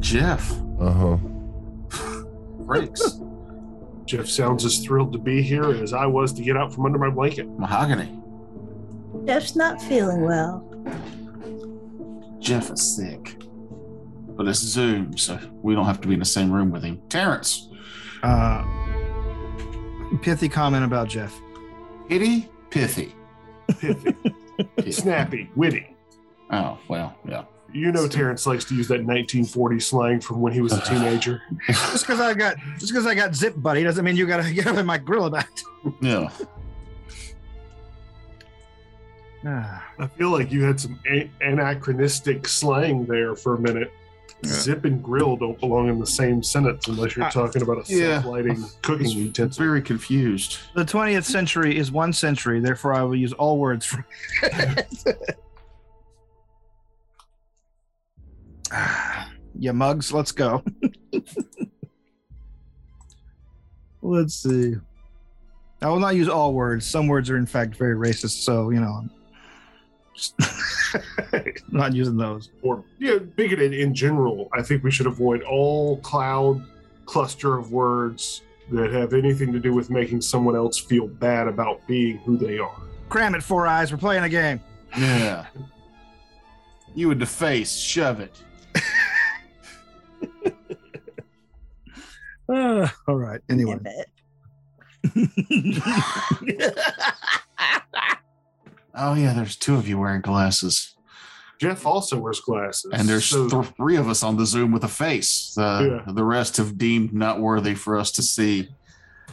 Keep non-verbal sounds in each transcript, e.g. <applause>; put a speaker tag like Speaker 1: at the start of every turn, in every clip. Speaker 1: Jeff.
Speaker 2: Uh huh.
Speaker 1: Breaks.
Speaker 3: <laughs> Jeff sounds as thrilled to be here as I was to get out from under my blanket.
Speaker 1: Mahogany.
Speaker 4: Jeff's not feeling well.
Speaker 1: Jeff is sick. But it's Zoom, so we don't have to be in the same room with him. Terrence.
Speaker 5: Uh, pithy comment about Jeff.
Speaker 1: Hitty. Pithy.
Speaker 3: Pithy,
Speaker 1: Pithy.
Speaker 3: snappy, witty.
Speaker 1: Oh, well, yeah.
Speaker 3: You know, Terrence likes to use that 1940 slang from when he was a teenager.
Speaker 5: Just because I got just because I got zip buddy doesn't mean you gotta <laughs> get up in my grill about.
Speaker 1: Yeah.
Speaker 5: Ah,
Speaker 3: I feel like you had some a- anachronistic slang there for a minute.
Speaker 1: Yeah.
Speaker 3: Zip and grill don't belong in the same sentence unless you're
Speaker 5: Uh,
Speaker 3: talking about a
Speaker 1: yeah.
Speaker 3: self-lighting cooking
Speaker 1: It's
Speaker 3: utensil.
Speaker 1: very confused.
Speaker 5: <sighs> the 20th century is one century, therefore I will use all words. <sighs> From Ah, yeah, mugs. Let's go. <laughs> let's see. I will not use all words. Some words are in fact very racist, so you know, I'm just <laughs> not using those.
Speaker 3: or you know, bigoted in general. I think we should avoid all cloud cluster of words that have anything to do with making someone else feel bad about being who they are.
Speaker 5: Cram it, four eyes. We're playing a game.
Speaker 1: Yeah. You would deface, shove it.
Speaker 5: Uh, all right.
Speaker 4: Anyway.
Speaker 5: Anyway.
Speaker 1: Oh yeah, there's two of you wearing glasses,
Speaker 3: Jeff also wears glasses,
Speaker 1: and there's
Speaker 3: so
Speaker 1: th- three of us on the Zoom with a face. The the rest have deemed not worthy for us to see.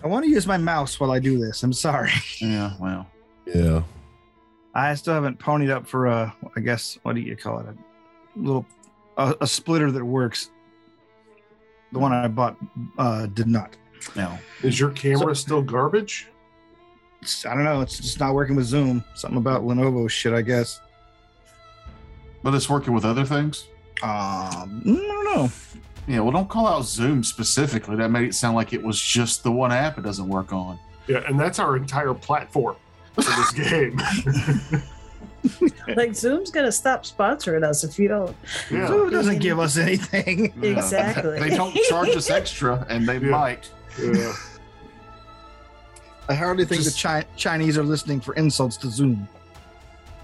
Speaker 5: I want to use my mouse while I do this. I'm sorry. <laughs>
Speaker 1: Yeah, well,
Speaker 2: Yeah.
Speaker 5: I still haven't ponied up for a, I guess, what do you call it? A little, a, a splitter that works. The one I bought uh, did not.
Speaker 1: no.
Speaker 3: is your camera still garbage?
Speaker 5: It's- I don't know. It's just not working with Zoom. Something about Lenovo shit, I guess.
Speaker 1: But it's working with other things.
Speaker 5: Um, I don't know.
Speaker 1: Yeah, well, don't call out Zoom specifically. That made it sound like it was just the one app it doesn't work on.
Speaker 3: Yeah, and that's our entire platform for <laughs> this game.
Speaker 4: Like Zoom's gonna stop sponsoring us if you don't.
Speaker 3: yeah,
Speaker 5: Zoom doesn't give us anything. <laughs>
Speaker 1: Yeah.
Speaker 4: Exactly.
Speaker 1: they don't charge us extra, and they
Speaker 3: Yeah.
Speaker 1: might.
Speaker 3: yeah.
Speaker 5: I hardly think
Speaker 1: Just-
Speaker 5: the Chi- Chinese are listening for insults to Zoom.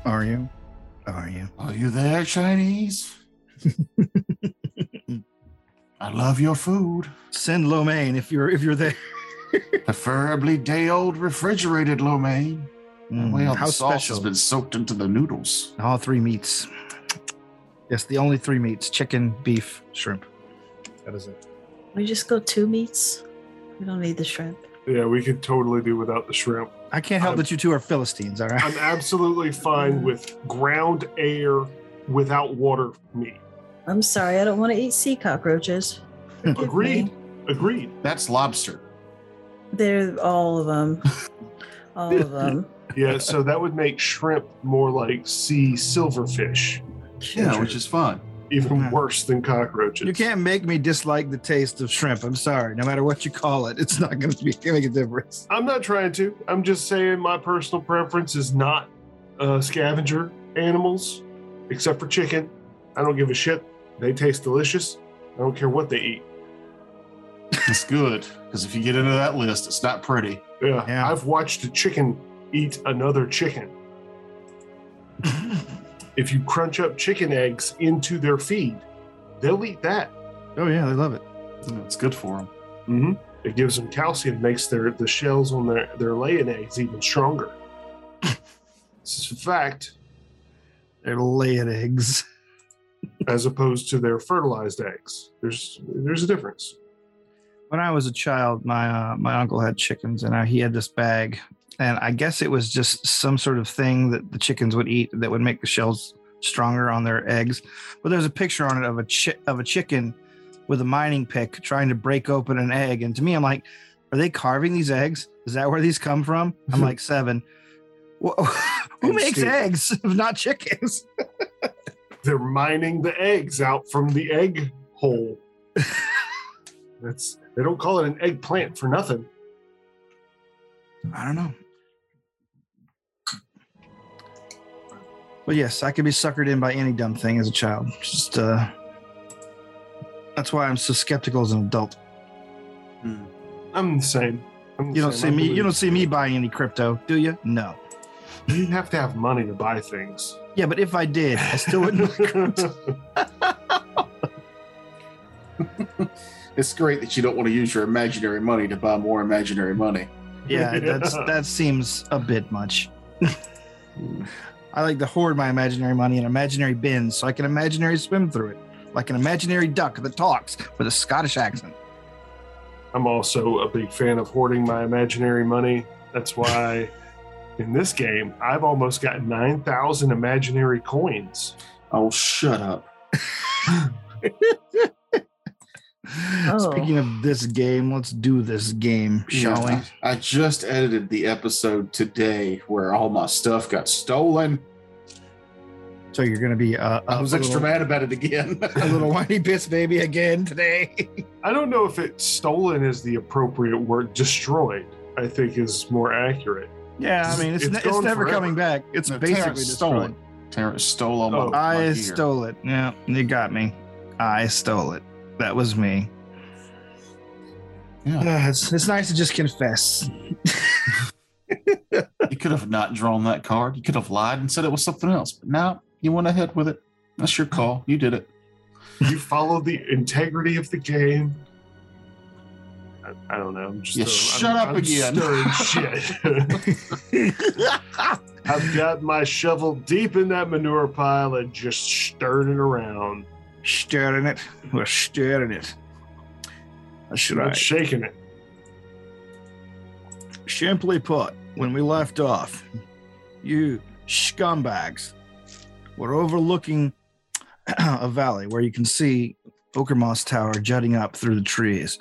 Speaker 5: Are you? Are you?
Speaker 1: Are you there, Chinese? I love your food.
Speaker 5: Send lo mein if you're if you're there.
Speaker 1: Preferably day old refrigerated lo mein. That way all
Speaker 5: Mm, how
Speaker 1: the sauce
Speaker 5: special.
Speaker 1: has been soaked into the noodles.
Speaker 5: All three meats. Yes, the only three meats: chicken, beef, shrimp. That is it.
Speaker 4: We just go two meats. We don't need the shrimp.
Speaker 3: Yeah, we could totally do without the shrimp.
Speaker 5: I can't help
Speaker 3: I'm-
Speaker 5: that you two are Philistines. All <laughs> right.
Speaker 3: I'm absolutely fine with ground air without water meat.
Speaker 4: I'm sorry, I don't want to eat sea cockroaches. Forgive me.
Speaker 3: Agreed. Agreed.
Speaker 1: That's lobster.
Speaker 4: They're all of them. All of them.
Speaker 3: Yeah, so that would make shrimp more like sea silverfish,
Speaker 1: Yeah, which is fun.
Speaker 3: even
Speaker 5: Yeah.
Speaker 3: worse than cockroaches.
Speaker 5: You can't make me dislike the taste of shrimp. I'm sorry. No matter what you call it, it's not going to be make a difference.
Speaker 3: I'm not trying to. I'm just saying my personal preference is not uh, scavenger animals, except for chicken. I don't give a shit. They taste delicious. I don't care what they eat.
Speaker 1: It's good because if you get into that list, it's not pretty.
Speaker 3: Yeah,
Speaker 5: Yeah.
Speaker 3: I've watched a chicken eat another chicken. if you crunch up chicken eggs into their feed, they'll eat that.
Speaker 5: Oh yeah, they love it.
Speaker 1: It's good for them.
Speaker 3: Mm-hmm. It gives them calcium, makes their the shells on their their laying eggs even stronger. this is a fact,
Speaker 5: They're laying eggs.
Speaker 3: as opposed to their fertilized eggs. There's there's a difference.
Speaker 5: when I was a child, my uh, my uncle had chickens, and I, he had this bag, and I guess it was just some sort of thing that the chickens would eat that would make the shells stronger on their eggs. But there's a picture on it of a chi- of a chicken with a mining pick trying to break open an egg, and to me, I'm like, are they carving these eggs? Is that where these come from? I'm like seven. Wha- <laughs> Who
Speaker 3: And
Speaker 5: makes
Speaker 3: stupid.
Speaker 5: eggs <laughs> if not chickens?
Speaker 3: They're mining the eggs out from the egg
Speaker 5: <laughs>
Speaker 3: hole. That's they don't call it an eggplant for nothing.
Speaker 5: I don't know. But yes, I could be suckered in by any dumb thing as a child. Just uh That's why I'm so skeptical as an adult.
Speaker 3: I'm the same. I'm the
Speaker 5: You don't see
Speaker 3: same. I
Speaker 5: me. You don't
Speaker 3: believe-
Speaker 5: see me buying any crypto, do you? No.
Speaker 3: You have to have money to buy
Speaker 5: <laughs>
Speaker 3: things.
Speaker 5: Yeah, but if I did, I
Speaker 3: <laughs>
Speaker 5: still wouldn't.
Speaker 1: It's great that you don't want to use your imaginary money to buy more imaginary money.
Speaker 5: yeah, that's that seems a
Speaker 3: <laughs>
Speaker 5: bit much. I like to hoard my imaginary money in imaginary bins so I can imaginary swim through it, like an imaginary duck that talks with a Scottish accent.
Speaker 3: I'm also a big fan of hoarding my imaginary money. That's why in this game, I've almost got 9,000 imaginary coins.
Speaker 1: Oh, shut up.
Speaker 5: Speaking of this game, let's do this game, shall
Speaker 1: Yeah, I I just edited the episode today where all my stuff got stolen.
Speaker 5: we? So you're gonna be uh,
Speaker 1: I was
Speaker 5: a
Speaker 1: extra
Speaker 5: little- <laughs>
Speaker 1: mad about it again.
Speaker 5: a
Speaker 1: <laughs>
Speaker 5: little whiny piss baby again today.
Speaker 3: I don't know if it stolen is the appropriate word. Destroyed, I think, is
Speaker 1: <laughs>
Speaker 3: more accurate.
Speaker 5: yeah, I mean it's
Speaker 3: It's
Speaker 5: ne- it's,
Speaker 3: gone
Speaker 5: never
Speaker 3: forever.
Speaker 5: coming back. It's
Speaker 1: No,
Speaker 5: basically
Speaker 1: Terrence stole
Speaker 5: destroyed.
Speaker 1: it. Terrence stole all my.
Speaker 3: Oh.
Speaker 1: my
Speaker 5: I
Speaker 1: gear.
Speaker 5: stole it. Yeah, they got me. I stole it. That was me.
Speaker 1: Yeah.
Speaker 5: Uh, it's, it's nice to just confess.
Speaker 1: You could have not drawn that card. You could have lied and said it was something else. But now you went ahead with it. That's your call. You did it.
Speaker 3: You follow the integrity of the game. I, I don't know. I'm just
Speaker 1: Yeah,
Speaker 3: a-
Speaker 1: shut
Speaker 3: I'm-
Speaker 1: up
Speaker 3: I'm
Speaker 1: again.
Speaker 3: stirring
Speaker 1: <laughs>
Speaker 3: shit. I've got my shovel deep in that manure pile and just stirring it around.
Speaker 5: Stirring it. We're stirring it. That's
Speaker 3: Not
Speaker 5: right.
Speaker 3: shaking it.
Speaker 5: Simply put, when we left off, you scumbags were overlooking <clears throat> a valley where you can see Okermoss Tower jutting up through the trees.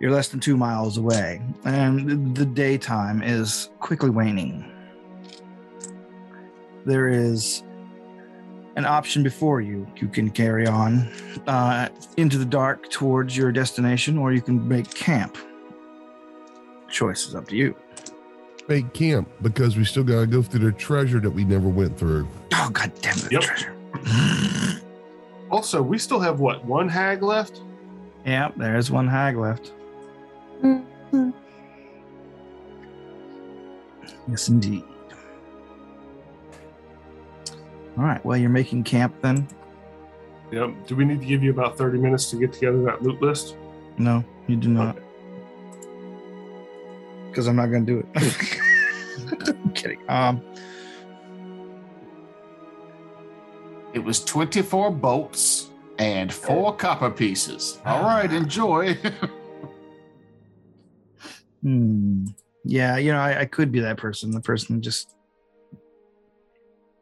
Speaker 5: You're less than two miles away, and the daytime is quickly waning. There is an option before you. You can carry on uh, into the dark towards your destination, or you can make camp. Choice is up to you.
Speaker 2: Fake camp because we still gotta go through the treasure that we never went through.
Speaker 5: Oh god damn it,
Speaker 3: Yep.
Speaker 5: treasure.
Speaker 3: Also, we still have what one hag left.
Speaker 5: <laughs> yep, there is one hag left. Mm-hmm. Yes indeed. Alright, well you're making camp then?
Speaker 3: Yep. Do we need to give you about thirty minutes to get together that loot list?
Speaker 5: No, you do not. Because I'm not gonna do it. <laughs> I'm kidding. Um
Speaker 1: It was 24 bolts and four copper pieces. All right, enjoy. <laughs>
Speaker 5: hmm. Yeah, you know, I, I could be that person, the person who just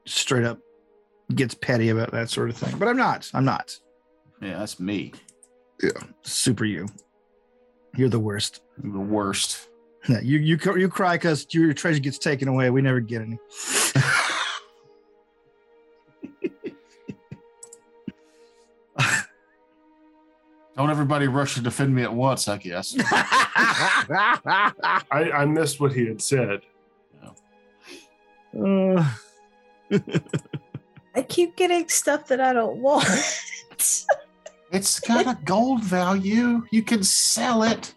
Speaker 5: straight up gets petty about that sort of thing. But I'm not. I'm not.
Speaker 1: yeah, that's me.
Speaker 5: super you. You're the worst. <laughs>
Speaker 1: I'm the worst.
Speaker 5: Yeah, you you cr- you cry because your treasure gets taken away. We never get any.
Speaker 1: Don't everybody rush to defend me at once, I guess.
Speaker 5: Uh,
Speaker 3: I, I missed what he had said.
Speaker 4: I keep getting stuff that I don't want. <laughs>
Speaker 1: it's got a gold value. You can sell it.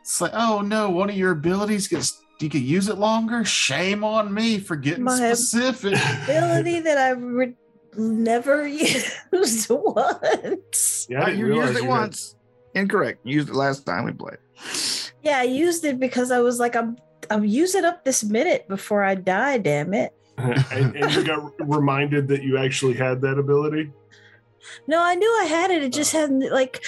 Speaker 1: It's like, oh no, one of your abilities gets you could use it longer. Shame on me for getting
Speaker 3: <laughs>
Speaker 4: My-
Speaker 1: specific.
Speaker 4: Ability that I re- never <laughs> used once.
Speaker 3: Yeah, I didn't
Speaker 5: you
Speaker 3: realize
Speaker 5: used it
Speaker 3: you had-
Speaker 5: once. Incorrect. You used it last time we played.
Speaker 4: Yeah, I used it because I was like, I'm I'm using up this minute before I die. Damn it!
Speaker 3: and, and you got <laughs> reminded that you actually had that ability.
Speaker 4: No, I knew I had
Speaker 5: Oh.
Speaker 4: it. It just hadn't like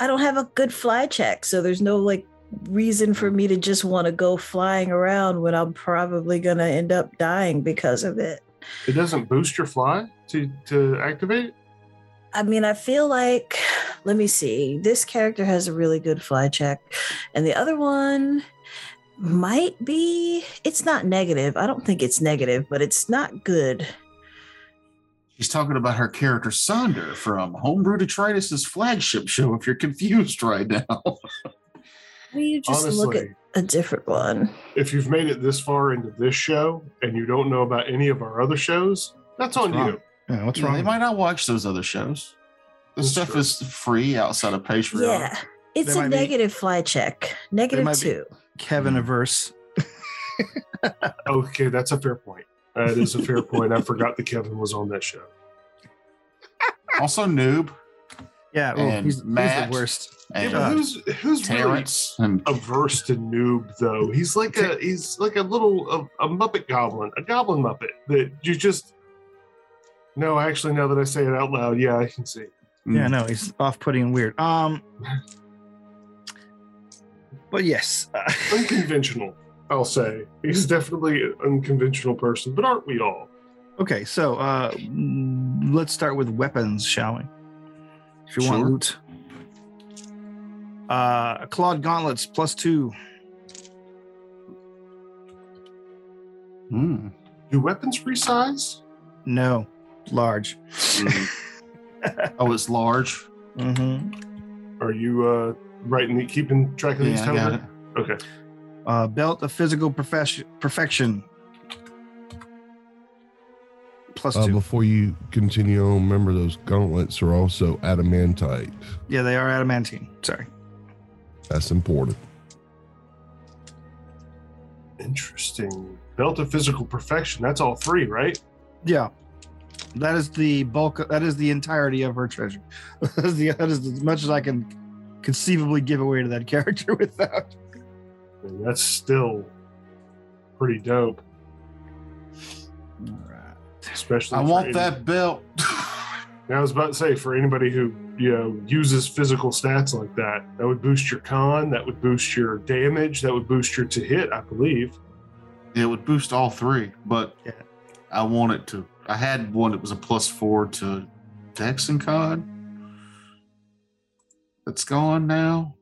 Speaker 4: I don't have a good fly check, so there's no like reason for me to just want to go flying around when I'm probably gonna end up dying because of it.
Speaker 3: It doesn't boost your fly to to activate. it?
Speaker 4: I mean, I feel like, let me see. This character has a really good fly check, and the other one might be. It's not negative. I don't think it's negative, but it's not good.
Speaker 1: She's talking about her character Sonder from Homebrew Detritus's flagship show. If you're confused right now,
Speaker 4: Will you just
Speaker 3: Honestly,
Speaker 4: look at a different one?
Speaker 3: if you've made it this far into this show and you don't know about any of our other shows, that's
Speaker 5: What's
Speaker 3: on
Speaker 5: wrong?
Speaker 3: you.
Speaker 5: Yeah, what's
Speaker 1: they
Speaker 5: wrong?
Speaker 1: might not watch those other shows. The
Speaker 3: That's
Speaker 1: stuff
Speaker 3: true.
Speaker 1: is free outside of Patreon.
Speaker 4: Yeah. It's
Speaker 5: They
Speaker 4: a
Speaker 5: might be-
Speaker 4: negative fly check. Negative
Speaker 5: might be-
Speaker 4: two.
Speaker 5: Kevin
Speaker 1: Mhm.
Speaker 5: averse.
Speaker 3: Okay, that's a fair point. That is a fair point. I forgot that Kevin was on that show.
Speaker 1: Also, Noob
Speaker 5: Yeah, well,
Speaker 1: And
Speaker 5: he's, he's the
Speaker 1: Matt.
Speaker 5: worst.
Speaker 3: Yeah,
Speaker 1: and
Speaker 3: but who's who's
Speaker 1: uh, Terrence and
Speaker 3: really averse to noob though? He's like a he's like a little a, a Muppet goblin, a goblin Muppet that you just. No, actually, now that I say it out loud, yeah, I can see.
Speaker 1: Hmm.
Speaker 5: Yeah, no, he's off-putting and weird. Um, but yes, uh,
Speaker 3: Unconventional, I'll say. He's definitely an unconventional person, but aren't we all?
Speaker 5: okay. So uh, mm, let's start with weapons, shall we? If you
Speaker 1: Sure.
Speaker 5: want loot, uh, Claude gauntlets plus two.
Speaker 3: <laughs>
Speaker 1: Mm.
Speaker 3: Do weapons resize?
Speaker 5: No, large.
Speaker 1: oh, it's large.
Speaker 5: hmm
Speaker 3: Are you uh writing the keeping track of these?
Speaker 1: Yeah, I got
Speaker 3: Tyler?
Speaker 1: it.
Speaker 3: Okay.
Speaker 5: Uh, belt of physical perfection. Perfection. Plus
Speaker 2: Uh,
Speaker 5: two.
Speaker 2: before you continue on, remember those gauntlets are also adamantite.
Speaker 5: yeah, they are adamantine. Sorry.
Speaker 2: That's important.
Speaker 3: Interesting. Belt of physical perfection. That's all three, right?
Speaker 5: Yeah. That is the bulk. That is the entirety of her treasure. <laughs> that, is the, that is as much as I can conceivably give away to that character <laughs> without.
Speaker 3: And that's still pretty dope.
Speaker 5: All right.
Speaker 3: Especially
Speaker 1: I
Speaker 3: for
Speaker 1: want
Speaker 3: any-
Speaker 1: that belt. <laughs>
Speaker 3: I was about to say for anybody who, you know, uses physical stats like that, that would boost your con, that would boost your damage, that would boost your to hit, I believe.
Speaker 1: it would boost all three, but
Speaker 5: Yeah.
Speaker 1: I want it to. I had one that was a plus four to Dex and Con. That's gone now.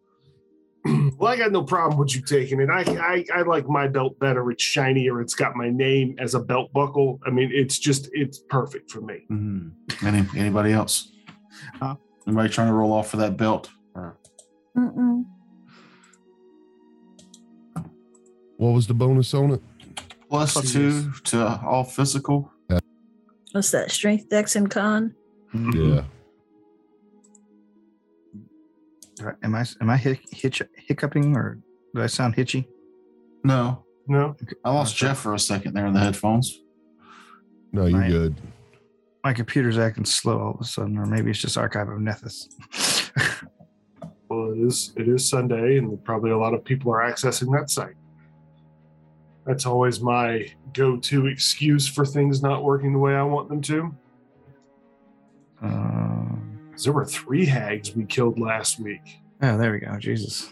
Speaker 3: well, I got no problem with you taking it. I, I I like my belt better. It's shinier. It's got my name as a belt buckle. I mean, it's just it's perfect for me.
Speaker 1: Mm. Any, anybody else?
Speaker 5: Huh?
Speaker 1: Anybody trying to roll off for that belt? Or-
Speaker 4: Mm-mm.
Speaker 2: What was the bonus on it?
Speaker 1: Plus
Speaker 5: Plus
Speaker 1: two to all physical.
Speaker 4: What's that? Strength, dex, and con?
Speaker 2: Yeah.
Speaker 5: All right. Am I am I hic- hitch, hiccuping or do I sound hitchy?
Speaker 1: No,
Speaker 3: No,
Speaker 1: I lost
Speaker 5: Okay.
Speaker 1: Jeff for a second there in the headphones.
Speaker 2: No, you're
Speaker 5: Right.
Speaker 2: good.
Speaker 5: My computer's acting slow all of a sudden, or maybe it's just Archive of Nethys. <laughs>
Speaker 3: well, it is it is Sunday, and probably a lot of people are accessing that site. That's always my go-to excuse for things not working the way I want them to.
Speaker 5: um,
Speaker 3: 'Cause There were three hags we killed last week.
Speaker 5: oh, there we go. Jesus.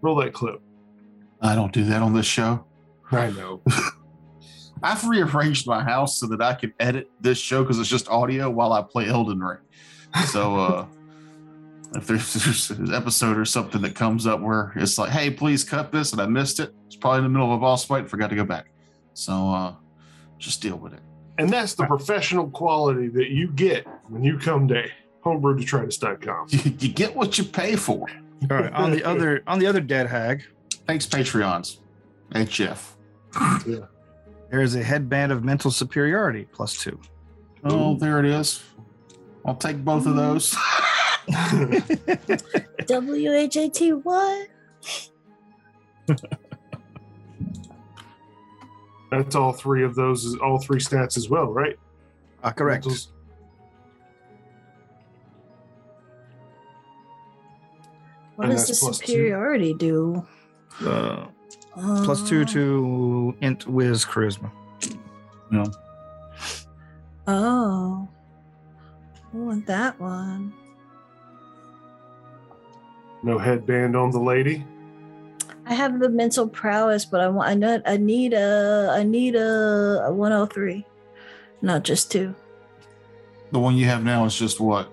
Speaker 3: Roll that clip.
Speaker 1: I don't do that on this show.
Speaker 3: I know.
Speaker 1: I've rearranged my house so that I can edit this show because it's just audio while I play Elden Ring. <laughs> So uh, if there's, there's an episode or something that comes up where it's like, "Hey, please cut this," and I missed it, it's probably in the middle of a boss fight. and Forgot to go back. So uh, just deal with it.
Speaker 3: <laughs> And that's the professional quality that you get when you come to homebrewdetritus.com.
Speaker 1: You, you get what you pay for.
Speaker 5: All right. On the other on the other dead hag,
Speaker 1: Thanks, Patreons. Hey, Jeff.
Speaker 5: there is a headband of mental superiority plus two.
Speaker 1: Oh, there it is. I'll take both of those.
Speaker 4: W H A T what?
Speaker 3: That's all three of those, is all three stats as well, right?
Speaker 5: Uh, correct.
Speaker 3: Those-
Speaker 4: What
Speaker 3: And
Speaker 4: does the
Speaker 3: that's plus two.
Speaker 4: superiority do?
Speaker 5: Uh, plus two
Speaker 4: Uh,
Speaker 5: to int whiz charisma.
Speaker 4: Oh. I want that one.
Speaker 3: No headband on the lady.
Speaker 4: I have the mental prowess, but I want I need I need a I need a, a 103. Not just two.
Speaker 1: the one you have now is just what?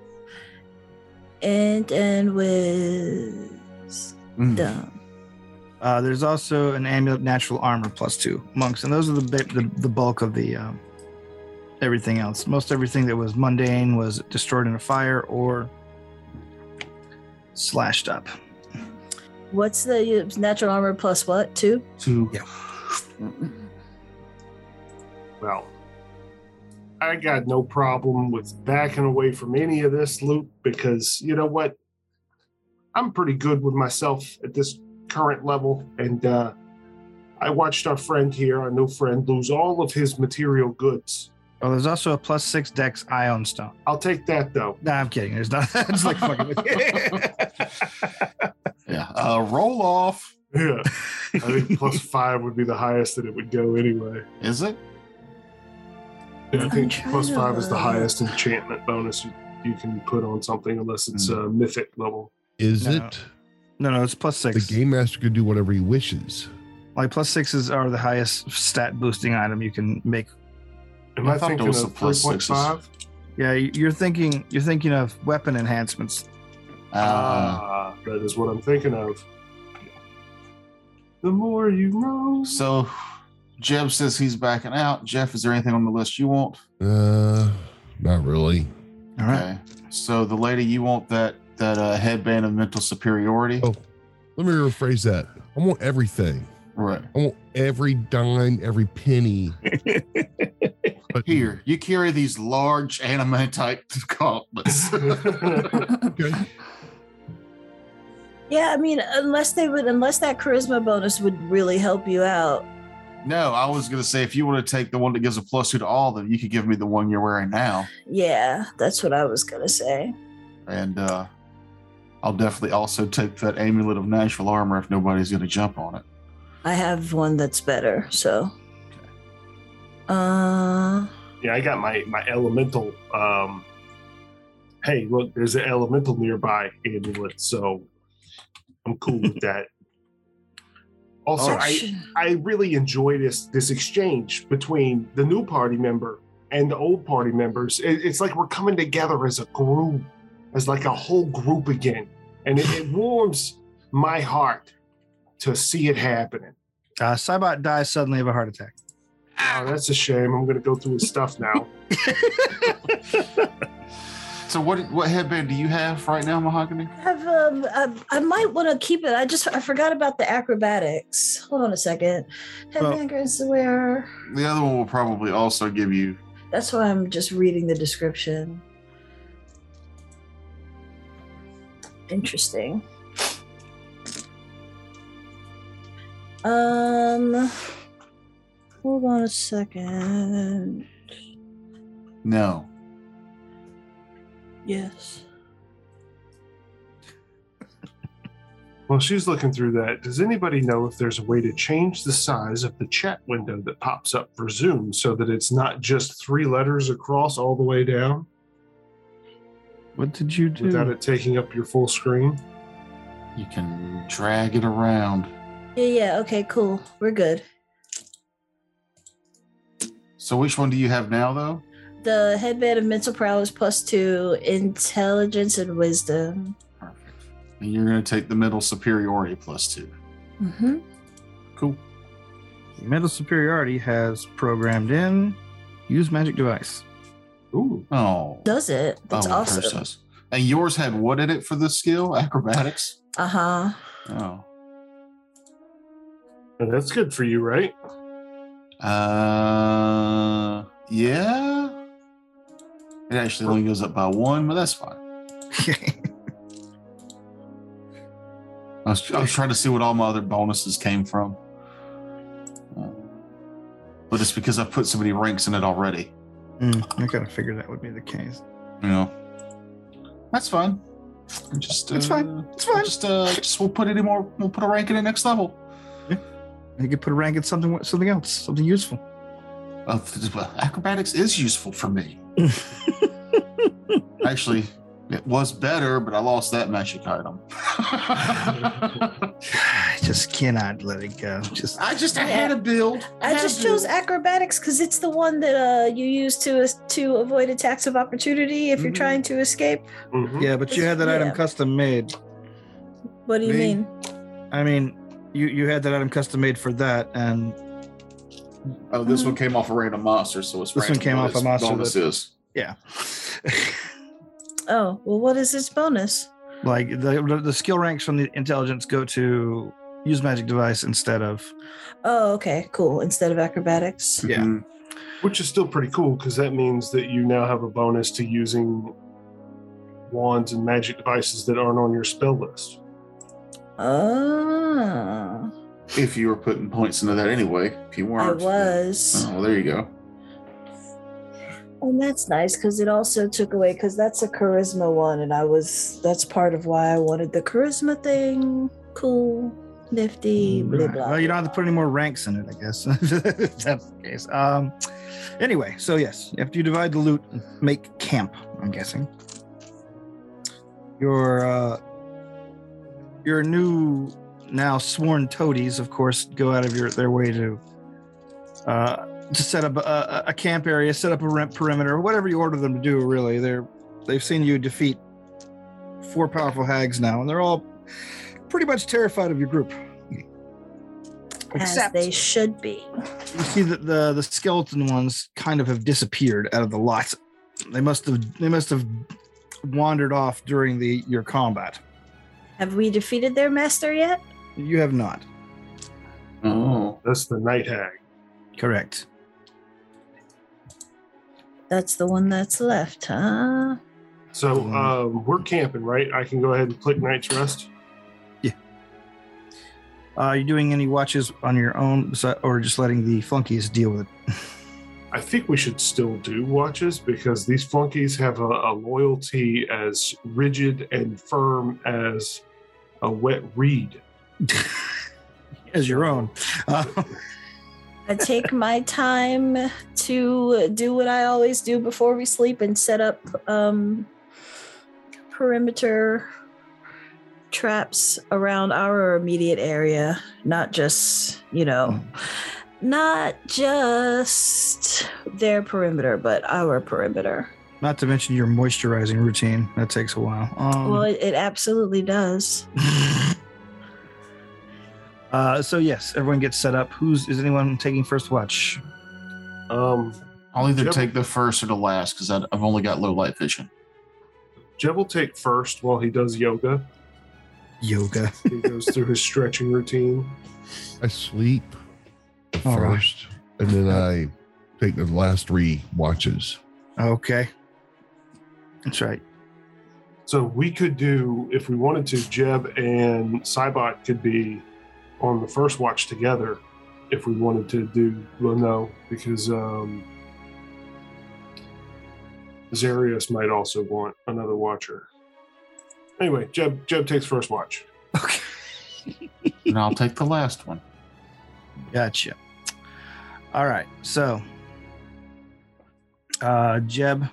Speaker 4: And and with
Speaker 1: Mm.
Speaker 4: dumb.
Speaker 5: Uh, there's also an amulet natural armor plus two monks, and those are the ba- the, the bulk of the um, everything else. Most everything that was mundane was destroyed in a fire or slashed up.
Speaker 4: What's the uh, natural armor plus what? Two?
Speaker 1: Two.
Speaker 5: Yeah.
Speaker 3: Well, I got no problem with backing away from any of this loop because you know what? I'm pretty good with myself at this current level. And uh, I watched our friend here, our new friend, lose all of his material goods.
Speaker 6: Oh, there's also a plus six dex ion stone.
Speaker 3: I'll take that though. <laughs>
Speaker 6: Nah, I'm kidding. There's not. <laughs> it's like fucking.
Speaker 1: Yeah. Uh, roll off.
Speaker 3: Yeah. I think plus five would be the highest that it would go anyway.
Speaker 1: Is it?
Speaker 3: Yeah, I
Speaker 4: I'm
Speaker 3: think
Speaker 4: trying
Speaker 3: plus
Speaker 4: to
Speaker 3: five is the
Speaker 4: look.
Speaker 3: highest enchantment bonus you, you can put on something unless it's
Speaker 1: Hmm.
Speaker 3: a uh, mythic level.
Speaker 2: Is
Speaker 6: No.
Speaker 2: it
Speaker 6: <laughs> no, no, it's plus
Speaker 2: the
Speaker 6: six.
Speaker 2: game master can do whatever he wishes?
Speaker 6: Like plus sixes are the highest stat boosting item you can make.
Speaker 3: Am
Speaker 1: I
Speaker 3: I,
Speaker 1: thought
Speaker 3: thinking
Speaker 1: those
Speaker 3: of
Speaker 1: were plus
Speaker 3: three point five?
Speaker 6: Yeah, you- you're thinking you're thinking of weapon enhancements.
Speaker 1: Uh,
Speaker 3: Ah, that is what I'm thinking of. The more you know.
Speaker 1: so Jeb says he's backing out. Jeff, is there anything on the list you want?
Speaker 2: Uh, not really.
Speaker 6: All right.
Speaker 1: Okay. So the lady you want that that uh, headband of mental superiority.
Speaker 2: Oh. Let me rephrase that. I want everything.
Speaker 1: Right.
Speaker 2: I want every dime, every penny.
Speaker 6: <laughs>
Speaker 2: But
Speaker 1: Here, you carry these large anime type <laughs>
Speaker 3: <laughs>
Speaker 1: gauntlets.
Speaker 2: Okay.
Speaker 4: Yeah, I mean, unless they would, unless that charisma bonus would really help you out.
Speaker 1: no, I was gonna say if you want to take the one that gives a plus two to all, then you could give me the one you're wearing now,
Speaker 4: Yeah, that's what I was gonna say.
Speaker 1: and uh, I'll definitely also take that amulet of natural armor if nobody's gonna jump on it.
Speaker 4: I have one that's better, so. Uh,
Speaker 3: <laughs> Yeah, I got my my elemental. Um, hey, look, there's an elemental nearby amulet, so I'm cool
Speaker 1: <laughs>
Speaker 3: with that. Also,
Speaker 1: Oh,
Speaker 3: I
Speaker 4: sh-
Speaker 3: I really enjoy this this exchange between the new party member and the old party members. It, it's like we're coming together as a group, as like a whole group again, and it, it warms my heart to see it happening.
Speaker 6: Uh, Cybot dies suddenly of a heart attack.
Speaker 3: Oh, that's a shame. I'm gonna go through his stuff now.
Speaker 1: So what what headband do you have right now, Mahogany?
Speaker 4: I have um, I, I might want to keep it. I just I forgot about the acrobatics. Hold on a second. Headband grants the wearer.
Speaker 1: The other one will probably also give you.
Speaker 4: That's why I'm just reading the description. Interesting. Um, hold on a second.
Speaker 1: No,
Speaker 4: Yes.
Speaker 3: While she's looking through that, does anybody know if there's a way to change the size of the chat window that pops up for Zoom so that it's not just three letters across all the way down
Speaker 6: What did you do?
Speaker 5: Hmm.
Speaker 3: without it taking up your full screen?
Speaker 1: you can drag it around.
Speaker 4: Yeah, yeah. Okay, cool. We're good.
Speaker 1: So which one do you have now, though?
Speaker 4: The headband of mental prowess plus two, intelligence and wisdom.
Speaker 1: Perfect. And you're going to take the mental superiority plus two.
Speaker 4: Mm-hmm.
Speaker 1: Cool.
Speaker 6: Mental superiority has programmed in. Use magic <laughs> device.
Speaker 3: Ooh,
Speaker 1: Oh,
Speaker 4: Does it? That's
Speaker 1: oh, well, hers
Speaker 4: awesome.
Speaker 1: does. And yours had what in it for this skill? <laughs> Acrobatics.
Speaker 4: Uh huh.
Speaker 1: Oh,
Speaker 3: Now that's good for you, right?
Speaker 1: uh, yeah. It actually only goes up by one, but that's fine.
Speaker 6: Hmm,
Speaker 1: I was, I was trying to see what all my other bonuses came from, Uh, but it's because I put so many ranks in it already.
Speaker 6: Mm, I kind of figured that would be the case.
Speaker 1: You know, that's fine. I'm Just
Speaker 6: It's
Speaker 1: uh,
Speaker 6: fine. It's fine.
Speaker 1: Just uh, just we'll put any more. We'll put a rank in it next level.
Speaker 6: You could put a rank in something something else, something useful.
Speaker 1: Uh, well, acrobatics is useful for me. Actually, it was better, but I lost that magic item.
Speaker 6: <sighs> I just cannot let it go. Just
Speaker 1: I just I had a build.
Speaker 4: I
Speaker 1: had a
Speaker 4: just chose
Speaker 1: build.
Speaker 4: acrobatics because it's the one that uh, you use to to avoid attacks of opportunity if you're
Speaker 3: Mhm.
Speaker 4: trying to escape.
Speaker 5: Mm-hmm.
Speaker 3: Mhm.
Speaker 6: yeah, but you had that item
Speaker 4: Yeah.
Speaker 6: custom made.
Speaker 4: What do you
Speaker 2: Me?
Speaker 4: mean?
Speaker 6: I mean, you you had that item custom made for that, and
Speaker 1: Oh,
Speaker 4: Mm-hmm.
Speaker 1: this one came off a random monster, so it's
Speaker 6: This one
Speaker 1: random
Speaker 6: came
Speaker 1: what
Speaker 6: off a
Speaker 1: its
Speaker 6: monster
Speaker 1: Bonus
Speaker 6: that-
Speaker 1: is.
Speaker 6: yeah, <laughs>
Speaker 4: Oh well, what is its bonus?
Speaker 6: like the the skill ranks from the intelligence go to use magic device instead of
Speaker 4: Oh, okay, cool. Instead of acrobatics,
Speaker 6: Yeah.
Speaker 1: Mhm.
Speaker 3: Which is still pretty cool because that means that you now have a bonus to using wands and magic devices that aren't on your spell list.
Speaker 4: Oh,
Speaker 1: If you were putting points into that anyway, if you
Speaker 4: I
Speaker 1: weren't.
Speaker 4: was.
Speaker 1: Oh, well, there you go.
Speaker 4: And that's nice because it also took away because that's a charisma one, and I was that's part of why I wanted the charisma thing. Cool, nifty, blah
Speaker 5: Mm, Right.
Speaker 4: blah.
Speaker 5: Well, you don't
Speaker 4: blah.
Speaker 5: have to put any more ranks in it, I guess. <laughs> if that's the case. Um, anyway, so yes, after you divide the loot, make camp. I'm guessing. Your uh, your new now sworn toadies, of course, go out of your their way to uh, to set up a- a, a camp area, set up a rent perimeter, whatever you order them to do. Really, they're they've seen you defeat four powerful hags now, and they're all pretty much terrified of your group.
Speaker 4: as they should be.
Speaker 5: you see that the the skeleton ones kind of have disappeared out of the lots. They must have they must have wandered off during the your combat.
Speaker 4: Have we defeated their master yet?
Speaker 5: You have not.
Speaker 1: Oh.
Speaker 3: That's the night hag.
Speaker 5: Correct.
Speaker 4: That's the one that's left, huh?
Speaker 3: So um, we're camping, right? I can go ahead and click night's rest.
Speaker 5: Uh, are you doing any watches on your own, besi- or just letting the flunkies deal with it?
Speaker 3: I think we should still do watches because these flunkies have a, a loyalty as rigid and firm as a wet reed.
Speaker 5: As your own. Uh,
Speaker 4: I take my time to do what I always do before we sleep and set up um, perimeter traps around our immediate area, not just, you know,
Speaker 5: Mm.
Speaker 4: not just their perimeter, but our perimeter.
Speaker 5: not to mention your moisturizing routine. That takes a while. Um,
Speaker 4: well, it, it absolutely does.
Speaker 5: <laughs> uh, so yes, everyone gets set up. Who's is anyone taking first watch?
Speaker 3: Um,
Speaker 1: I'll either
Speaker 3: Yep.
Speaker 1: take the first or the last because I've only got low light vision.
Speaker 3: Jeb will take first while he does yoga.
Speaker 5: Yoga.
Speaker 3: He goes through his stretching routine.
Speaker 2: I sleep
Speaker 5: All right.
Speaker 2: first, and then I take the last three watches.
Speaker 5: Okay. That's right.
Speaker 3: So we could do, if we wanted to, Jeb and Cybot could be on the first watch together if we wanted to do, well, no, because um, Zarius might also want another watcher. Anyway, Jeb, Jeb takes first watch.
Speaker 5: Okay.
Speaker 1: and I'll take
Speaker 4: <laughs>
Speaker 1: the last one.
Speaker 5: Gotcha. All right. So, uh, Jeb,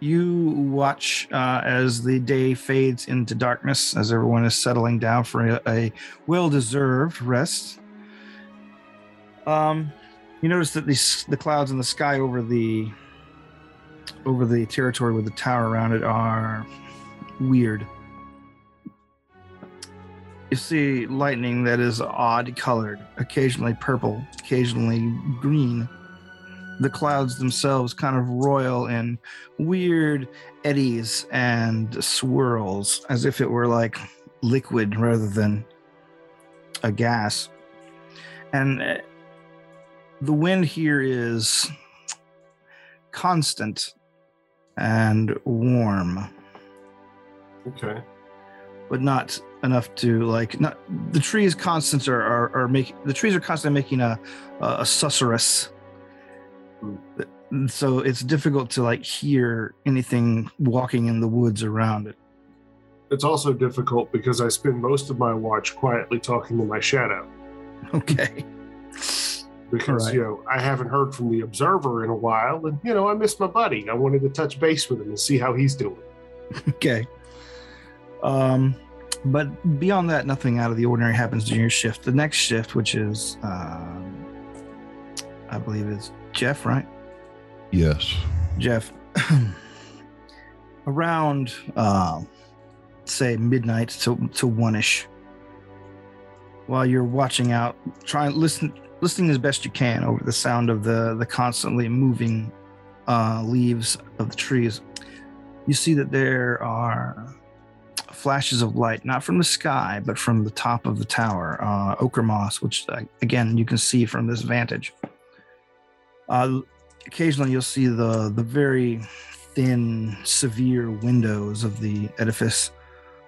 Speaker 5: you watch uh, as the day fades into darkness, as everyone is settling down for a, a well deserved rest. Um, you notice that these, the clouds in the sky over the over the territory with the tower around it are weird. You see lightning that is odd colored, occasionally purple, occasionally green. The clouds themselves kind of roil in weird eddies and swirls, as if it were like liquid rather than a gas. And eh, the wind here is constant and warm
Speaker 3: Okay.
Speaker 5: but not enough to like not the trees constants are are, are making the trees are constantly making a a, a susurrus
Speaker 3: Hmm.
Speaker 5: so it's difficult to like hear anything walking in the woods around it <laughs>
Speaker 3: It's also difficult because I spend most of my watch quietly talking to my shadow.
Speaker 5: okay
Speaker 3: because
Speaker 5: Right.
Speaker 3: you know I haven't heard from the observer in a while, and you know I miss my buddy. I wanted to touch base with him and see how he's doing.
Speaker 5: okay um but beyond that nothing out of the ordinary happens during your shift the next shift which is um i believe it's jeff right
Speaker 2: Yes.
Speaker 5: Jeff, <clears throat> around uh, say midnight to to one ish, while you're watching out, try and listen listening as best you can over the sound of the the constantly moving uh, leaves of the trees. You see that there are flashes of light, not from the sky, but from the top of the tower, uh, ochre moss, which uh, again you can see from this vantage. Uh, occasionally you'll see the the very thin, severe windows of the edifice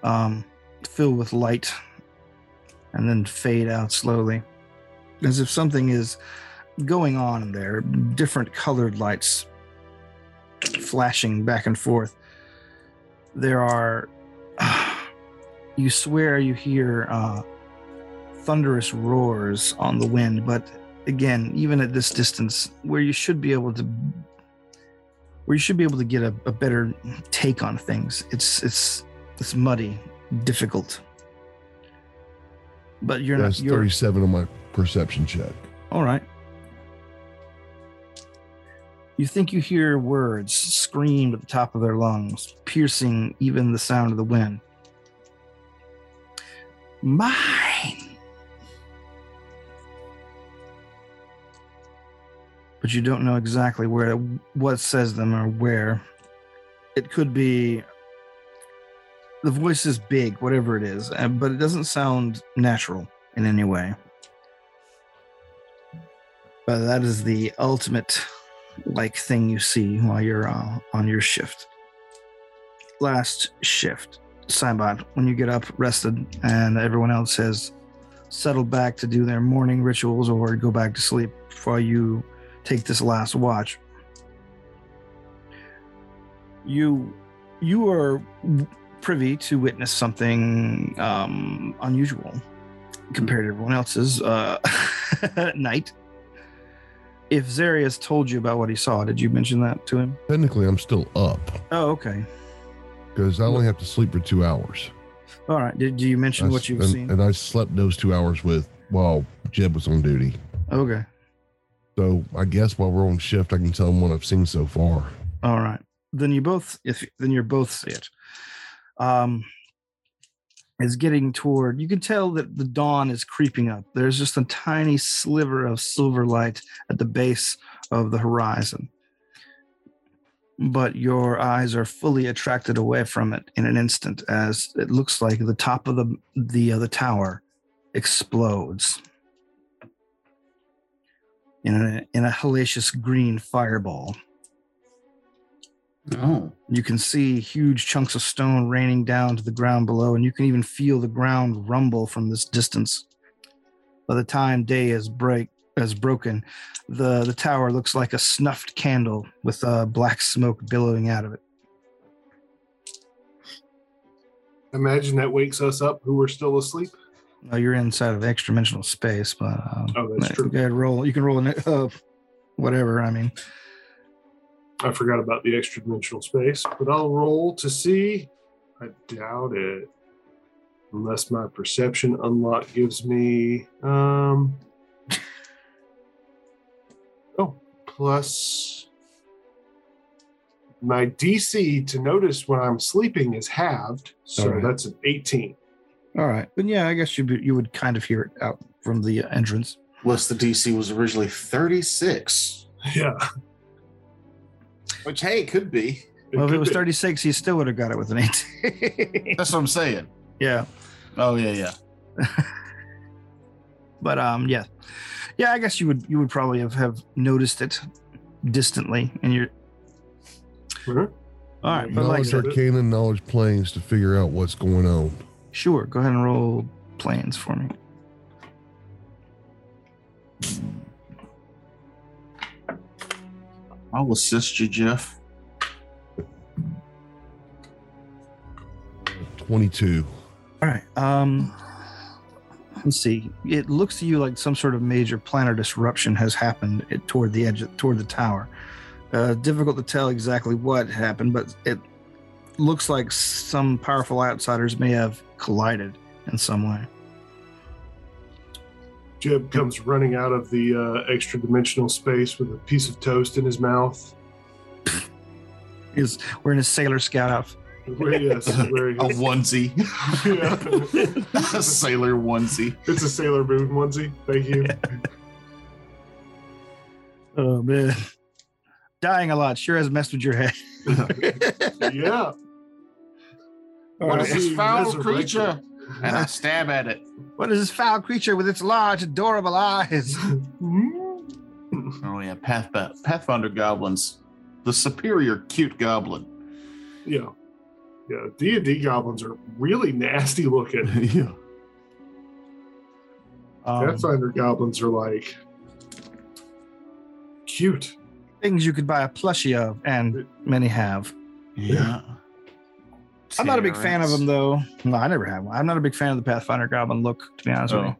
Speaker 5: um, fill with light, and then fade out slowly, as if something is going on in there. Different colored lights flashing back and forth. There are. <sighs> you swear you hear uh, thunderous roars on the wind, but again, even at this distance, where you should be able to, where you should be able to get a, a better take on things, it's it's it's muddy, difficult. But you're
Speaker 2: That's
Speaker 5: not. You're,
Speaker 2: 37 on my perception check.
Speaker 5: all right. You think you hear words screamed at the top of their lungs, piercing even the sound of the wind. Mine! But you don't know exactly where, what says them or where. It could be. The voice is big, whatever it is, uh, but it doesn't sound natural in any way. But that is the ultimate like thing you see while you're uh, on your shift. Last shift, Saibot, when you get up rested and everyone else has settled back to do their morning rituals or go back to sleep before you take this last watch. You you are privy to witness something um, unusual compared to everyone else's uh, <laughs> night if Zarius told you about what he saw, did you mention that to him?
Speaker 2: Technically, I'm still up
Speaker 5: Oh, okay.
Speaker 2: because I only have to sleep for two hours.
Speaker 5: All right. Did, did you mention
Speaker 2: I s-
Speaker 5: what you've
Speaker 2: and,
Speaker 5: seen?
Speaker 2: And I slept those two hours with while Jeb was on duty.
Speaker 5: okay.
Speaker 2: So I guess while we're on shift, I can tell them what I've seen so far.
Speaker 5: All right. Then you both, if then you're both see it. Um, is getting toward. You can tell that the dawn is creeping up. There's just a tiny sliver of silver light at the base of the horizon, but your eyes are fully attracted away from it in an instant as it looks like the top of the the uh, the tower explodes in a, in a hellacious green fireball.
Speaker 1: Oh.
Speaker 5: You can see huge chunks of stone raining down to the ground below, and you can even feel the ground rumble from this distance. By the time day is break is broken, the, the tower looks like a snuffed candle with uh, black smoke billowing out of it.
Speaker 3: Imagine that wakes us up who are still asleep.
Speaker 5: Now you're inside of extra dimensional space, but um,
Speaker 3: Oh, that's
Speaker 5: you
Speaker 3: true.
Speaker 5: can roll. You can roll an uh, whatever. I mean,
Speaker 3: I forgot about the extra dimensional space, but I'll roll to see. I doubt it. Unless my perception unlock gives me um <laughs> oh plus my DC to notice when I'm sleeping is halved, so
Speaker 5: Alright.
Speaker 3: that's an 18.
Speaker 5: all right. But yeah, I guess you you would kind of hear it out from the entrance.
Speaker 1: Unless the DC was originally 36,
Speaker 3: Yeah.
Speaker 1: which, hey, could be.
Speaker 5: Well, if
Speaker 3: could
Speaker 5: it was
Speaker 3: be.
Speaker 5: 36, he still would have got it with an 18.
Speaker 1: That's what I'm saying.
Speaker 5: <laughs> yeah.
Speaker 1: Oh, yeah, yeah.
Speaker 5: but um yeah yeah i guess you would you would probably have, have noticed it distantly and you're
Speaker 3: Mhm.
Speaker 5: all right but like
Speaker 2: Knowledge
Speaker 5: said,
Speaker 2: arcana, knowledge planes to figure out what's going on.
Speaker 5: sure go ahead and roll plans for me
Speaker 1: I'll assist you, Jeff.
Speaker 5: <laughs>
Speaker 2: 22.
Speaker 5: all right um let's see it looks to you like some sort of major planar disruption has happened it, toward the edge toward the tower uh, difficult to tell exactly what happened but it looks like some powerful outsiders may have collided in some way
Speaker 3: Jeb comes running out of the uh, extra dimensional space with a piece of toast in his mouth.
Speaker 5: is we're in a sailor scout outfit
Speaker 3: Where he is, where <laughs> he
Speaker 1: A onesie. <laughs>
Speaker 3: Yeah.
Speaker 1: a sailor onesie.
Speaker 3: It's a Sailor Moon onesie. Thank you.
Speaker 5: Oh man. Dying a lot sure has messed with your head.
Speaker 3: yeah.
Speaker 1: What is
Speaker 3: Alright.
Speaker 1: this foul
Speaker 3: Resurrected.
Speaker 1: creature? And I stab at it.
Speaker 5: What is this foul creature with its large, adorable eyes?
Speaker 3: Mm.
Speaker 1: Oh yeah, Path, Pathfinder goblins, the superior cute goblin.
Speaker 3: <laughs> Yeah. Yeah. D and D goblins are really nasty
Speaker 2: <laughs>
Speaker 3: looking.
Speaker 1: yeah.
Speaker 5: Um,
Speaker 3: Pathfinder goblins are like cute.
Speaker 5: things you could buy a plushie of, and many have.
Speaker 1: Yeah.
Speaker 5: I'm not a big fan of them, though. No, I never have one. I'm not a big fan of the Pathfinder Goblin look, to be honest with
Speaker 1: Oh.
Speaker 5: you.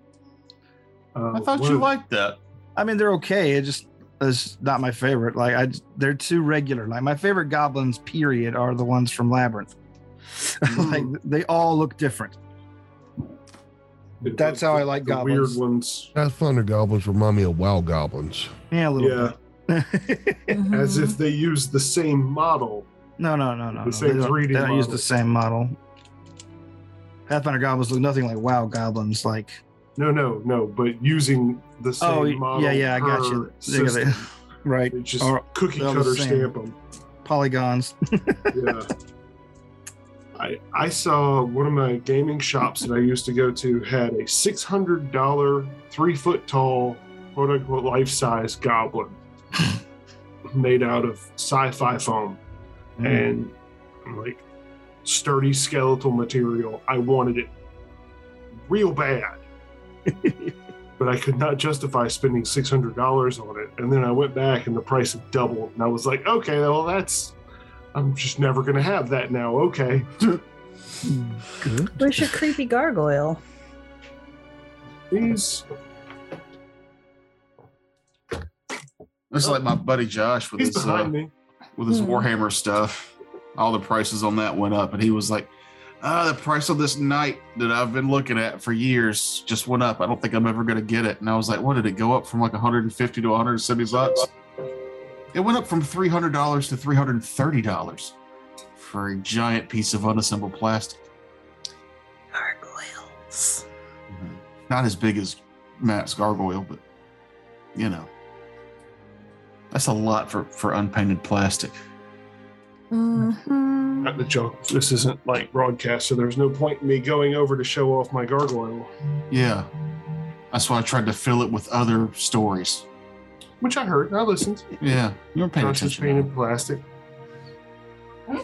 Speaker 3: Uh,
Speaker 1: I thought
Speaker 3: one
Speaker 1: you
Speaker 3: of-
Speaker 1: liked that.
Speaker 5: I mean, they're okay. It just is not my favorite. Like, I they're too regular. Like, my favorite goblins, period, are the ones from Labyrinth. <laughs> like, they all look different. That's how I like
Speaker 3: the
Speaker 5: goblins.
Speaker 3: Weird ones,
Speaker 2: Pathfinder goblins remind me of WoW goblins.
Speaker 5: Yeah, a little
Speaker 3: yeah.
Speaker 5: bit. <laughs>
Speaker 3: As if they use the same model.
Speaker 5: no, no, no, no.
Speaker 3: The
Speaker 5: no.
Speaker 3: same
Speaker 5: they don't,
Speaker 3: 3D
Speaker 5: they don't use
Speaker 3: model.
Speaker 5: the same model. Pathfinder goblins look nothing like WoW goblins. Like,
Speaker 3: No, no, no. But using the same
Speaker 5: oh,
Speaker 3: model.
Speaker 5: yeah, yeah, I got
Speaker 3: per
Speaker 5: you. They got
Speaker 3: system.
Speaker 5: it. right.
Speaker 3: They just
Speaker 5: Are
Speaker 3: cookie
Speaker 5: all the
Speaker 3: cutter
Speaker 5: same.
Speaker 3: stamp them.
Speaker 5: Polygons. <laughs>
Speaker 3: yeah. I I saw one of my gaming shops that I used to go to had a six hundred dollar, three foot tall, quote unquote life size
Speaker 5: <laughs>
Speaker 3: goblin made out of sci-fi foam
Speaker 5: Mm,
Speaker 3: and like sturdy skeletal material. I wanted it real bad. But I could not justify spending six hundred dollars on it, and then I went back, and the price had doubled, and I was like, "Okay, well, that's I'm just never gonna have that now." Okay,
Speaker 2: Good.
Speaker 4: Where's your creepy gargoyle?
Speaker 3: these
Speaker 1: It's like my buddy Josh with
Speaker 3: he's
Speaker 1: his uh,
Speaker 3: behind me.
Speaker 1: with his
Speaker 4: Hmm.
Speaker 1: Warhammer stuff. All the prices on that went up, and he was like, "Ah, the price of this knight that I've been looking at for years just went up. I don't think I'm ever going to get it." And I was like, "What did it go up from? Like 150 to 170 bucks? It went up from 300 dollars to 330 dollars for a giant piece of unassembled plastic,
Speaker 4: Gargoyles.
Speaker 1: not as big as Matt's gargoyle, but you know." That's a lot for, for unpainted plastic.
Speaker 4: hmm
Speaker 3: Not the joke. This isn't like broadcast, so there's no point in me going over to show off my gargoyle,
Speaker 1: Yeah. That's why I tried to fill it with other stories.
Speaker 3: which I heard. I listened.
Speaker 1: Yeah. You were paying
Speaker 3: Not just
Speaker 1: attention.
Speaker 3: painted plastic,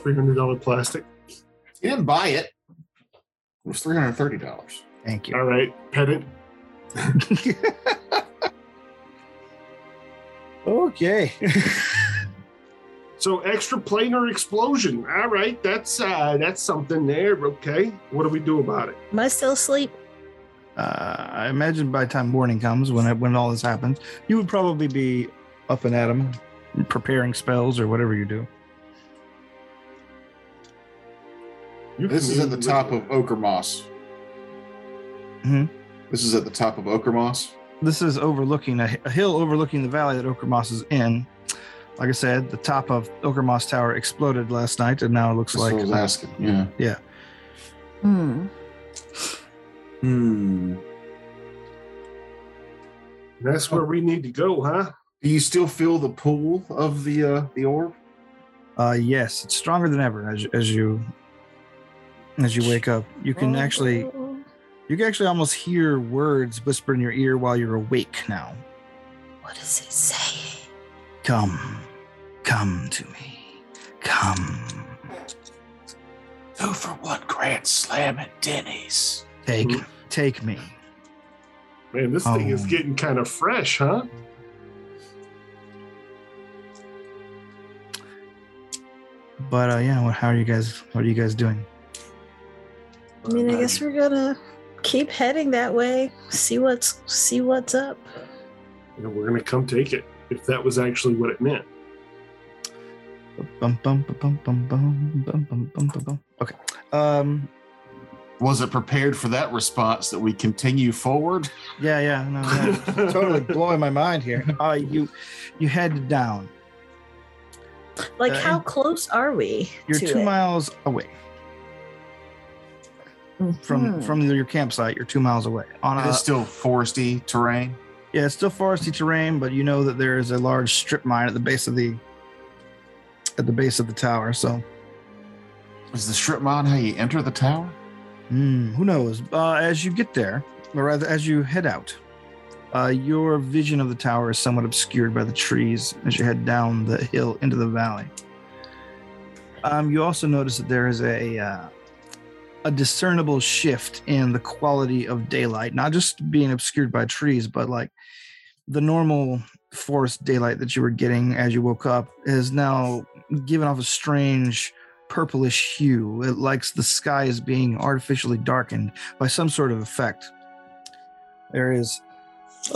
Speaker 3: three hundred dollar plastic.
Speaker 1: You didn't buy it. It was three hundred thirty dollars.
Speaker 3: <laughs>
Speaker 5: Thank you.
Speaker 3: All right, pedant.
Speaker 5: okay.
Speaker 3: So extraplanar explosion. All right, that's uh, that's something there. Okay, what do we do about it?
Speaker 4: Am I still asleep?
Speaker 5: Uh, I imagine by the time morning comes, when it, when all this happens, you would probably be up and at 'em, preparing spells or whatever you do.
Speaker 3: You
Speaker 1: This
Speaker 3: can
Speaker 1: is at the
Speaker 3: even
Speaker 1: top of
Speaker 3: look
Speaker 1: Ochre Moss.
Speaker 5: Mhm.
Speaker 1: This is at the top of Ochre Moss.
Speaker 5: This is overlooking a, a hill overlooking the valley that Okramas is in. Like I said, the top of Okramas Tower exploded last night, and now it looks
Speaker 1: That's what I was
Speaker 5: like
Speaker 1: asking. Yeah.
Speaker 4: Hmm.
Speaker 1: Hmm.
Speaker 3: That's where we need to go, huh?
Speaker 1: Do you still feel the pull of the uh, the orb?
Speaker 5: Uh, yes, it's stronger than ever as, as you as you wake up. You can actually
Speaker 4: Oh.
Speaker 5: you can actually almost hear words whisper in your ear while you're awake now.
Speaker 4: What is it saying?
Speaker 5: Come, come to me, come,
Speaker 1: Two for one grand slam at Denny's.
Speaker 5: take
Speaker 3: Mhm.
Speaker 5: take me.
Speaker 3: Man, this thing is
Speaker 5: Um.
Speaker 3: getting kind of fresh, huh?
Speaker 5: But uh, yeah, what, how are you guys? What are you guys doing?
Speaker 4: I mean, I guess we're gonna keep heading that way. See what's see what's up.
Speaker 3: And we're gonna come take it if that was actually what it meant.
Speaker 5: Bum, bum, bum, bum, bum, bum, bum, bum, bum, bum. Okay. Um.
Speaker 1: Was it prepared for that response that we continue forward?
Speaker 5: Yeah. Yeah. No. no.
Speaker 4: <laughs>
Speaker 5: totally blowing my mind here. Uh, you you head down.
Speaker 4: Like,
Speaker 5: Okay.
Speaker 4: how close are we?
Speaker 5: Uh, You're
Speaker 4: to
Speaker 5: two
Speaker 4: it?
Speaker 5: miles away. from
Speaker 4: Mhm.
Speaker 5: from your campsite. You're two miles away. On a,
Speaker 1: it's still foresty terrain.
Speaker 5: yeah, it's still foresty terrain, but you know that there is a large strip mine at the base of the at the base of the tower. So
Speaker 1: Is the strip mine how you enter the tower?
Speaker 5: hmm, who knows? Uh, as you get there, or rather, as you head out, Uh, your vision of the tower is somewhat obscured by the trees as you head down the hill into the valley. Um, you also notice that there is a uh, a discernible shift in the quality of daylight, not just being obscured by trees, but like the normal forest daylight that you were getting as you woke up is now giving off a strange purplish hue. It likes the sky is being artificially darkened by some sort of effect. There is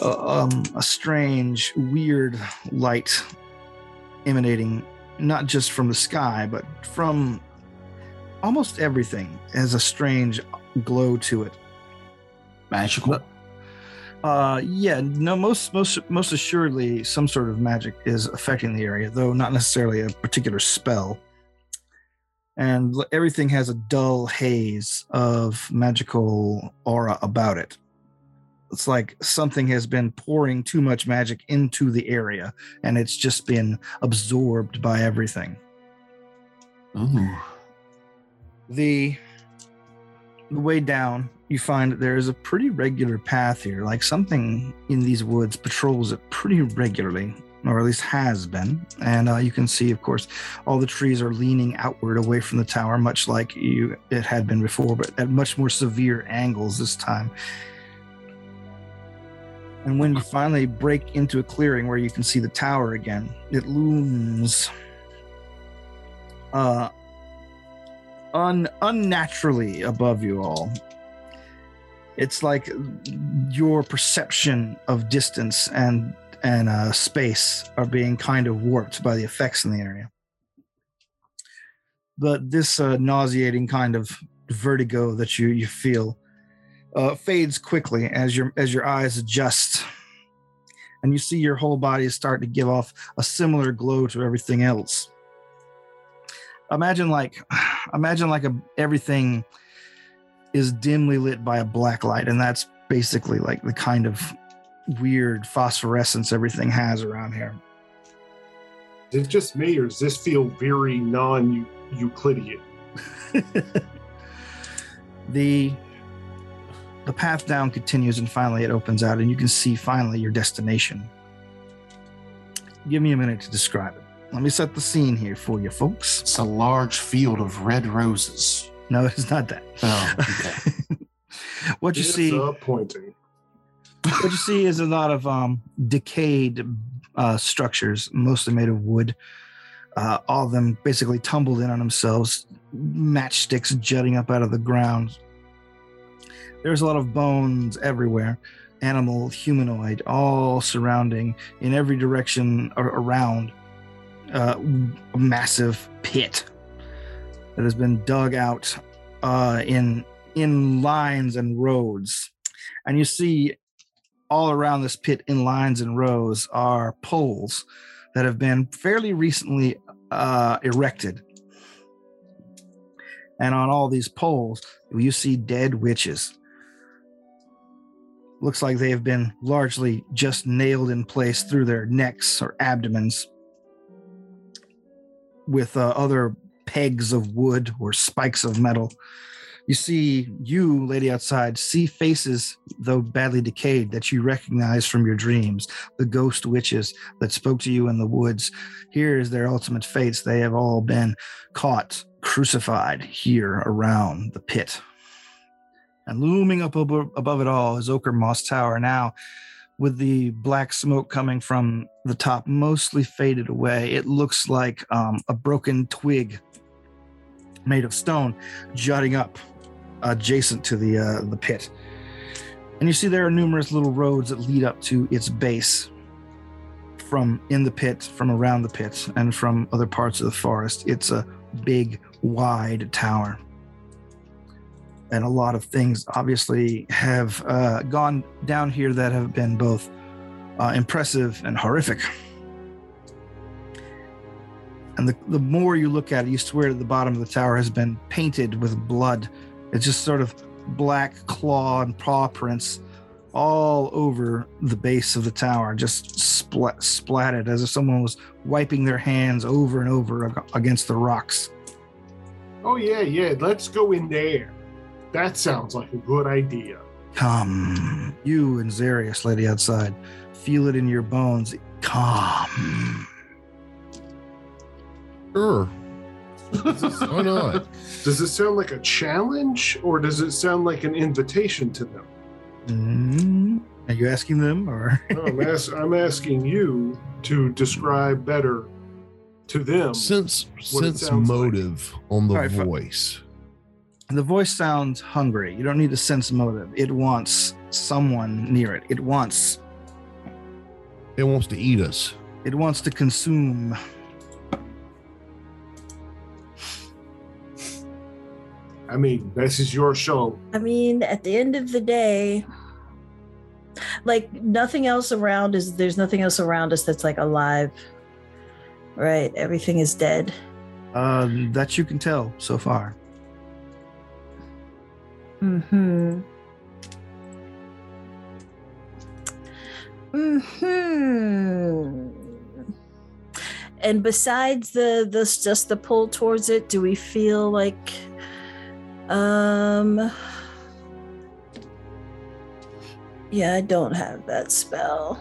Speaker 5: uh, um, a strange, weird light emanating not just from the sky, but from almost everything has a strange glow to it.
Speaker 1: Magical.
Speaker 5: Uh, yeah, no, most most most assuredly, some sort of magic is affecting the area, though not necessarily a particular spell. And l- everything has a dull haze of magical aura about it. It's like something has been pouring too much magic into the area, and it's just been absorbed by everything.
Speaker 1: Ooh.
Speaker 5: the the way down you find that there is a pretty regular path here like something in these woods patrols it pretty regularly or at least has been and uh, you can see of course all the trees are leaning outward away from the tower much like you it had been before but at much more severe angles this time and when you finally break into a clearing where you can see the tower again it looms uh un- unnaturally above you all. It's like your perception of distance and and uh, space are being kind of warped by the effects in the area. But this uh, nauseating kind of vertigo that you you feel uh, fades quickly as your as your eyes adjust, and you see your whole body start to give off a similar glow to everything else imagine like <sighs> imagine like a, everything is dimly lit by a black light and that's basically like the kind of weird phosphorescence everything has around here
Speaker 3: Is it just me, or does this feel very non Euclidean?
Speaker 5: the the path down continues and finally it opens out and you can see finally your destination give me a minute to describe it let me set the scene here for you folks
Speaker 1: It's a large field of red roses.
Speaker 5: no it's not that
Speaker 1: Oh, okay.
Speaker 5: <laughs> what you see
Speaker 3: Disappointing.
Speaker 5: what you see is a lot of um, decayed uh, structures, mostly made of wood. Uh, all of them basically tumbled in on themselves, matchsticks jutting up out of the ground. There's a lot of bones everywhere, animal, humanoid, all surrounding in every direction or around uh, a massive pit that has been dug out uh, in in lines and roads. And you see all around this pit in lines and rows are poles that have been fairly recently uh, erected. And on all these poles, you see dead witches. Looks like they have been largely just nailed in place through their necks or abdomens with uh, other pegs of wood or spikes of metal. You see, you, lady outside, see faces, though badly decayed, that you recognize from your dreams. The ghost witches that spoke to you in the woods. Here is their ultimate fates. They have all been caught, crucified here around the pit. And looming up abo- above it all is Ochre Moss Tower now. With the black smoke coming from the top mostly faded away, it looks like um, a broken twig made of stone jutting up adjacent to the uh, the pit. And you see there are numerous little roads that lead up to its base from in the pit, from around the pit, and from other parts of the forest. It's a big, wide tower. And a lot of things obviously have uh, gone down here that have been both uh, impressive and horrific. And the, the more you look at it, you swear that the bottom of the tower has been painted with blood. It's just sort of black claw and paw prints all over the base of the tower, just splat, splatted as if someone was wiping their hands over and over ag- against the rocks.
Speaker 3: Oh, yeah, yeah. Let's go in there. That sounds like a good idea.
Speaker 5: Come. You and Zarius, lady outside, feel it in your bones. Come.
Speaker 3: <laughs>
Speaker 2: Sure. Why not?
Speaker 3: Does it sound like a challenge or does it sound like an invitation to them?
Speaker 5: Mm. Are you asking them or? <laughs>
Speaker 3: No, I'm, ask, I'm asking you to describe better to them.
Speaker 2: Sense
Speaker 3: What it
Speaker 2: sense
Speaker 3: sounds like.
Speaker 2: motive on the
Speaker 5: All right, fi-
Speaker 2: voice.
Speaker 5: The voice sounds hungry. You don't need to sense motive. It wants someone near it. It wants.
Speaker 2: It wants to eat us.
Speaker 5: It wants to consume.
Speaker 3: I mean, this is your show.
Speaker 4: I mean, at the end of the day, like nothing else around is there's nothing else around us that's like alive. Right? Everything is dead.
Speaker 5: Uh, that you can tell so far.
Speaker 4: Mm-hmm. Mm-hmm. And besides the this just the pull towards it, do we feel like um Yeah, I don't have that spell.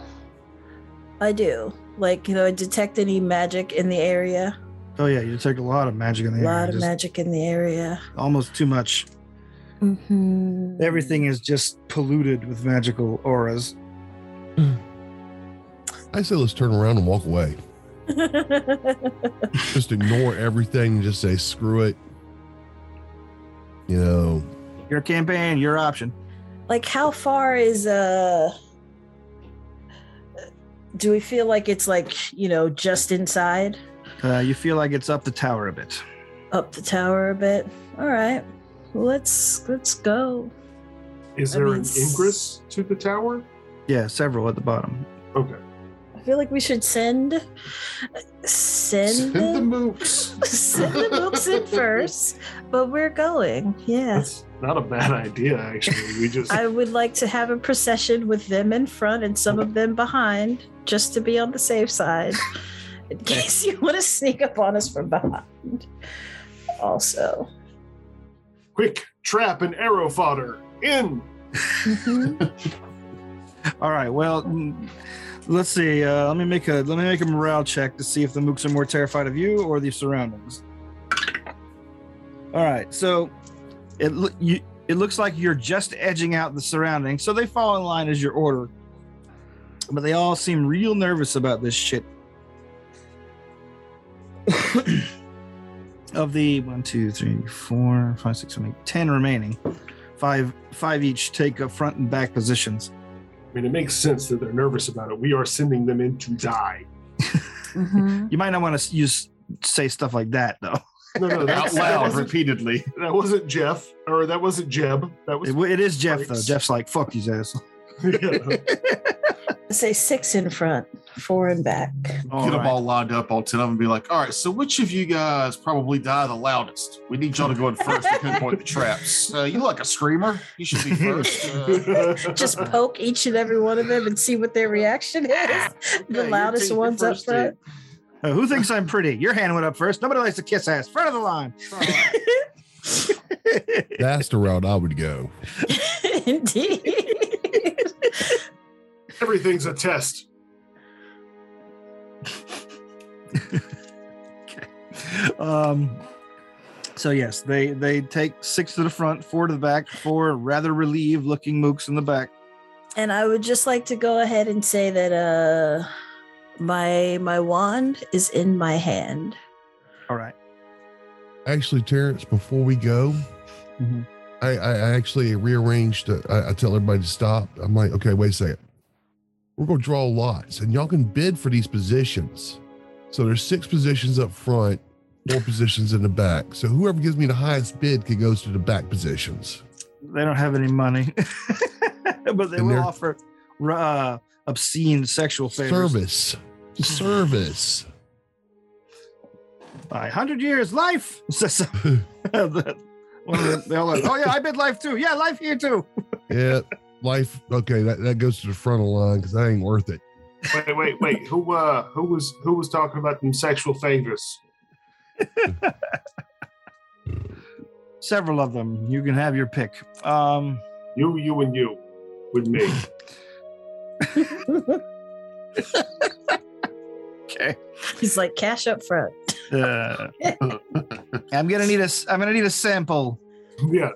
Speaker 4: I do. Like, you know, detect any magic in the area.
Speaker 5: Oh yeah, you detect a lot of magic in
Speaker 4: A
Speaker 5: the air.
Speaker 4: lot of
Speaker 5: just
Speaker 4: magic in the area.
Speaker 5: Almost too much.
Speaker 4: Mm-hmm.
Speaker 5: Everything is just polluted with magical auras.
Speaker 2: I say let's turn around and walk away.
Speaker 4: Mm-hmm. <laughs>
Speaker 2: Just ignore everything and just say screw it. You know,
Speaker 5: Your campaign, your option.
Speaker 4: like how far is uh do we feel like it's like you know just inside
Speaker 5: Uh, you feel like it's up the tower a bit.
Speaker 4: up the tower a bit all right let's let's go
Speaker 3: Is
Speaker 4: I
Speaker 3: there
Speaker 4: mean,
Speaker 3: an
Speaker 4: s-
Speaker 3: ingress to the tower?
Speaker 5: Yeah, several at the bottom.
Speaker 3: Okay.
Speaker 4: i feel like we should send send
Speaker 1: Send the
Speaker 4: the,
Speaker 1: moops.
Speaker 4: send the books
Speaker 1: <laughs>
Speaker 4: in first but we're going yeah
Speaker 3: That's not a bad idea, actually. We just
Speaker 4: i would like to have a procession with them in front and some of them behind just to be on the safe side in case you want to sneak up on us from behind also
Speaker 3: quick trap and arrow fodder in.
Speaker 5: All right. Well, mm, let's see. Uh, let me make a let me make a morale check to see if the mooks are more terrified of you or the surroundings. All right. So it loo- you, it looks like you're just edging out the surroundings, so they fall in line as your order. But they all seem real nervous about this shit. <coughs> of the one, two, three, four, five, six, seven, eight, ten remaining, five five each take up front and back positions.
Speaker 3: I mean, it makes sense that they're nervous about it. We are sending them in to die.
Speaker 5: You might not want to use say stuff like that though.
Speaker 3: No, no,
Speaker 1: Out
Speaker 3: that's, That,
Speaker 1: loud,
Speaker 3: wasn't,
Speaker 1: repeatedly.
Speaker 3: that wasn't Jeff, or that wasn't Jeb. That was. <laughs>
Speaker 5: It, it is Jeff though.
Speaker 3: Yikes.
Speaker 5: Jeff's like fuck these ass.
Speaker 3: Yeah.
Speaker 4: say six in front, four in back.
Speaker 5: All
Speaker 1: Get them
Speaker 5: right.
Speaker 1: all lined up, all 10 of them, and be like, all right, so which of you guys probably die the loudest? We need y'all to go in first to pinpoint the traps. Uh, you look like a screamer. You should be first.
Speaker 4: <laughs>
Speaker 1: Uh, <laughs>
Speaker 4: Just poke each and every one of them and see what their reaction is. <laughs>
Speaker 1: yeah,
Speaker 4: The
Speaker 1: your
Speaker 4: loudest
Speaker 1: team, your
Speaker 4: ones up
Speaker 1: first team.
Speaker 4: front.
Speaker 5: Uh, who thinks I'm pretty? Your hand went up first. Nobody likes to kiss ass. Front of the line.
Speaker 2: that's the route I would go.
Speaker 4: Indeed.
Speaker 3: Everything's a test.
Speaker 5: um. So yes, they they take six to the front, four to the back, four rather relieved looking mooks in the back.
Speaker 4: and I would just like to go ahead and say that uh my my wand is in my hand.
Speaker 5: All right.
Speaker 2: Actually, Terrence, before we go,
Speaker 5: Mhm.
Speaker 2: I, I I actually rearranged. uh, I, I tell everybody to stop. I'm like, okay, wait a second. We're going to draw lots, and y'all can bid for these positions. So there's six positions up front, four positions in the back. So whoever gives me the highest bid can goes to the back positions.
Speaker 5: They don't have any money, <laughs> but they
Speaker 2: And
Speaker 5: will
Speaker 2: they're-
Speaker 5: offer uh, obscene sexual favors.
Speaker 2: Service, service. <laughs>
Speaker 5: by 100 years life <laughs> says some- One of them- they all like, oh yeah i bid life too yeah life here too
Speaker 2: yeah, life. Okay, that, that goes to the front of the line because that ain't worth it.
Speaker 3: Wait, wait, wait. Who uh, who was who was talking about them sexual favors?
Speaker 5: several of them you can have your pick um
Speaker 3: You, you, and you with me.
Speaker 5: Okay.
Speaker 4: He's like cash up front.
Speaker 5: Uh, I'm gonna need a. s- I'm gonna need a sample.
Speaker 3: yeah.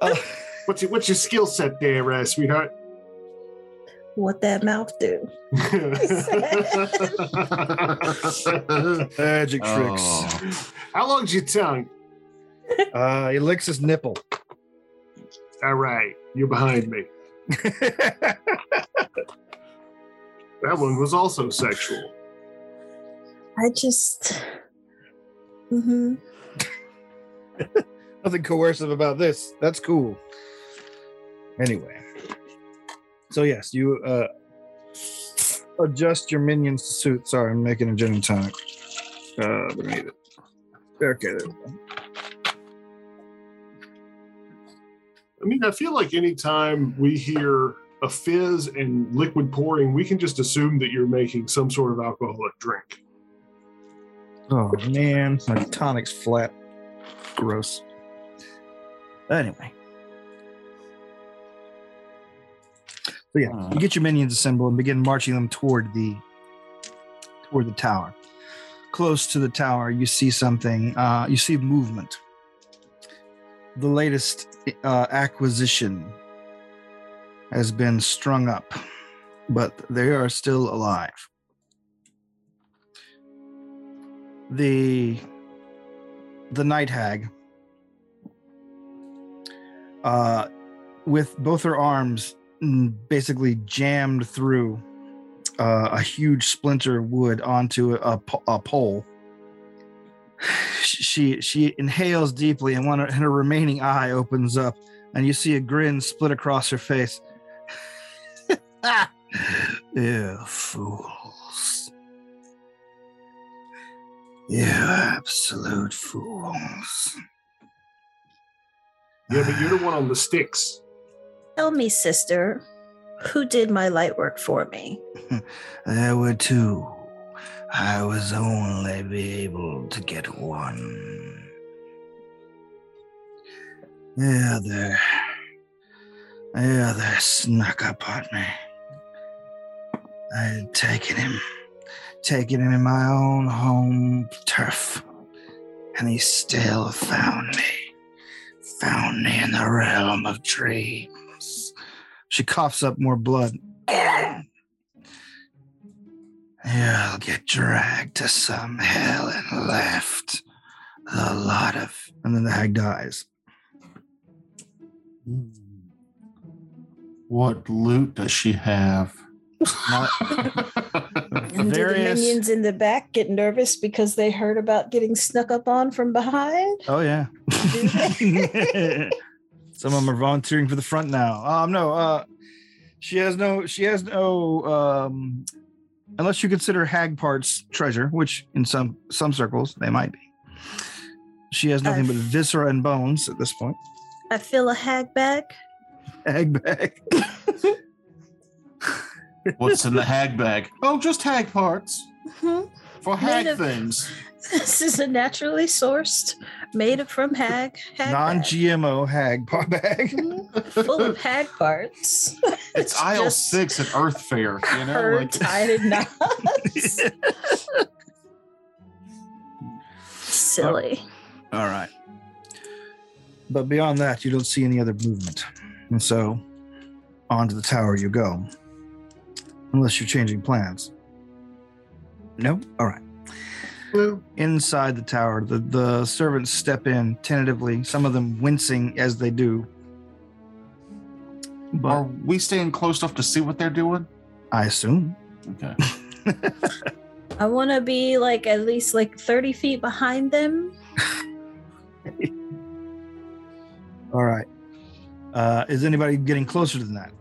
Speaker 5: Uh,
Speaker 3: What's your, what's your skill set there, uh, sweetheart?
Speaker 4: What that mouth do?
Speaker 5: magic
Speaker 1: Oh.
Speaker 3: How long's your tongue?
Speaker 5: Uh, he licks his nipple. <laughs>
Speaker 3: All right, you're behind me. That one was also sexual.
Speaker 4: I just. hmm
Speaker 5: Nothing coercive about this. That's cool. Anyway. So yes, you uh adjust your minions to suit. Sorry, I'm making a gin and tonic. Uh let me eat it. Okay. there we go.
Speaker 3: I mean, I feel like anytime we hear a fizz and liquid pouring, we can just assume that you're making some sort of alcoholic drink.
Speaker 5: Oh man, my tonic's flat. Gross. Anyway. So yeah, you get your minions assembled and begin marching them toward the toward the tower. Close to the tower, you see something. Uh, you see movement. The latest uh, acquisition has been strung up, but they are still alive. the the night hag uh with both her arms mm, basically jammed through uh, a huge splinter of wood onto a, po- a pole she she inhales deeply and one and her remaining eye opens up and you see a grin split across her face <laughs> yeah fools you absolute fools.
Speaker 3: Yeah, but you're the one on the sticks.
Speaker 4: Tell me, sister, who did my light work for me?
Speaker 5: There were two. I was only be able to get one. Yeah, there. Yeah, there snuck up on me. I had taken him, taken him in my own home turf, and he still found me. Found me in the realm of dreams. She coughs up more blood. You'll get dragged to some hell and left. The lot of. And then the hag dies.
Speaker 1: Hmm. What loot does she have?
Speaker 5: <laughs>
Speaker 1: <laughs>
Speaker 5: Not-
Speaker 4: And did the minions in the back get nervous because they heard about getting snuck up on from behind?
Speaker 5: Oh, yeah. some of them are volunteering for the front now. Um, no, uh, she has no, she has no, um, unless you consider hag parts treasure, which in some, some circles they might be. She has nothing but viscera and bones at this point.
Speaker 4: I feel a hag bag.
Speaker 5: Hag bag.
Speaker 1: What's in the hag bag? Oh, just hag parts
Speaker 4: Mhm.
Speaker 1: for hag
Speaker 4: Made of-
Speaker 1: things.
Speaker 4: <laughs> This is a naturally sourced, made up from hag, hag
Speaker 5: Non
Speaker 4: bag.
Speaker 5: GMO hag par- bag. <laughs>
Speaker 4: Mhm. full of hag parts.
Speaker 1: It's,
Speaker 4: It's
Speaker 1: aisle
Speaker 4: <laughs> just
Speaker 1: six at Earth Fair. You know,
Speaker 4: Her
Speaker 1: like <laughs>
Speaker 4: tied in knots. Silly.
Speaker 5: All right. But beyond that, you don't see any other movement. And so onto the tower you go. Unless you're changing plans. Nope. All right.
Speaker 3: Well,
Speaker 5: Inside the tower, the, the servants step in tentatively, some of them wincing as they do. But
Speaker 1: are we staying close enough to see what they're doing?
Speaker 5: I assume.
Speaker 1: Okay.
Speaker 4: I want to be like at least like 30 feet behind them.
Speaker 5: All right. Uh, is anybody getting closer than that?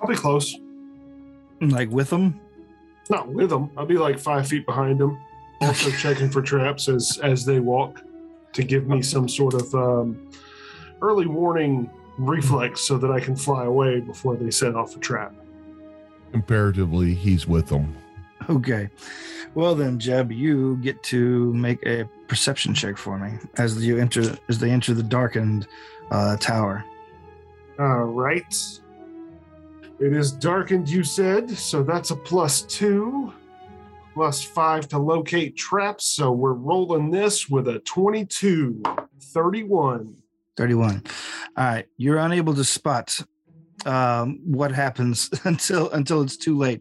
Speaker 3: I'll be close.
Speaker 5: Like with them?
Speaker 3: Not with them. I'll be like five feet behind them. Also checking for traps as as they walk to give me some sort of um, early warning reflex so that I can fly away before they set off a trap.
Speaker 2: Comparatively, he's with them.
Speaker 5: Okay. Well then, Jeb, you get to make a perception check for me as you enter as they enter the darkened uh, tower.
Speaker 3: All right. It is darkened, you said, so that's a plus two, plus five to locate traps. So we're rolling this with a 22, 31.
Speaker 6: 31. All right. You're unable to spot um, what happens <laughs> until until it's too late.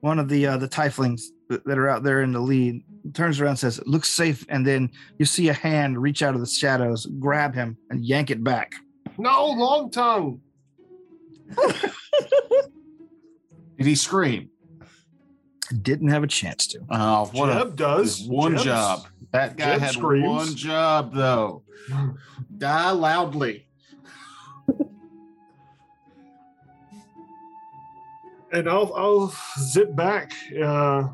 Speaker 6: One of the uh, the tieflings th- that are out there in the lead turns around and says, "Looks safe," and then you see a hand reach out of the shadows, grab him, and yank it back.
Speaker 3: No, long tongue.
Speaker 1: Did he scream?
Speaker 6: Didn't have a chance to.
Speaker 1: Oh, what a
Speaker 3: Jeb does.
Speaker 1: one
Speaker 3: Jeb's-
Speaker 1: job. That guy
Speaker 3: Jeb
Speaker 1: had
Speaker 3: screams.
Speaker 1: one job though. Die loudly.
Speaker 3: And I'll, I'll zip back. Uh,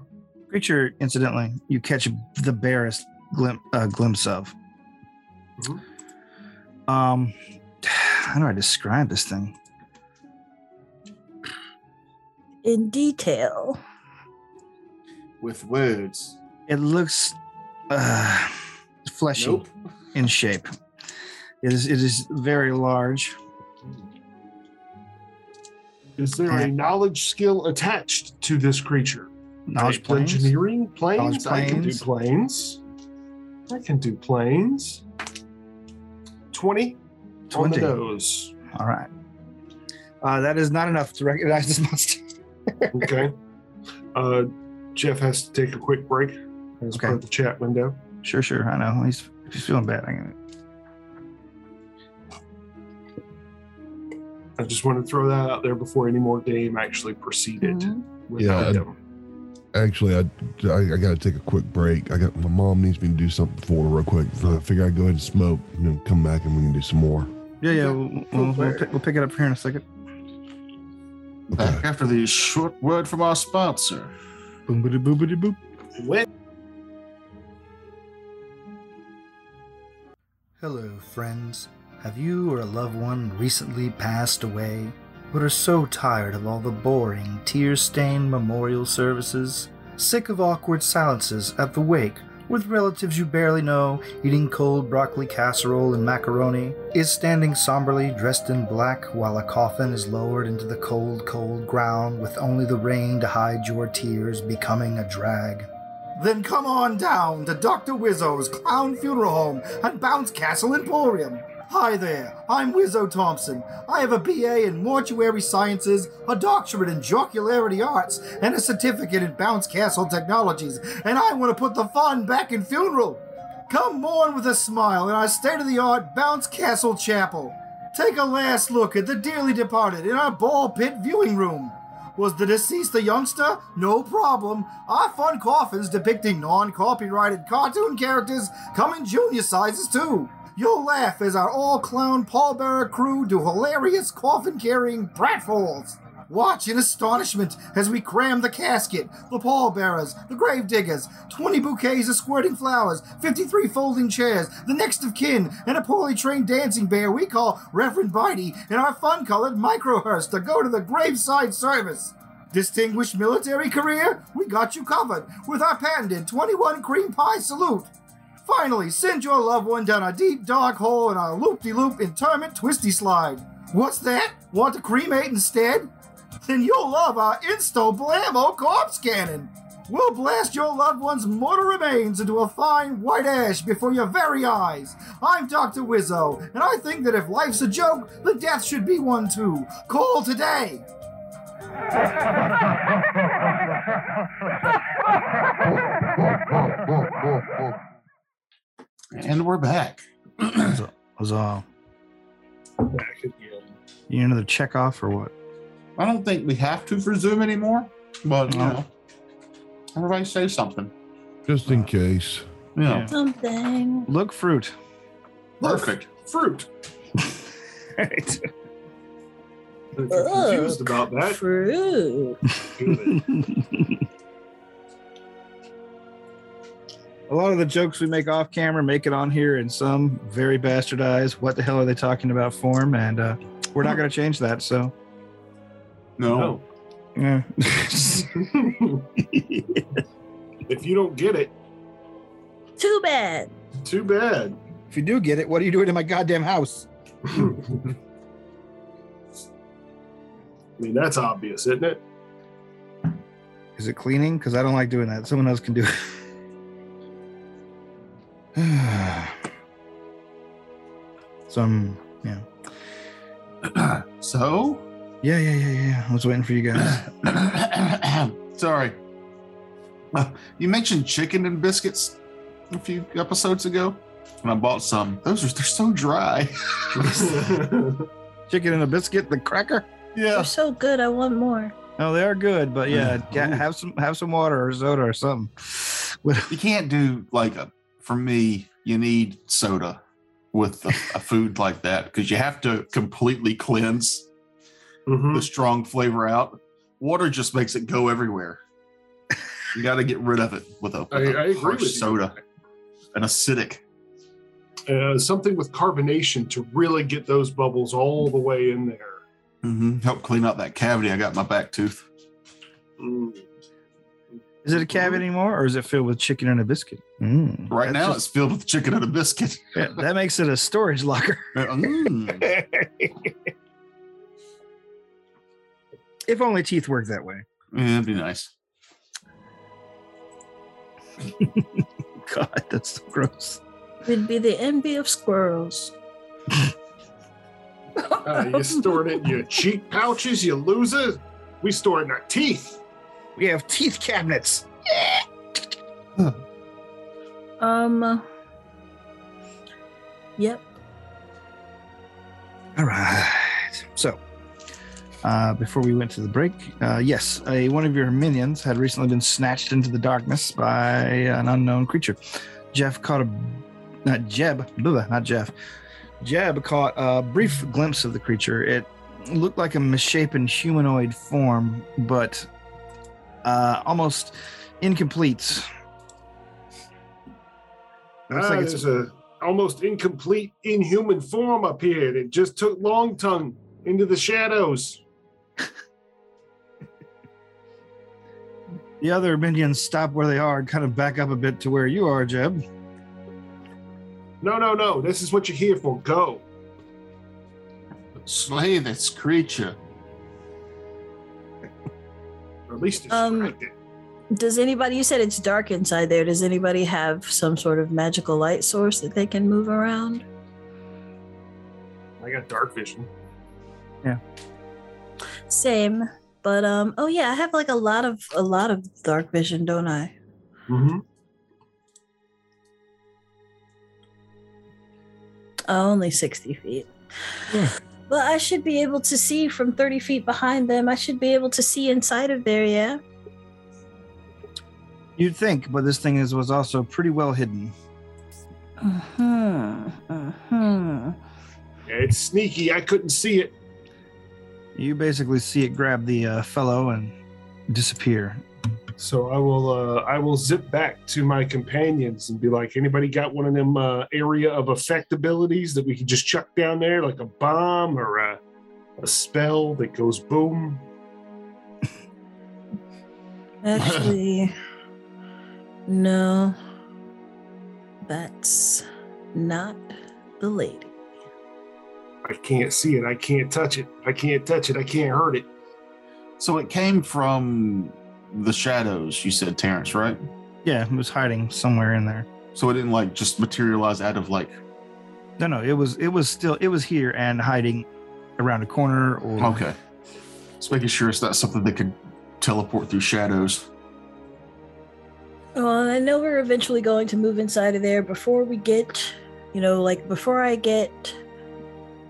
Speaker 6: Creature, incidentally, you catch the barest glim- uh, glimpse of.
Speaker 3: Mhm.
Speaker 6: Um, <sighs> how do I describe this thing?
Speaker 4: in detail.
Speaker 1: With words.
Speaker 6: It looks uh, fleshy.
Speaker 1: Nope.
Speaker 6: in shape. It is it is very large.
Speaker 3: is there a knowledge skill attached to this creature?
Speaker 6: Knowledge
Speaker 3: Right,
Speaker 6: planes.
Speaker 3: Engineering planes.
Speaker 6: Knowledge
Speaker 3: I can do
Speaker 6: planes.
Speaker 3: planes. I can do planes. 20, on the
Speaker 6: 20.
Speaker 3: nose.
Speaker 6: All right. Uh, that is not enough to recognize this <laughs> monster.
Speaker 3: Okay. Uh, Jeff has to take a quick break as
Speaker 6: Okay.
Speaker 3: part of the chat window.
Speaker 6: Sure, sure. I know. He's if he's feeling bad. I can,
Speaker 3: I just wanted to throw that out there before any more game actually proceeded
Speaker 6: Mm-hmm.
Speaker 3: with
Speaker 2: Yeah.
Speaker 3: them.
Speaker 2: Actually, I, I, I got to take a quick break. I got my mom needs me to do something for her real quick. So I figure I go ahead and smoke and then come back and we can do some more.
Speaker 6: yeah, yeah. We'll, we'll, we'll, pick, we'll pick it up here in a second.
Speaker 1: Back after the short word from our sponsor.
Speaker 6: Boom, boody, boop, boody, boop.
Speaker 5: Hello, friends. Have you or a loved one recently passed away, but are so tired of all the boring, tear stained memorial services? Sick of awkward silences at the wake with relatives you barely know, eating cold broccoli casserole and macaroni? Is standing somberly dressed in black while a coffin is lowered into the cold, cold ground with only the rain to hide your tears becoming a drag? Then come on down to Dr. Wizzo's Clown Funeral Home at Bounce Castle Emporium. Hi there, I'm Wizzo Thompson. I have a BA in Mortuary Sciences, a doctorate in Jocularity Arts, and a certificate in Bounce Castle Technologies, and I want to put the fun back in funeral. Come mourn with a smile in our state of the art Bounce Castle Chapel. Take a last look at the dearly departed in our ball pit viewing room. Was the deceased a youngster? No problem. Our fun coffins depicting non copyrighted cartoon characters come in junior sizes too. You'll laugh as our all clown pallbearer crew do hilarious coffin carrying pratfalls. Watch in astonishment as we cram the casket, the pallbearers, the grave diggers, 20 bouquets of squirting flowers, 53 folding chairs, the next of kin, and a poorly trained dancing bear we call Reverend Bitey in our fun colored microhearse to go to the graveside service. Distinguished military career? We got you covered with our patented 21 cream pie salute. Finally, send your loved one down a deep dark hole in our loop de loop interment twisty slide. What's that? Want to cremate instead? Then you'll love our Insto Blammo corpse cannon. We'll blast your loved one's mortal remains into a fine white ash before your very eyes. I'm Dr. Wizzo, and I think that if life's a joke, then death should be one too. Call today!
Speaker 1: And we're back.
Speaker 6: That was all.
Speaker 3: Back again.
Speaker 6: You need another check off or what?
Speaker 1: I don't think we have to for Zoom anymore, but you
Speaker 6: No.
Speaker 1: know, everybody say something.
Speaker 2: Just in case.
Speaker 1: Yeah,
Speaker 6: Yeah.
Speaker 4: Something.
Speaker 6: Look fruit.
Speaker 1: perfect. Fruit.
Speaker 6: <laughs> Right.
Speaker 3: If you're confused about that,
Speaker 4: Fruit.
Speaker 3: do
Speaker 6: A lot of the jokes we make off camera make it on here in some very bastardized what the hell are they talking about form and uh, we're not going to change that so
Speaker 1: No.
Speaker 6: <laughs> yeah
Speaker 3: it. if you don't get it,
Speaker 4: Too bad.
Speaker 3: too bad.
Speaker 6: If you do get it, what are you doing in my goddamn house?
Speaker 3: I mean, that's obvious, isn't it?
Speaker 6: Is it cleaning? Because I don't like doing that. Someone else can do <sighs> it. so I'm, yeah.
Speaker 1: so,
Speaker 6: Yeah, yeah, yeah, yeah. I was waiting for you <clears throat> guys.
Speaker 1: <coughs> sorry. Uh, you mentioned chicken and biscuits a few episodes ago, and I bought some. Those are they're so dry. <laughs>
Speaker 6: Chicken and a biscuit, the cracker.
Speaker 1: yeah.
Speaker 4: They're so good. I want more.
Speaker 6: No, they are good, but yeah, yeah,
Speaker 1: Ooh.
Speaker 6: have some have some water or soda or something. Well,
Speaker 1: You can't do like a, for me, you need soda with a,
Speaker 3: <laughs>
Speaker 1: a food like that because you have to completely cleanse
Speaker 3: Mhm.
Speaker 1: the strong flavor out. Water just makes it go everywhere. You got to get rid of it with a, with a
Speaker 3: I- I agree
Speaker 1: harsh
Speaker 3: with you.
Speaker 1: soda, an acidic.
Speaker 3: Uh, something with carbonation to really get those bubbles all the way in there.
Speaker 1: hmm Help clean up that cavity. I got in my back tooth.
Speaker 3: Mm.
Speaker 6: is it a cab anymore, or is it filled with chicken and a biscuit? Mm,
Speaker 1: Right
Speaker 6: that's
Speaker 1: now,
Speaker 6: just-
Speaker 1: it's filled with chicken and a biscuit.
Speaker 6: yeah, that makes it a storage locker.
Speaker 1: <laughs> Mm.
Speaker 6: If only teeth work that way.
Speaker 1: Yeah, It'd be nice.
Speaker 6: <laughs> God, that's so gross.
Speaker 4: We'd be the envy of squirrels.
Speaker 3: Uh, you store it in your cheek pouches, you lose it. We store it in our teeth.
Speaker 6: We have teeth cabinets.
Speaker 4: um. Yep.
Speaker 6: All right. So, uh, before we went to the break, uh, yes, a, one of your minions had recently been snatched into the darkness by an unknown creature. Jeff caught a, not Jeb, blah, not Jeff. Jeb caught a brief glimpse of the creature. It looked like a misshapen humanoid form, but uh, almost incomplete. It looks
Speaker 3: Ah,
Speaker 6: like it's
Speaker 3: there's a almost incomplete inhuman form up here that just took long tongue into the shadows.
Speaker 6: the other minions stop where they are and kind of back up a bit to where you are, Jeb.
Speaker 3: No, no, no. This is what you're here for. Go.
Speaker 1: Slay this creature.
Speaker 3: Or at least
Speaker 4: Um,
Speaker 3: distract it.
Speaker 4: Does anybody? You said it's dark inside there. Does anybody have some sort of magical light source that they can move around?
Speaker 3: I got dark vision.
Speaker 4: Same. But um. Oh yeah, I have like a lot of a lot of dark vision, don't I?
Speaker 3: Mm-hmm.
Speaker 4: Uh, Only 60 feet.
Speaker 6: Yeah.
Speaker 4: But I should be able to see from 30 feet behind them. I should be able to see inside of there, yeah?
Speaker 6: You'd think, but this thing is was also pretty well hidden.
Speaker 4: Mm-hmm. Mm-hmm.
Speaker 3: It's sneaky. I couldn't see it.
Speaker 6: You basically see it grab the uh, fellow and disappear.
Speaker 3: So I will. Uh, I will zip back to my companions and be like, "Anybody got one of them uh, area of effect abilities that we can just chuck down there, like a bomb or a, a spell that goes boom?"
Speaker 4: Actually, no. That's not the lady.
Speaker 3: I can't see it. I can't touch it. I can't touch it. I can't hurt it.
Speaker 1: So it came from the shadows, you said, Terrence, right?
Speaker 6: Yeah, it was hiding somewhere in there.
Speaker 1: So it didn't like just materialize out of like,
Speaker 6: No, no, it was it was still it was here and hiding around a corner or
Speaker 1: okay. Just making sure it's not something that could teleport through shadows.
Speaker 4: Well, Uh, I know we're eventually going to move inside of there before we get, you know, like before I get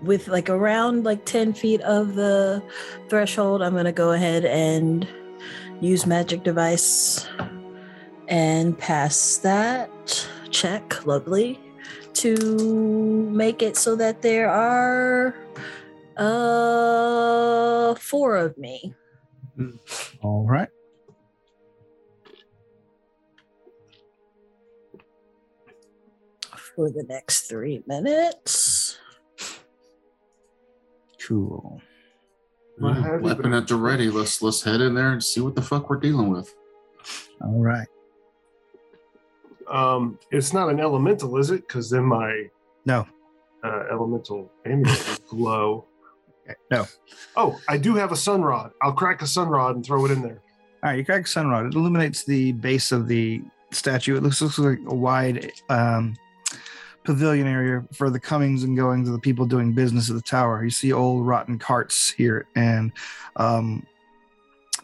Speaker 4: with like around like 10 feet of the threshold, I'm going to go ahead and use magic device and pass that check, lovely, to make it so that there are uh four of me.
Speaker 6: all right.
Speaker 4: for the next three minutes.
Speaker 6: Cool.
Speaker 3: Well,
Speaker 2: Mm-hmm.
Speaker 3: how do you-
Speaker 1: Weapon at the ready. Let's let's head in there and see what the fuck we're dealing with.
Speaker 6: All right.
Speaker 3: Um, it's not an elemental, is it? Because then my
Speaker 6: No.
Speaker 3: uh, elemental amulet would glow.
Speaker 6: Okay. No. All
Speaker 3: Oh, I do have a sun rod. I'll crack a sun rod and throw it in there.
Speaker 6: right. You crack sunrod. It illuminates the base of the statue. It looks, looks like a wide um, pavilion area for the comings and goings of the people doing business at the tower. You see old rotten carts here and um,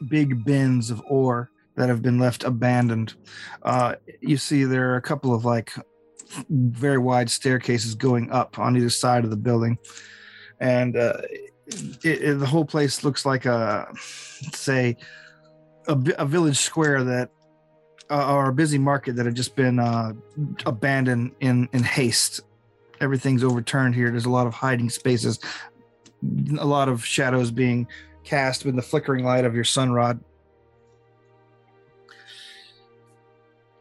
Speaker 6: big bins of ore that have been left abandoned. Uh, you see there are a couple of like very wide staircases going up on either side of the building, and uh, it, it- the whole place looks like a say a, vi- a village square that uh, or a busy market that had just been uh, abandoned in in haste. Everything's overturned here. There's a lot of hiding spaces, a lot of shadows being cast with the flickering light of your sun rod.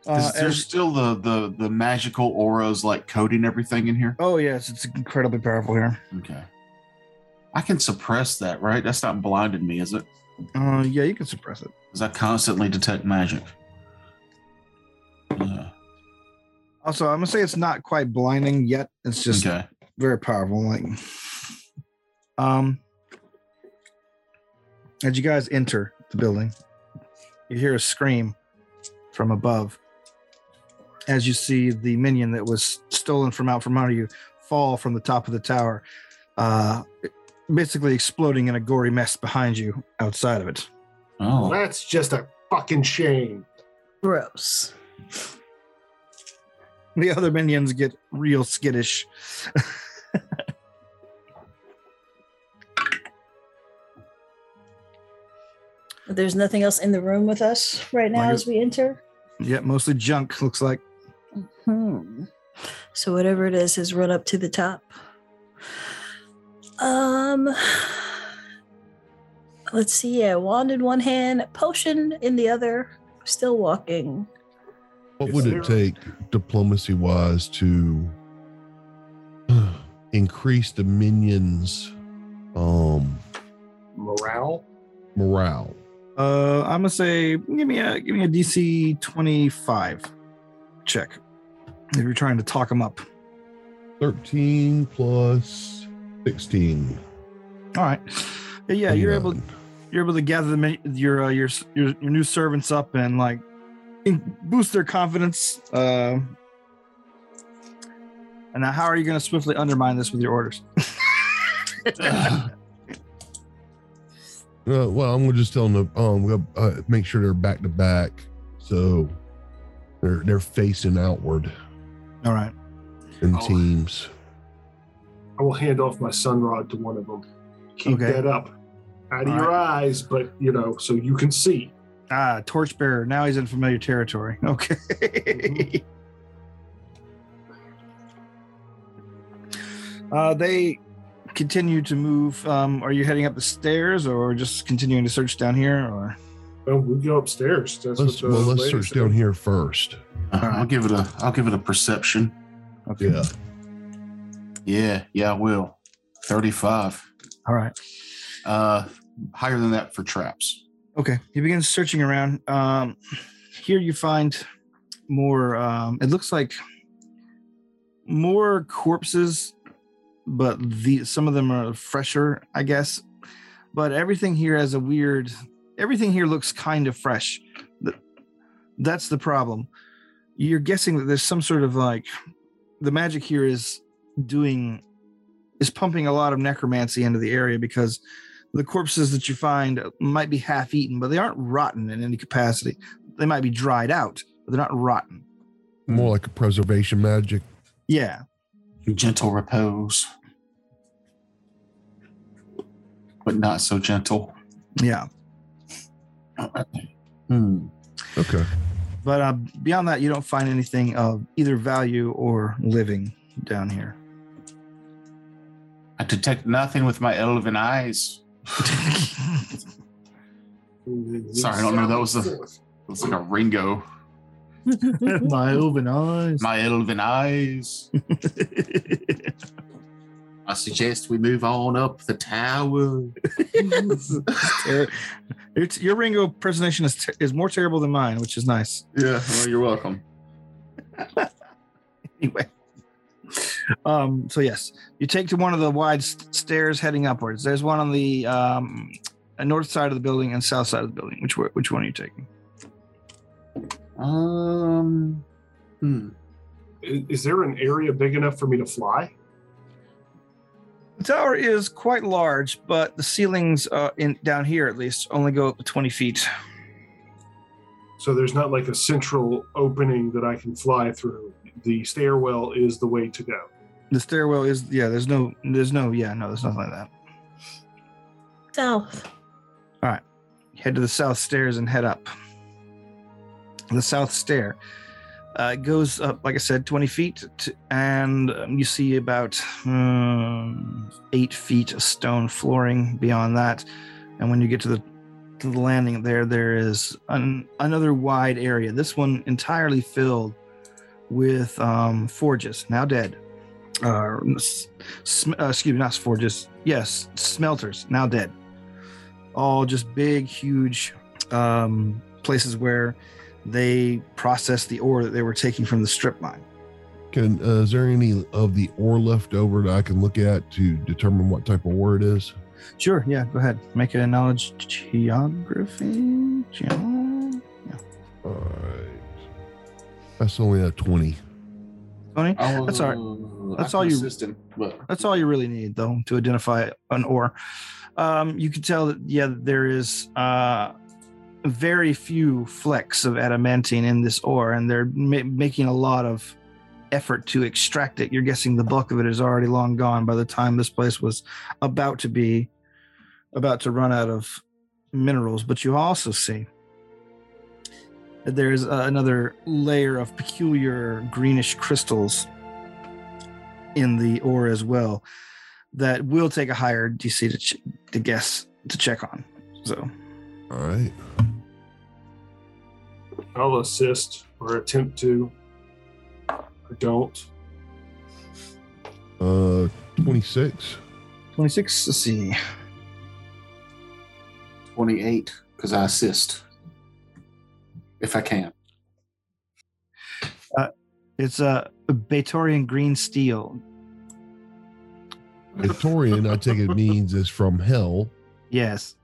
Speaker 6: Uh,
Speaker 1: Is there
Speaker 6: as-
Speaker 1: still the, the the magical auras like coating everything in here?
Speaker 6: Oh yes, it's incredibly powerful here.
Speaker 1: Okay. I can suppress that, right? That's not blinding me, is it?
Speaker 6: Uh, yeah, you can suppress it.
Speaker 1: Because I constantly detect magic. Yeah.
Speaker 6: Also, I'm gonna say it's not quite blinding yet. It's just
Speaker 1: okay.
Speaker 6: very powerful. Like, um, as you guys enter the building, you hear a scream from above as you see the minion that was stolen from out from under you fall from the top of the tower, uh, basically exploding in a gory mess behind you outside of it.
Speaker 1: Oh.
Speaker 3: That's just a fucking shame.
Speaker 4: Gross.
Speaker 6: The other minions get real skittish.
Speaker 4: There's nothing else in the room with us right now
Speaker 6: Like a-
Speaker 4: as we enter.
Speaker 6: Yep, mostly junk looks like.
Speaker 4: Hmm. So whatever it is has run up to the top. Um let's see, yeah, wand in one hand, potion in the other, still walking.
Speaker 2: What
Speaker 3: Yes,
Speaker 2: would
Speaker 3: sir.
Speaker 2: it take diplomacy wise to <sighs> increase the minions um
Speaker 3: Morale?
Speaker 2: morale?
Speaker 6: Uh, I'm gonna say give me a give me a DC 25 check if you're trying to talk them up.
Speaker 2: 13 plus 16.
Speaker 6: All right, yeah, yeah, you're able
Speaker 2: 29.
Speaker 6: you're able to gather the, min- your, uh, your your your new servants up and like in- boost their confidence. Uh, and now, how are you gonna swiftly undermine this with your orders?
Speaker 2: Uh, well, I'm gonna just tell them to um, go, uh, make sure they're back to back, so they're they're facing outward
Speaker 6: All right,
Speaker 2: in
Speaker 3: Oh.
Speaker 2: teams.
Speaker 3: I will hand off my sun rod to one of them. Keep
Speaker 6: Okay.
Speaker 3: that up. Out of
Speaker 6: All
Speaker 3: your eyes, but you know, so you can see.
Speaker 6: ah, torchbearer. Now he's in familiar territory. <laughs> Okay. Uh, they continue to move. Um, are you heading up the stairs or just continuing to search down here? Or
Speaker 3: Oh, Well, we go upstairs. That's
Speaker 2: Let's
Speaker 3: what
Speaker 2: well,
Speaker 3: the
Speaker 2: let's
Speaker 3: lady
Speaker 2: search
Speaker 3: said.
Speaker 2: down here first.
Speaker 1: I'll give it a I'll give it a perception.
Speaker 6: okay,
Speaker 2: Yeah,
Speaker 1: Yeah, yeah, I will. 35.
Speaker 6: all right,
Speaker 1: Uh higher than that for traps.
Speaker 6: okay. You begin searching around. Um, here you find more. Um, it looks like more corpses, but the some of them are fresher, I guess. But everything here has a weird. Everything here looks kind of fresh. Th- That's the problem. You're guessing that there's some sort of like the magic here is doing is pumping a lot of necromancy into the area because the corpses that you find might be half eaten, but they aren't rotten in any capacity. They might be dried out, but they're not rotten.
Speaker 2: more like a preservation magic.
Speaker 6: Yeah.
Speaker 1: Gentle repose. But not so gentle. <clears throat>
Speaker 6: Yeah.
Speaker 1: Hmm.
Speaker 2: Okay,
Speaker 6: But uh, beyond that, you don't find anything of either value or living down here.
Speaker 1: I detect nothing with my elven eyes. <laughs> Sorry, I don't know, that was the- Looks like a Ringo.
Speaker 6: My open eyes.
Speaker 1: My elven eyes. I suggest we move on up the
Speaker 6: <laughs>
Speaker 1: tower.
Speaker 6: Ter- <laughs> your, your Ringo impersonation is, ter- is more terrible than mine, which is nice.
Speaker 1: Yeah, well, you're welcome.
Speaker 6: Anyway. Um, Um, so yes, you take to one of the wide st- stairs heading upwards. There's one on the um, uh, north side of the building and south side of the building. Which wa- which one are you taking?
Speaker 1: Um, hmm.
Speaker 3: Is, is there an area big enough for me to fly?
Speaker 6: The tower is quite large, but the ceilings uh, in down here at least only go up to 20 feet.
Speaker 3: So there's not like a central opening that I can fly through. The stairwell is the way to go.
Speaker 6: The stairwell is yeah. There's no there's no yeah no there's nothing like that.
Speaker 4: South.
Speaker 6: head to the south stairs and head up. The south stair uh, it goes up, like I said, 20 feet, to, and um, you see about um, eight feet of stone flooring beyond that. And when you get to the to the landing there, there is an, another wide area. This one entirely filled with um, forges, now dead. Uh, s- sm- uh, excuse me, not forges. Yes, smelters, now dead all just big, huge um, places where they process the ore that they were taking from the strip mine.
Speaker 2: Can uh, is there any of the ore left over that I can look at to determine what type of ore it is?
Speaker 6: Sure, yeah, go ahead. Make a knowledge geography. Geo-
Speaker 2: All right, that's only a twenty.
Speaker 6: Tony,
Speaker 1: I'll,
Speaker 6: That's all right.
Speaker 1: uh, I
Speaker 6: That's
Speaker 1: can
Speaker 6: all you-
Speaker 1: assist him, but
Speaker 6: that's all you really need though to identify an ore. Um, you can tell that yeah, there is uh, very few flecks of adamantine in this ore, and they're ma- making a lot of effort to extract it. You're guessing the bulk of it is already long gone by the time this place was about to be about to run out of minerals. But you also see that there is uh, another layer of peculiar greenish crystals in the ore as well that will take a higher DC to, ch- to guess to check on. So
Speaker 2: All right,
Speaker 3: I'll assist or attempt to. I don't.
Speaker 2: uh, twenty-six.
Speaker 6: 26, let's see.
Speaker 1: 28 because I assist if I can.
Speaker 6: It's a uh, Batorian green steel.
Speaker 2: Victorian, I take it means is from hell.
Speaker 6: Yes.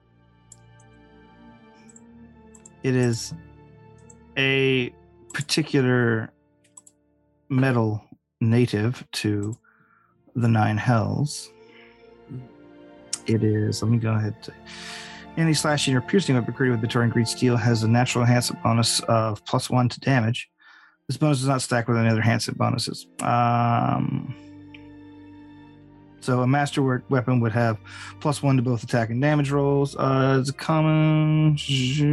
Speaker 6: It is a particular metal native to the nine hells. It is, let me go ahead. and Any slashing or piercing weapon created with Batorian Green Steel has a natural enhancement bonus of plus one to damage. This bonus does not stack with any other enhancement bonuses. Um, so a masterwork weapon would have plus one to both attack and damage rolls. Uh, it's a common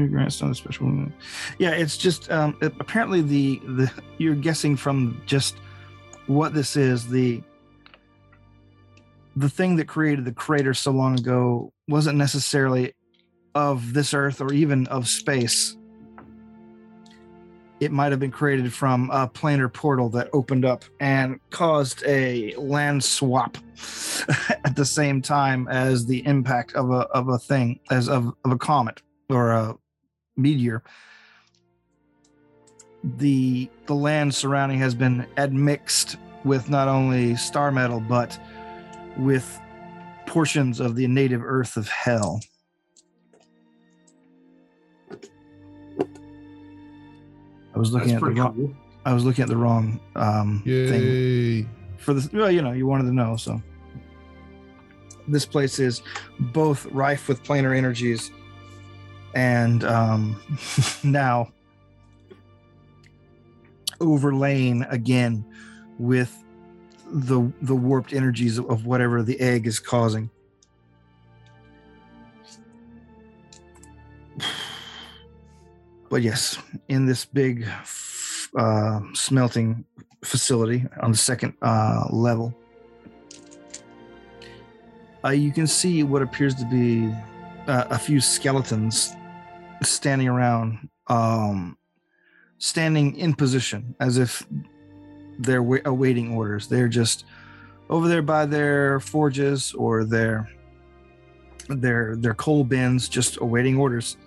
Speaker 6: grants not a special. one. Yeah, it's just um, it- apparently the the you're guessing from just what this is the the thing that created the crater so long ago wasn't necessarily of this earth or even of space. It might have been created from a planar portal that opened up and caused a land swap <laughs> at the same time as the impact of a of a thing, as of, of a comet or a meteor. The the land surrounding has been admixed with not only star metal, but with portions of the native earth of hell. I was looking
Speaker 3: That's
Speaker 6: at the
Speaker 3: pretty
Speaker 6: wrong,
Speaker 3: cool.
Speaker 6: I was looking at the wrong um, thing
Speaker 2: Yay!
Speaker 6: for the well, you know, you wanted to know. So this place is both rife with planar energies and um, <laughs> now overlaying again with the the warped energies of whatever the egg is causing. <sighs> But yes, in this big f- uh, smelting facility on the second uh, level. Uh, you can see what appears to be uh, a few skeletons standing around, um, standing in position as if they're wa- awaiting orders. They're just over there by their forges or their their their coal bins, just awaiting orders,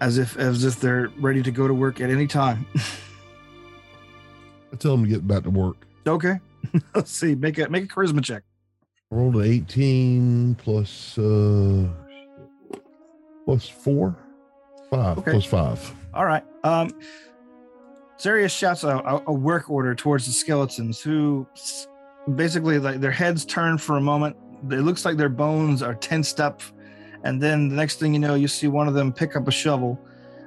Speaker 6: as if as if they're ready to go to work at any time.
Speaker 2: I tell them to get back to work.
Speaker 6: Okay. <laughs> Let's see. Make a make a charisma check.
Speaker 2: Rolled an 18 plus uh plus four. Five
Speaker 6: Okay.
Speaker 2: plus five.
Speaker 6: All right. Um, Sarius shouts a, a- a work order towards the skeletons, who s- basically like their heads turn for a moment. It looks like their bones are tensed up, and then the next thing you know, you see one of them pick up a shovel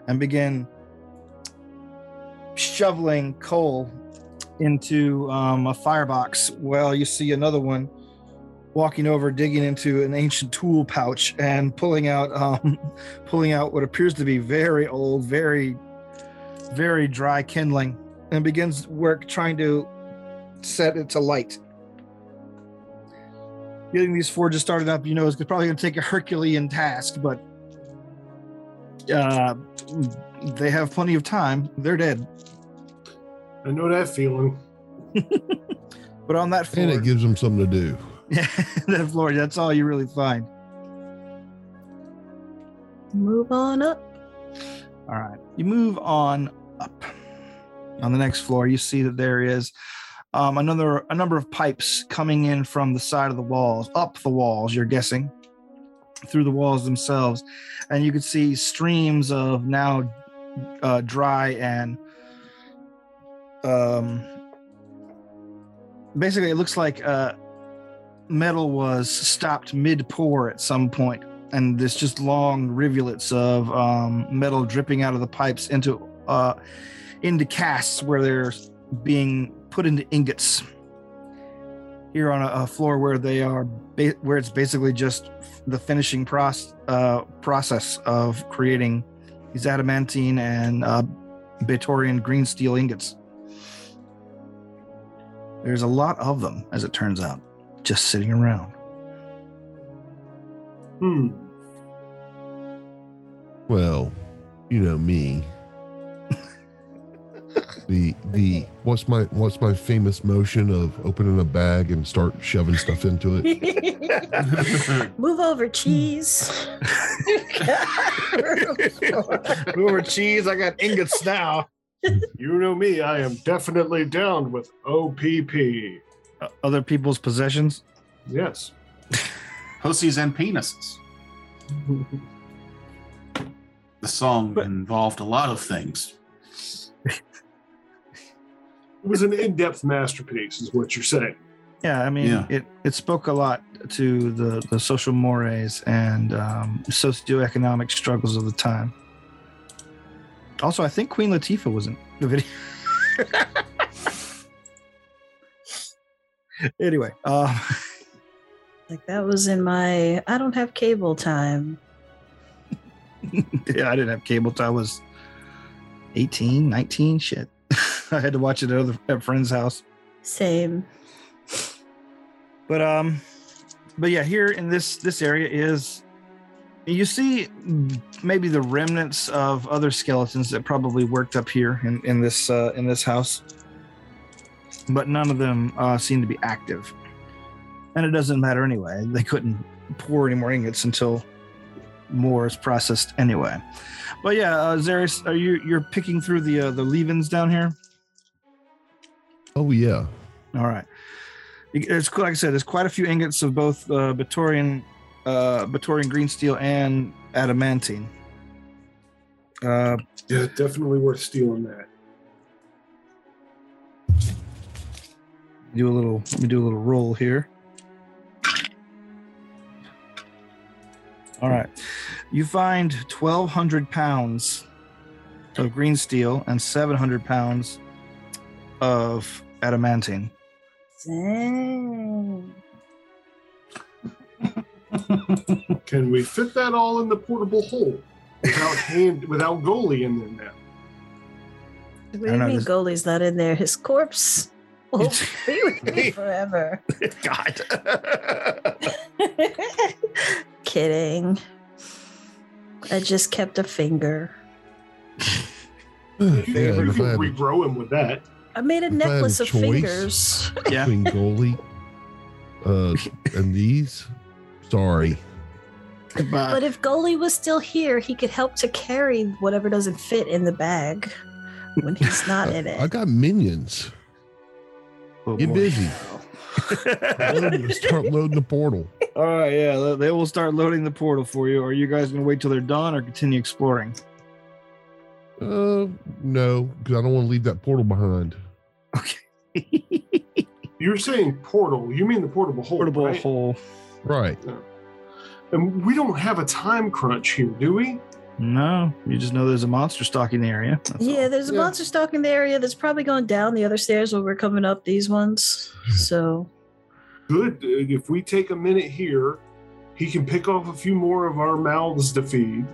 Speaker 6: and begin shoveling coal into um, a firebox. Well, you see another one walking over, digging into an ancient tool pouch and pulling out um, pulling out what appears to be very old, very, very dry kindling, and begins work trying to set it to light. Getting these forges started up, you know, is probably going to take a Herculean task, but uh, they have plenty of time. They're dead.
Speaker 3: I know that feeling.
Speaker 6: But on that floor,
Speaker 2: And it gives them something to do.
Speaker 6: yeah, <laughs> that floor, that's all you really find.
Speaker 4: Move on up.
Speaker 6: All right. You move on up. On the next floor, you see that there is um, another a number of pipes coming in from the side of the walls, up the walls. You're guessing through the walls themselves, and you can see streams of now uh, dry and um, basically it looks like uh, metal was stopped mid pour at some point and this just long rivulets of um, metal dripping out of the pipes into uh, into casts where they're being put into ingots here on a, a floor where they are ba- where it's basically just the finishing process uh, process of creating these adamantine and uh, Batorian green steel ingots. There's a lot of them, as it turns out, just sitting around.
Speaker 3: Hmm.
Speaker 2: Well, you know me. the the what's my what's my famous motion of opening a bag and start shoving stuff into
Speaker 4: <laughs>
Speaker 2: it?
Speaker 4: Move over, cheese. <laughs>
Speaker 6: Over cheese, I got ingots now.
Speaker 3: You know me, I am definitely down with OPP.
Speaker 6: Other people's possessions.
Speaker 3: Yes.
Speaker 1: Pussies and penises. The song
Speaker 6: But-
Speaker 1: involved a lot of things.
Speaker 3: It was an in depth masterpiece, is what you're saying.
Speaker 6: Yeah, I mean,
Speaker 1: Yeah.
Speaker 6: it it spoke a lot to the the social mores and um, socioeconomic struggles of the time. Also, I think Queen Latifah was in the video. <laughs> anyway, uh,
Speaker 4: like that was in my I don't have cable time.
Speaker 6: <laughs> yeah, I didn't have cable till I was 18, 19. Shit, <laughs> I had to watch it at other at friend's house.
Speaker 4: Same.
Speaker 6: but um but yeah here in this this area is you see maybe the remnants of other skeletons that probably worked up here in, in this uh, in this house but none of them uh, seem to be active and it doesn't matter anyway they couldn't pour any more ingots until more is processed anyway but yeah uh, Zarius, are you you're picking through the uh, the leavings down here
Speaker 2: Oh yeah.
Speaker 6: all right. It's like I said, there's quite a few ingots of both uh, Batorian, uh, Batorian green steel and adamantine. Uh,
Speaker 3: Yeah, definitely worth stealing that.
Speaker 6: do a little. Let me do a little roll here. All right. You find 1,200 pounds of green steel and 700 pounds of adamantine.
Speaker 4: Dang.
Speaker 3: Can we fit that all in the portable hole without hand, without goalie in there now?
Speaker 4: What do
Speaker 6: I don't
Speaker 4: you
Speaker 6: know,
Speaker 4: mean
Speaker 6: this-
Speaker 4: goalie's not in there? His corpse will be with me forever.
Speaker 6: God.
Speaker 4: <laughs> Kidding. I just kept a finger.
Speaker 2: Yeah,
Speaker 3: You
Speaker 2: and
Speaker 3: you
Speaker 2: if I
Speaker 3: can
Speaker 2: had a
Speaker 3: regrow him with that.
Speaker 4: I made a
Speaker 2: If I had a
Speaker 4: necklace of
Speaker 2: choice.
Speaker 4: fingers.
Speaker 2: <laughs>
Speaker 6: yeah.
Speaker 2: between goalie uh and these, sorry.
Speaker 6: But-
Speaker 4: But if goalie was still here, he could help to carry whatever doesn't fit in the bag when he's not in
Speaker 2: I, I
Speaker 4: it.
Speaker 2: got minions.
Speaker 6: Oh,
Speaker 2: Get
Speaker 6: boy.
Speaker 2: busy.
Speaker 6: <laughs>
Speaker 2: Load- Start loading the portal.
Speaker 6: All right, yeah, they- they will start loading the portal for you. Are you guys gonna wait till they're done or continue exploring?
Speaker 2: Uh, no, because I don't want to leave that portal behind.
Speaker 3: You're saying portal. You mean the portable hole.
Speaker 6: Portable
Speaker 3: right?
Speaker 6: hole.
Speaker 2: Right.
Speaker 3: And we don't have a time crunch here, do we?
Speaker 6: No, you just know there's a monster stalking the area. that's all.
Speaker 4: Yeah, there's a
Speaker 2: Yeah.
Speaker 4: monster stalking the area that's probably going down the other stairs while we're coming up these ones. So
Speaker 3: Good. Uh, If we take a minute here, he can pick off a few more of our mouths to feed.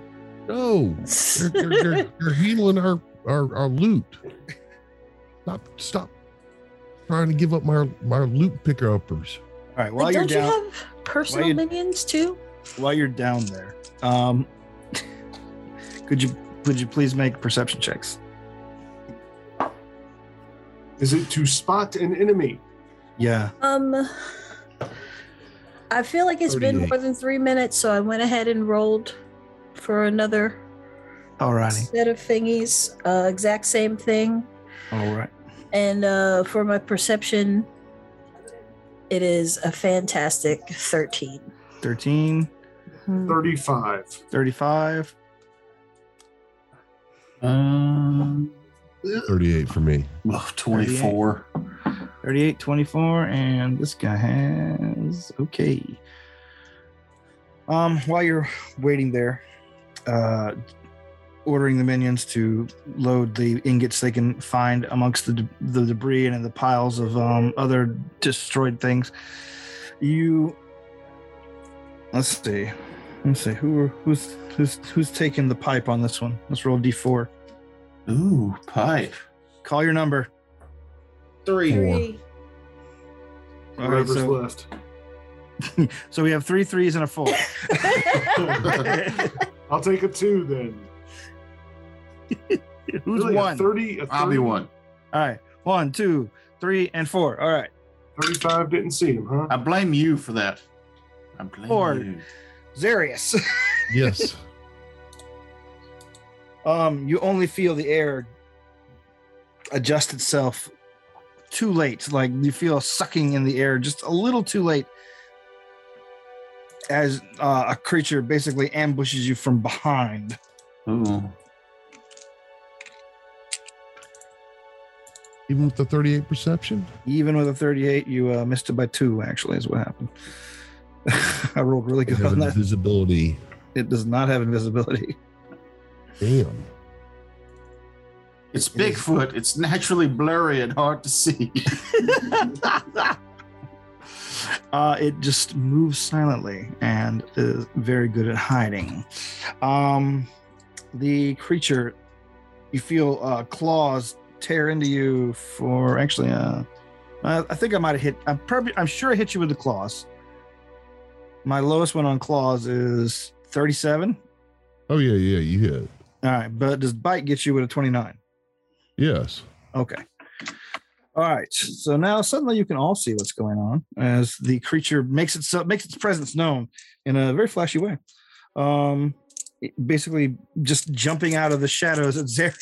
Speaker 2: No, you're, you're, you're, you're handling our, our our loot. Stop! Stop trying to give up my my loot picker uppers.
Speaker 6: All right, while
Speaker 4: Like,
Speaker 6: you're
Speaker 4: don't you
Speaker 6: down,
Speaker 4: have personal
Speaker 6: you-
Speaker 4: minions too?
Speaker 6: while you're down there, um, <laughs> could you could you please make perception checks?
Speaker 3: Is it to spot an enemy?
Speaker 6: Yeah.
Speaker 4: Um I feel like it's been more
Speaker 2: 38.
Speaker 4: than three minutes, so I went ahead and rolled for another
Speaker 6: Alrighty.
Speaker 4: set of thingies. Uh exact same thing.
Speaker 6: All right.
Speaker 4: And uh for my perception, it is a fantastic Hmm. 13.
Speaker 6: 13,
Speaker 3: 35.
Speaker 6: 35.
Speaker 1: Um,
Speaker 2: Thirty-eight for me.
Speaker 1: ugh, 24.
Speaker 6: 38, 24, and this guy has okay. Um, while you're waiting there, uh, ordering the minions to load the ingots they can find amongst the, de- the debris and in the piles of um, other destroyed things, you let's see, let's see who are, who's who's who's taking the pipe on this one. Let's roll d d4.
Speaker 1: Ooh, pipe.
Speaker 6: Call your number.
Speaker 2: Four.
Speaker 4: Three.
Speaker 6: All right,
Speaker 3: Whatever's
Speaker 6: so,
Speaker 3: left. <laughs>
Speaker 6: so we have three threes and a four.
Speaker 4: <laughs>
Speaker 3: I'll take a two then.
Speaker 6: <laughs> Who's
Speaker 3: Really,
Speaker 6: one?
Speaker 3: A 30, a 30,
Speaker 1: I'll be one.
Speaker 6: All right. One, two, three, and four. All right.
Speaker 3: 35 didn't see him, huh?
Speaker 1: I blame you for that. I blame
Speaker 6: Or-
Speaker 1: you.
Speaker 6: Zarius. <laughs>
Speaker 2: Yes.
Speaker 6: Um, you only feel the air adjust itself too late. Like you feel sucking in the air just a little too late as uh, a creature basically ambushes you from behind.
Speaker 1: Ooh.
Speaker 2: Even with the thirty-eight perception.
Speaker 6: Even with a 38, you uh, missed it by two, actually, is what happened. <laughs> I rolled really
Speaker 2: I
Speaker 6: good
Speaker 2: have
Speaker 6: on that.
Speaker 2: invisibility.
Speaker 6: It does not have invisibility.
Speaker 2: Damn.
Speaker 1: It's
Speaker 6: It is-
Speaker 1: Bigfoot. It's naturally blurry and hard to see.
Speaker 6: Uh, it just moves silently and is very good at hiding. Um, the creature, you feel uh, claws tear into you for actually. Uh, I I think I might have hit. I'm probably. I'm sure I hit you with the claws. My lowest one on claws is 37.
Speaker 2: Oh yeah, yeah. You hit.
Speaker 6: All right, but does bite get you with a 29?
Speaker 2: Yes.
Speaker 6: Okay. All right. So now suddenly you can all see what's going on as the creature makes itself makes its presence known in a very flashy way. Um, it- basically just jumping out of the shadows at Zer-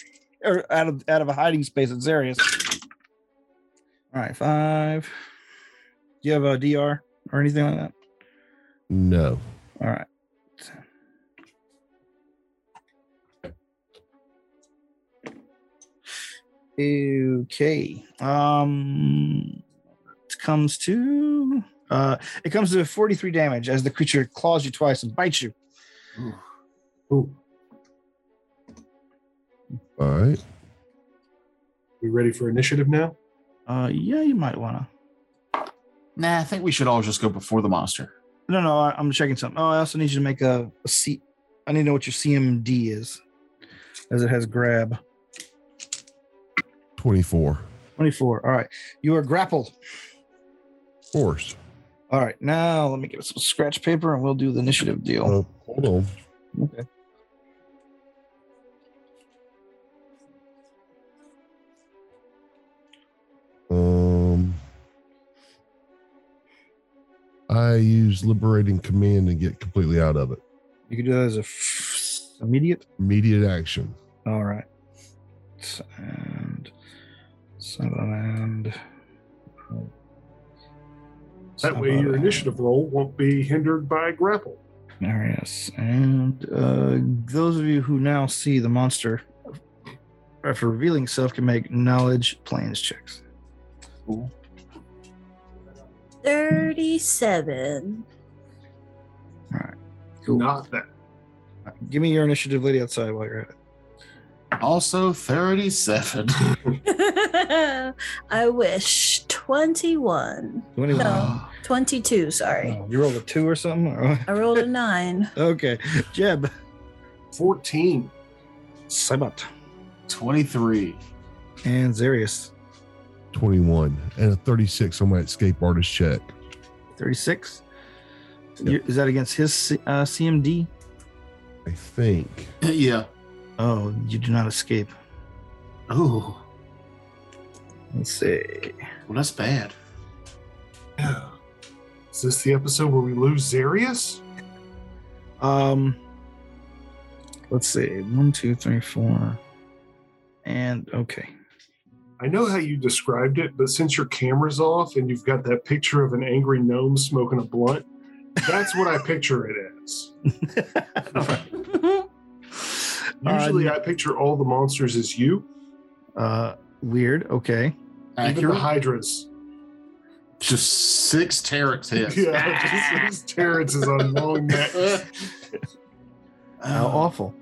Speaker 6: or out of out of a hiding space at Zarius. All right, five. Do you have a DR or anything like that?
Speaker 2: No.
Speaker 6: All right. Okay. Um it comes to uh it comes to 43 damage as the creature claws you twice and bites you.
Speaker 3: Ooh,
Speaker 2: All right.
Speaker 3: we ready for initiative now?
Speaker 6: Uh yeah, you might wanna.
Speaker 1: nah, I think we should all just go before the monster.
Speaker 6: No, no, I, I'm checking something. Oh, I also need you to make a, a C I need to know what your CMD is. As it has grab.
Speaker 2: Twenty-four.
Speaker 6: 24. All right. You are grappled.
Speaker 2: Force.
Speaker 6: All right, now let me get some scratch paper and we'll do the initiative deal.
Speaker 2: Oh, hold on.
Speaker 6: Okay.
Speaker 2: Um, I use liberating command and get completely out of it.
Speaker 6: You can do that as a f- immediate.
Speaker 2: Immediate action.
Speaker 6: All right. And seven and
Speaker 3: That way, your initiative roll won't be hindered by grapple.
Speaker 6: There it is. And uh, those of you who now see the monster, after revealing itself, can make knowledge planes checks.
Speaker 4: 37.
Speaker 6: Cool.
Speaker 3: Not that.
Speaker 6: Give me your initiative, lady, outside while you're at it.
Speaker 1: Also 37.
Speaker 4: <laughs> I wish. 21.
Speaker 6: Twenty-one.
Speaker 1: <laughs>
Speaker 4: No. 22, sorry.
Speaker 6: Oh, you rolled a two or something? <laughs> Or what?
Speaker 4: I rolled a nine.
Speaker 6: okay. Jeb.
Speaker 3: 14.
Speaker 6: Sabat.
Speaker 1: 23.
Speaker 6: And Zarius.
Speaker 2: 21 and a 36 on my escape artist check.
Speaker 6: 36.
Speaker 2: Yep.
Speaker 6: You- Is that against his C- uh, CMD?
Speaker 2: I think.
Speaker 1: yeah.
Speaker 6: Oh, you do not escape.
Speaker 1: Oh,
Speaker 6: Let's see.
Speaker 1: well, that's bad.
Speaker 3: Is this the episode where we lose Zarius?
Speaker 6: Um, let's see. One, two, three, four. And okay. <laughs>
Speaker 3: I know how you described it, but since your camera's off and you've got that picture of an angry gnome smoking a blunt, that's
Speaker 6: <laughs>
Speaker 3: what I picture it as. Usually, I picture all the monsters as you,
Speaker 6: uh, weird. Okay.
Speaker 3: even the
Speaker 1: Accurate.
Speaker 3: hydras.
Speaker 1: Just six Terex hits.
Speaker 3: <laughs> Yeah, just, just Terrence is on
Speaker 6: <laughs>
Speaker 3: long neck.
Speaker 6: How
Speaker 1: Uh,
Speaker 6: awful.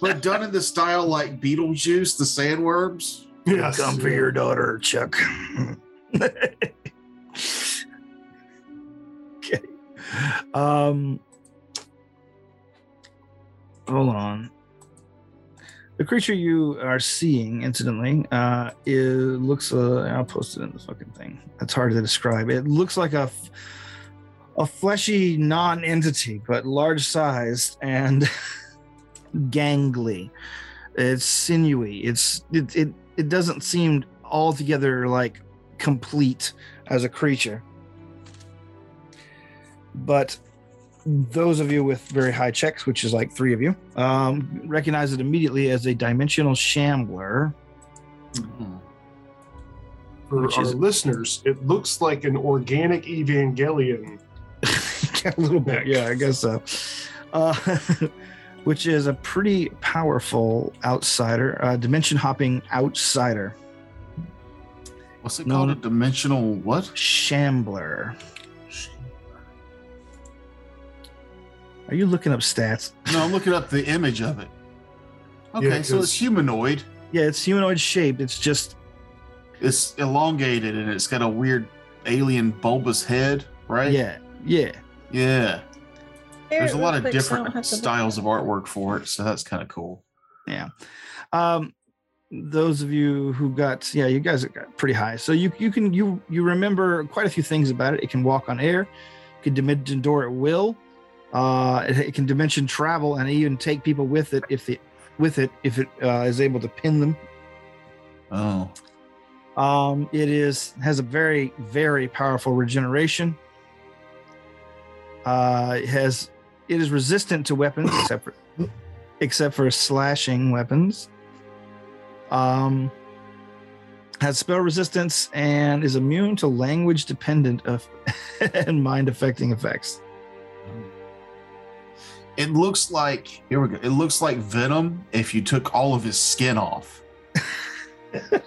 Speaker 1: but done in the style like Beetlejuice, the sandworms.
Speaker 3: Yes.
Speaker 6: Come for your daughter, Chuck. <laughs> okay. Um. Hold on. The creature you are seeing, incidentally, uh, it looks. Uh, I'll post it in the fucking thing. It's hard to describe. It looks like a, f- a fleshy non-entity, but large-sized and <laughs> gangly. It's sinewy. It's it, it it doesn't seem altogether like complete as a creature. But those of you with very high checks, which is like three of you, um, recognize it immediately as a dimensional shambler. <laughs>
Speaker 3: For
Speaker 6: Which
Speaker 3: our
Speaker 6: is-
Speaker 3: listeners, it looks like an organic Evangelion.
Speaker 6: a little bit, yeah, I guess so. Uh, <laughs> which is a pretty powerful outsider, uh, dimension hopping outsider,
Speaker 1: What's it
Speaker 6: No,
Speaker 1: called?
Speaker 6: no.
Speaker 1: A dimensional what?
Speaker 6: shambler. Are you looking up stats?
Speaker 1: No, I'm looking up the image of it. Okay,
Speaker 3: Yeah,
Speaker 1: so
Speaker 3: 'cause-
Speaker 1: it's humanoid.
Speaker 6: Yeah, it's humanoid shaped. It's just
Speaker 1: It's elongated and it's got a weird alien bulbous head, right?
Speaker 6: yeah, yeah.
Speaker 1: Yeah. There's a
Speaker 4: Real
Speaker 1: lot of
Speaker 4: quick, so I don't
Speaker 1: different
Speaker 4: have to look.
Speaker 1: styles of artwork for it, so that's kind of cool.
Speaker 6: Um, those of you who got yeah, you guys got pretty high, so you you can you you remember quite a few things about it. It can walk on air, it can dimension door at will, uh, it, it can dimension travel and even take people with it if the with it if it uh, is able to pin them.
Speaker 1: Oh,
Speaker 6: Um, it is has a very very powerful regeneration. Uh, it has it is resistant to weapons except for except for slashing weapons. Um, has spell resistance and is immune to language dependent of <laughs> and mind affecting effects.
Speaker 1: it looks like here we go. It looks like Venom if you took all of his skin off. it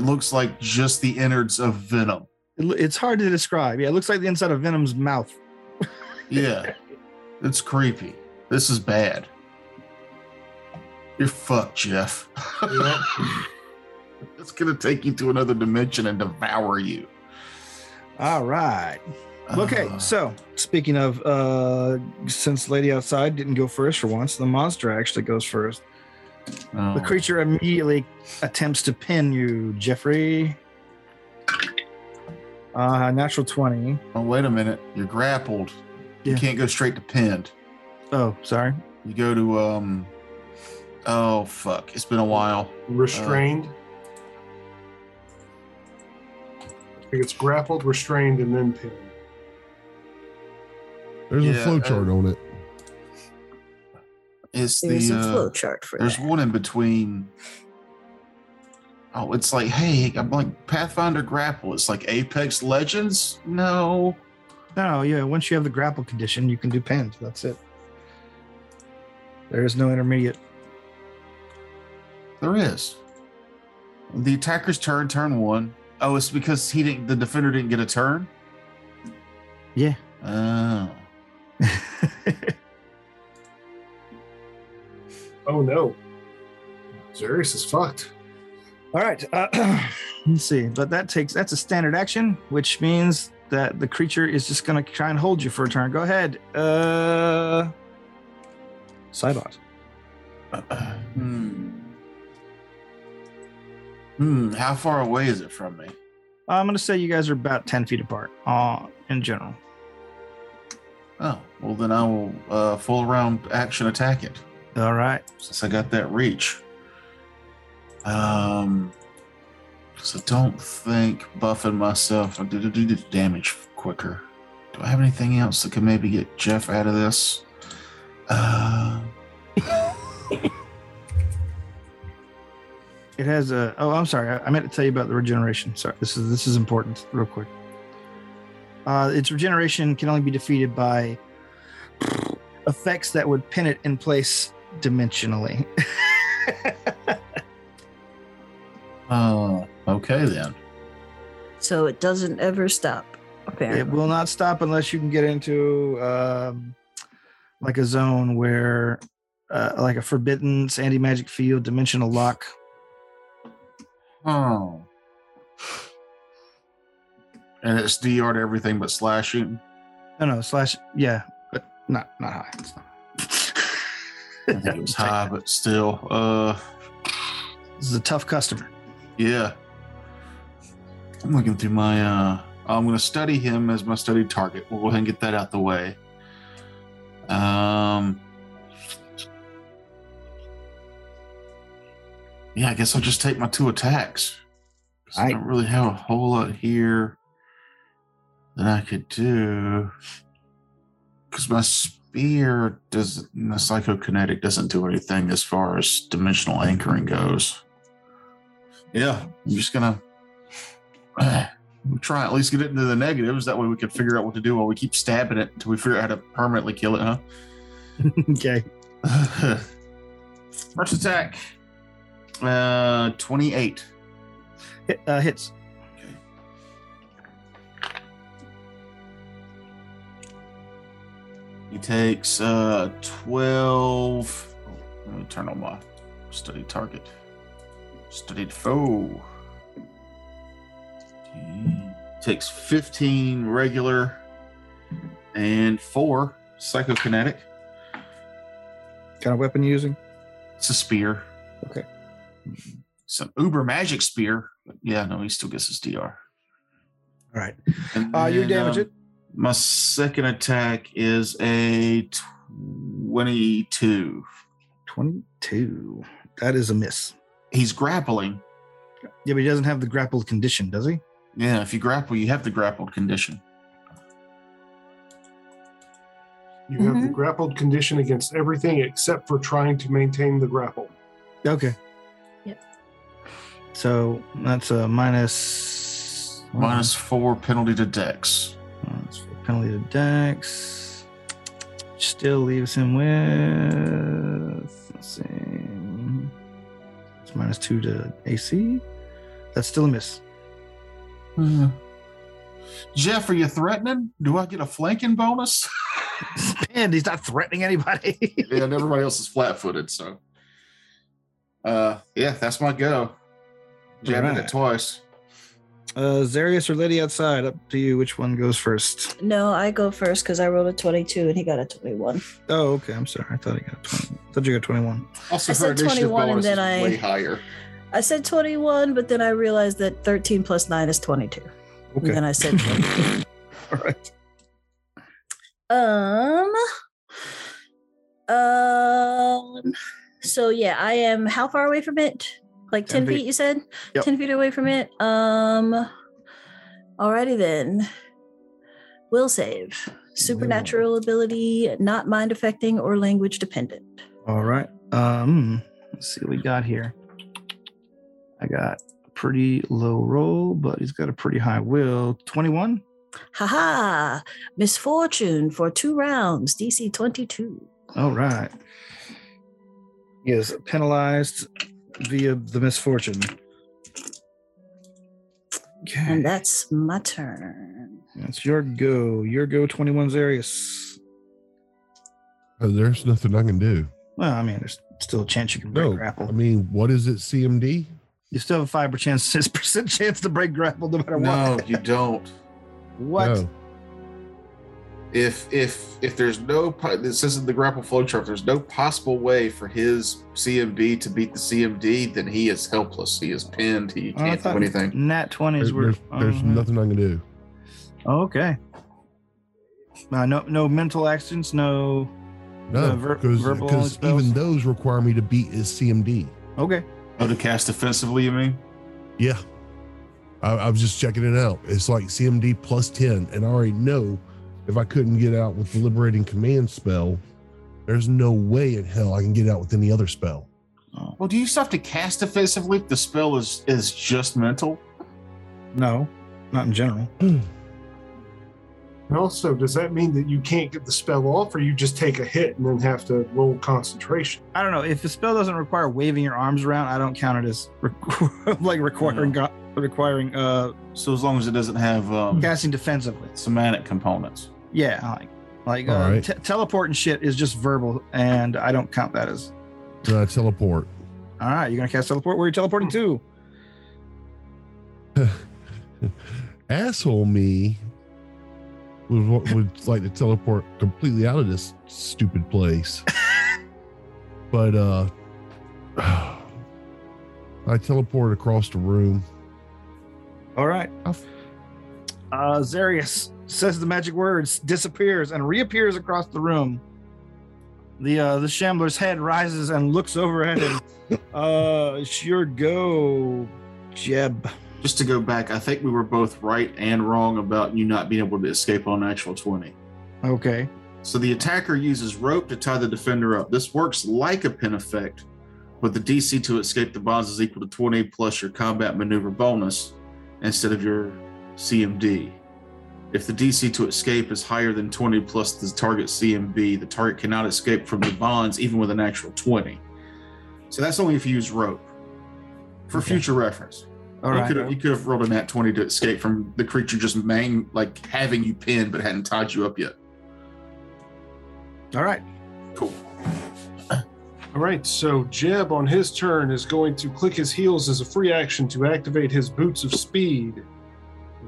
Speaker 1: looks like just the innards of Venom.
Speaker 6: It lo- It's hard to describe. Yeah, it looks like the inside of Venom's mouth.
Speaker 1: Yeah, it's creepy. This is bad. You're fucked, Jeff.
Speaker 3: Yep.
Speaker 1: <laughs> it's gonna take you to another dimension and devour you.
Speaker 6: All right. Okay,
Speaker 1: Uh,
Speaker 6: so speaking of, uh, since Lady Outside didn't go first for once, the monster actually goes first.
Speaker 1: oh.
Speaker 6: The creature immediately attempts to pin you, Jeffrey. Uh, natural 20.
Speaker 1: Oh, wait a minute. You're grappled. You
Speaker 6: Yeah.
Speaker 1: can't go straight to pinned.
Speaker 6: Oh, sorry.
Speaker 1: You go to um oh fuck. It's been a while.
Speaker 6: Uh.
Speaker 3: Restrained. I think it's grappled, restrained, and then pinned.
Speaker 2: There's
Speaker 1: Yeah,
Speaker 2: a flow chart on it.
Speaker 1: It's
Speaker 4: There's
Speaker 1: the
Speaker 4: a
Speaker 1: uh,
Speaker 4: flow chart for
Speaker 1: there's
Speaker 4: that.
Speaker 1: one in between Oh, it's like, hey, I'm like Pathfinder Grapple. It's like Apex Legends. No,
Speaker 6: No, yeah. Once you have the grapple condition, you can do pins. That's it. There is no
Speaker 1: <laughs>
Speaker 6: intermediate.
Speaker 1: there is. The attacker's turn, turn one. Oh, it's because he didn't. The defender didn't get a turn.
Speaker 6: Yeah.
Speaker 1: Oh, <clears throat>
Speaker 3: Oh no. Zarius is fucked.
Speaker 6: All right. Uh, <clears throat> let's see. But that takes that's a standard action, which means that the creature is just going to try and hold you for a turn. Go ahead. Uh, Cybot.
Speaker 1: hmm. Hmm. How far away is it from me?
Speaker 6: I'm going to say you guys are about ten feet apart. Uh, in general.
Speaker 1: Oh, well then I will uh, full round action attack it
Speaker 6: All right.
Speaker 1: since I got that reach. Um, so don't think buffing myself. I do, do, do, do damage quicker. Do I have anything else that can maybe get Jeff out of this? Uh,
Speaker 6: It has a. Oh, I'm sorry. I I meant to tell you about the regeneration. Sorry. This is this is important. Real quick. Uh, its regeneration can only be defeated by effects that would pin it in place dimensionally.
Speaker 1: oh, okay then.
Speaker 4: So it doesn't ever stop,
Speaker 6: it
Speaker 4: apparently.
Speaker 6: will not stop unless you can get into um, like a zone where, uh, like a forbidden sandy magic field, dimensional lock.
Speaker 1: Oh. And it's DR to everything but slashing.
Speaker 6: No, no slash. Yeah, but not not high. It's not.
Speaker 1: <laughs> I think it was high, but still. Uh,
Speaker 6: This is a tough customer. <laughs>
Speaker 1: Yeah. I'm looking through my uh I'm gonna study him as my studied target. We'll go ahead and get that out the way. Um Yeah, I guess I'll just take my two attacks. 'Cause I
Speaker 6: Aight.
Speaker 1: don't really have a whole lot here that I could do. Cause my spear doesn't the psychokinetic doesn't do anything as far as dimensional anchoring goes. Yeah, I'm just gonna <sighs> we'll try at least get it into the negatives. That way we can figure out what to do while we keep stabbing it until we figure out how to permanently kill it,
Speaker 6: okay.
Speaker 1: huh? <laughs> First attack, uh, twenty-eight.
Speaker 6: Hit, uh, hits.
Speaker 1: He takes uh twelve. oh, Let me turn on my studied target. Studied foe. He takes fifteen regular and four psychokinetic.
Speaker 6: Kind of weapon you using.
Speaker 1: It's a spear.
Speaker 6: Okay.
Speaker 1: Some uber magic spear. But yeah, no, he still gets his DR.
Speaker 6: All right.
Speaker 1: And
Speaker 6: Uh, you
Speaker 1: then,
Speaker 6: damage
Speaker 1: um,
Speaker 6: it.
Speaker 1: My second attack is a 22.
Speaker 6: 22. That is a miss.
Speaker 1: He's grappling.
Speaker 6: Yeah, but he doesn't have the grappled condition, does he?
Speaker 1: Yeah, if you grapple, you have the grappled condition.
Speaker 3: You have the grappled condition against everything except for trying to maintain the grapple.
Speaker 6: Okay.
Speaker 4: Yep.
Speaker 6: So that's a minus.
Speaker 1: Minus four penalty to dex.
Speaker 6: minus four penalty to dex. Still leaves him with. Let's see. It's minus two to AC. That's still a miss. <laughs>
Speaker 1: Jeff, are you threatening? Do I get a flanking bonus? <laughs>
Speaker 6: And he's not threatening anybody. <laughs>
Speaker 1: yeah, and everybody else is flat footed, so. Uh, yeah, that's my go. Jabbing
Speaker 6: Alright.
Speaker 1: it twice.
Speaker 6: uh, Zarius or Lady outside. Up to you. Which one goes first?
Speaker 4: No, I go first because I rolled a 22 and he got a 21.
Speaker 6: Oh, okay. I'm sorry. I thought I got 20. I thought you got <laughs> 21.
Speaker 1: Also,
Speaker 4: I
Speaker 1: her
Speaker 4: said
Speaker 1: initiative
Speaker 4: 21 and
Speaker 1: bonus
Speaker 4: then
Speaker 1: is
Speaker 4: I-
Speaker 1: way higher.
Speaker 4: I said 21, but then I realized that 13 plus 9 is 22. And then
Speaker 1: <laughs>
Speaker 4: I said,
Speaker 6: All right.
Speaker 4: um, um, so yeah, I am how far away from it? Like 10,
Speaker 6: 10
Speaker 4: feet,
Speaker 6: feet.
Speaker 4: you said?
Speaker 6: Yep.
Speaker 4: 10 feet away from it? Um, alrighty then. Will save. Supernatural ability, not mind affecting or language dependent.
Speaker 6: All right. Um, let's see what we got here. I got pretty low roll, but he's got a pretty high will. 21.
Speaker 4: Haha, misfortune for two rounds, DC 22.
Speaker 6: All right. He is penalized via the misfortune. Okay. <laughs>
Speaker 4: And that's my turn.
Speaker 6: That's your go. Your go 21 Zarius.
Speaker 2: Uh, There's nothing I can do.
Speaker 6: Well, I mean, there's still a chance you can break
Speaker 2: No,
Speaker 6: grapple.
Speaker 2: I mean, what is it? CMD?
Speaker 6: you still have a five percent percent chance <laughs> to break grapple no matter
Speaker 1: No,
Speaker 6: what.
Speaker 1: you don't.
Speaker 6: What?
Speaker 2: No.
Speaker 1: If if if there's no po- this isn't the grapple flow chart. If there's no possible way for his CMB to beat the CMD, then he is helpless. He is pinned. He
Speaker 6: Oh, I
Speaker 1: can't do
Speaker 6: thought
Speaker 1: anything.
Speaker 6: Nat
Speaker 2: There-
Speaker 6: twenties were
Speaker 2: there's there's
Speaker 6: uh-huh.
Speaker 2: nothing I can do.
Speaker 6: Okay. Uh, no, no mental accidents. No.
Speaker 2: No,
Speaker 6: The ver-
Speaker 2: because
Speaker 6: verbal spells?
Speaker 2: even those require me to beat his CMD.
Speaker 6: Okay.
Speaker 1: Oh, to cast defensively, you mean?
Speaker 2: Yeah. I, I was just checking it out. It's like CMD plus 10. And I already know if I couldn't get out with the liberating command spell, there's no way in hell I can get out with any other spell.
Speaker 6: Oh,
Speaker 1: Well, do you still have to cast defensively if the spell is is just mental?
Speaker 6: no, not in general.
Speaker 3: And also, does that mean that you can't get the spell off, or you just take a hit and then have to roll concentration?
Speaker 6: I don't know if the spell doesn't require waving your arms around. I don't count it as <laughs> re- like requiring go- requiring uh
Speaker 1: So as long as it doesn't have um,
Speaker 6: casting defensively.
Speaker 1: semantic components.
Speaker 6: Yeah, like like
Speaker 2: All
Speaker 6: uh,
Speaker 2: right.
Speaker 6: te- teleport and shit is just verbal, and I don't count that as.
Speaker 2: Then I teleport.
Speaker 6: All right, you're gonna cast teleport. Where are you teleporting to?
Speaker 2: Asshole me would, wa- would like to teleport completely out of this stupid place. but uh <sighs> I teleport across the room.
Speaker 6: All right. Uh, Zarius says the magic words, disappears, and reappears across the room. The uh, the shambler's head rises and looks over at him. uh, it's your go, Jeb.
Speaker 1: Just to go back, I think we were both right and wrong about you not being able to escape on natural twenty.
Speaker 6: Okay.
Speaker 1: So the attacker uses rope to tie the defender up. This works like a pin effect, but the DC to escape the bonds is equal to 20 plus your combat maneuver bonus instead of your CMD. If the DC to escape is higher than 20 plus the target CMB, the target cannot escape from the bonds even with an actual 20. So that's only if you use rope. For
Speaker 6: Okay.
Speaker 1: future reference,
Speaker 6: All
Speaker 1: you,
Speaker 6: right.
Speaker 1: could have, you could have rolled a nat 20 to escape from the creature just mang like having you pinned but hadn't tied you up yet.
Speaker 6: All right.
Speaker 1: Cool.
Speaker 3: All right, so Jeb on his turn is going to click his heels as a free action to activate his boots of speed.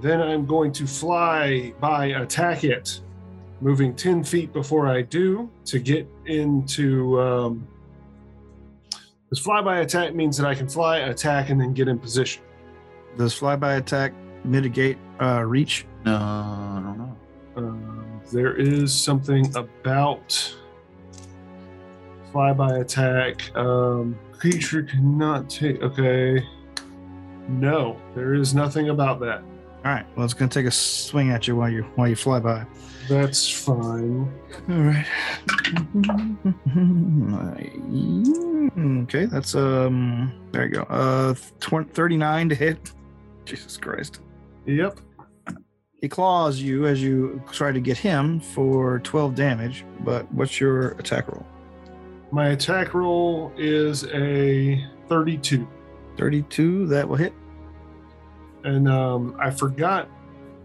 Speaker 3: Then I'm going to fly by attack it, moving 10 feet before I do to get into. Um, this fly by attack means that I can fly, attack, and then get in position.
Speaker 6: Does flyby attack mitigate uh, reach?
Speaker 1: No, I don't know.
Speaker 3: Um, there is something about flyby attack. Um, creature cannot take. Okay. No, there is nothing about that.
Speaker 6: All right. Well, it's gonna take a swing at you while you while you fly by.
Speaker 3: That's fine.
Speaker 6: All right. <laughs> okay, that's um. There you go. Uh, tw- thirty-nine to hit. Jesus Christ.
Speaker 3: Yep.
Speaker 6: He claws you as you try to get him for twelve damage. But what's your attack roll?
Speaker 3: My attack roll is a 32.
Speaker 6: Thirty-two. That will hit.
Speaker 3: And um, I forgot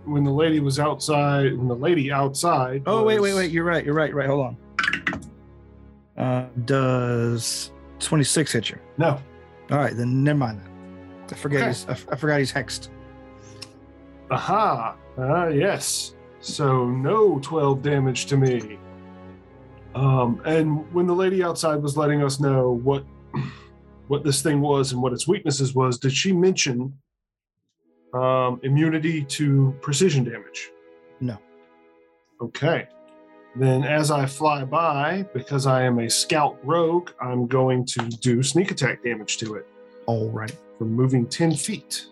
Speaker 3: when the lady was outside, when the lady outside.
Speaker 6: Oh wait, wait,
Speaker 3: was-
Speaker 6: wait. You're right. You're right. you're Right. Hold on. Uh, does twenty-six hit you?
Speaker 3: No.
Speaker 6: All right. Then never mind. I forget.
Speaker 3: Okay.
Speaker 6: He's, I, I forgot he's hexed.
Speaker 3: Aha! Ah, yes. So no 12 damage to me. Um, and when the lady outside was letting us know what <clears throat> what this thing was and what its weaknesses was, did she mention um, immunity to precision damage?
Speaker 6: No.
Speaker 3: Okay. Then as I fly by, because I am a scout rogue, I'm going to do sneak attack damage to it
Speaker 6: All right.
Speaker 3: from moving 10 feet.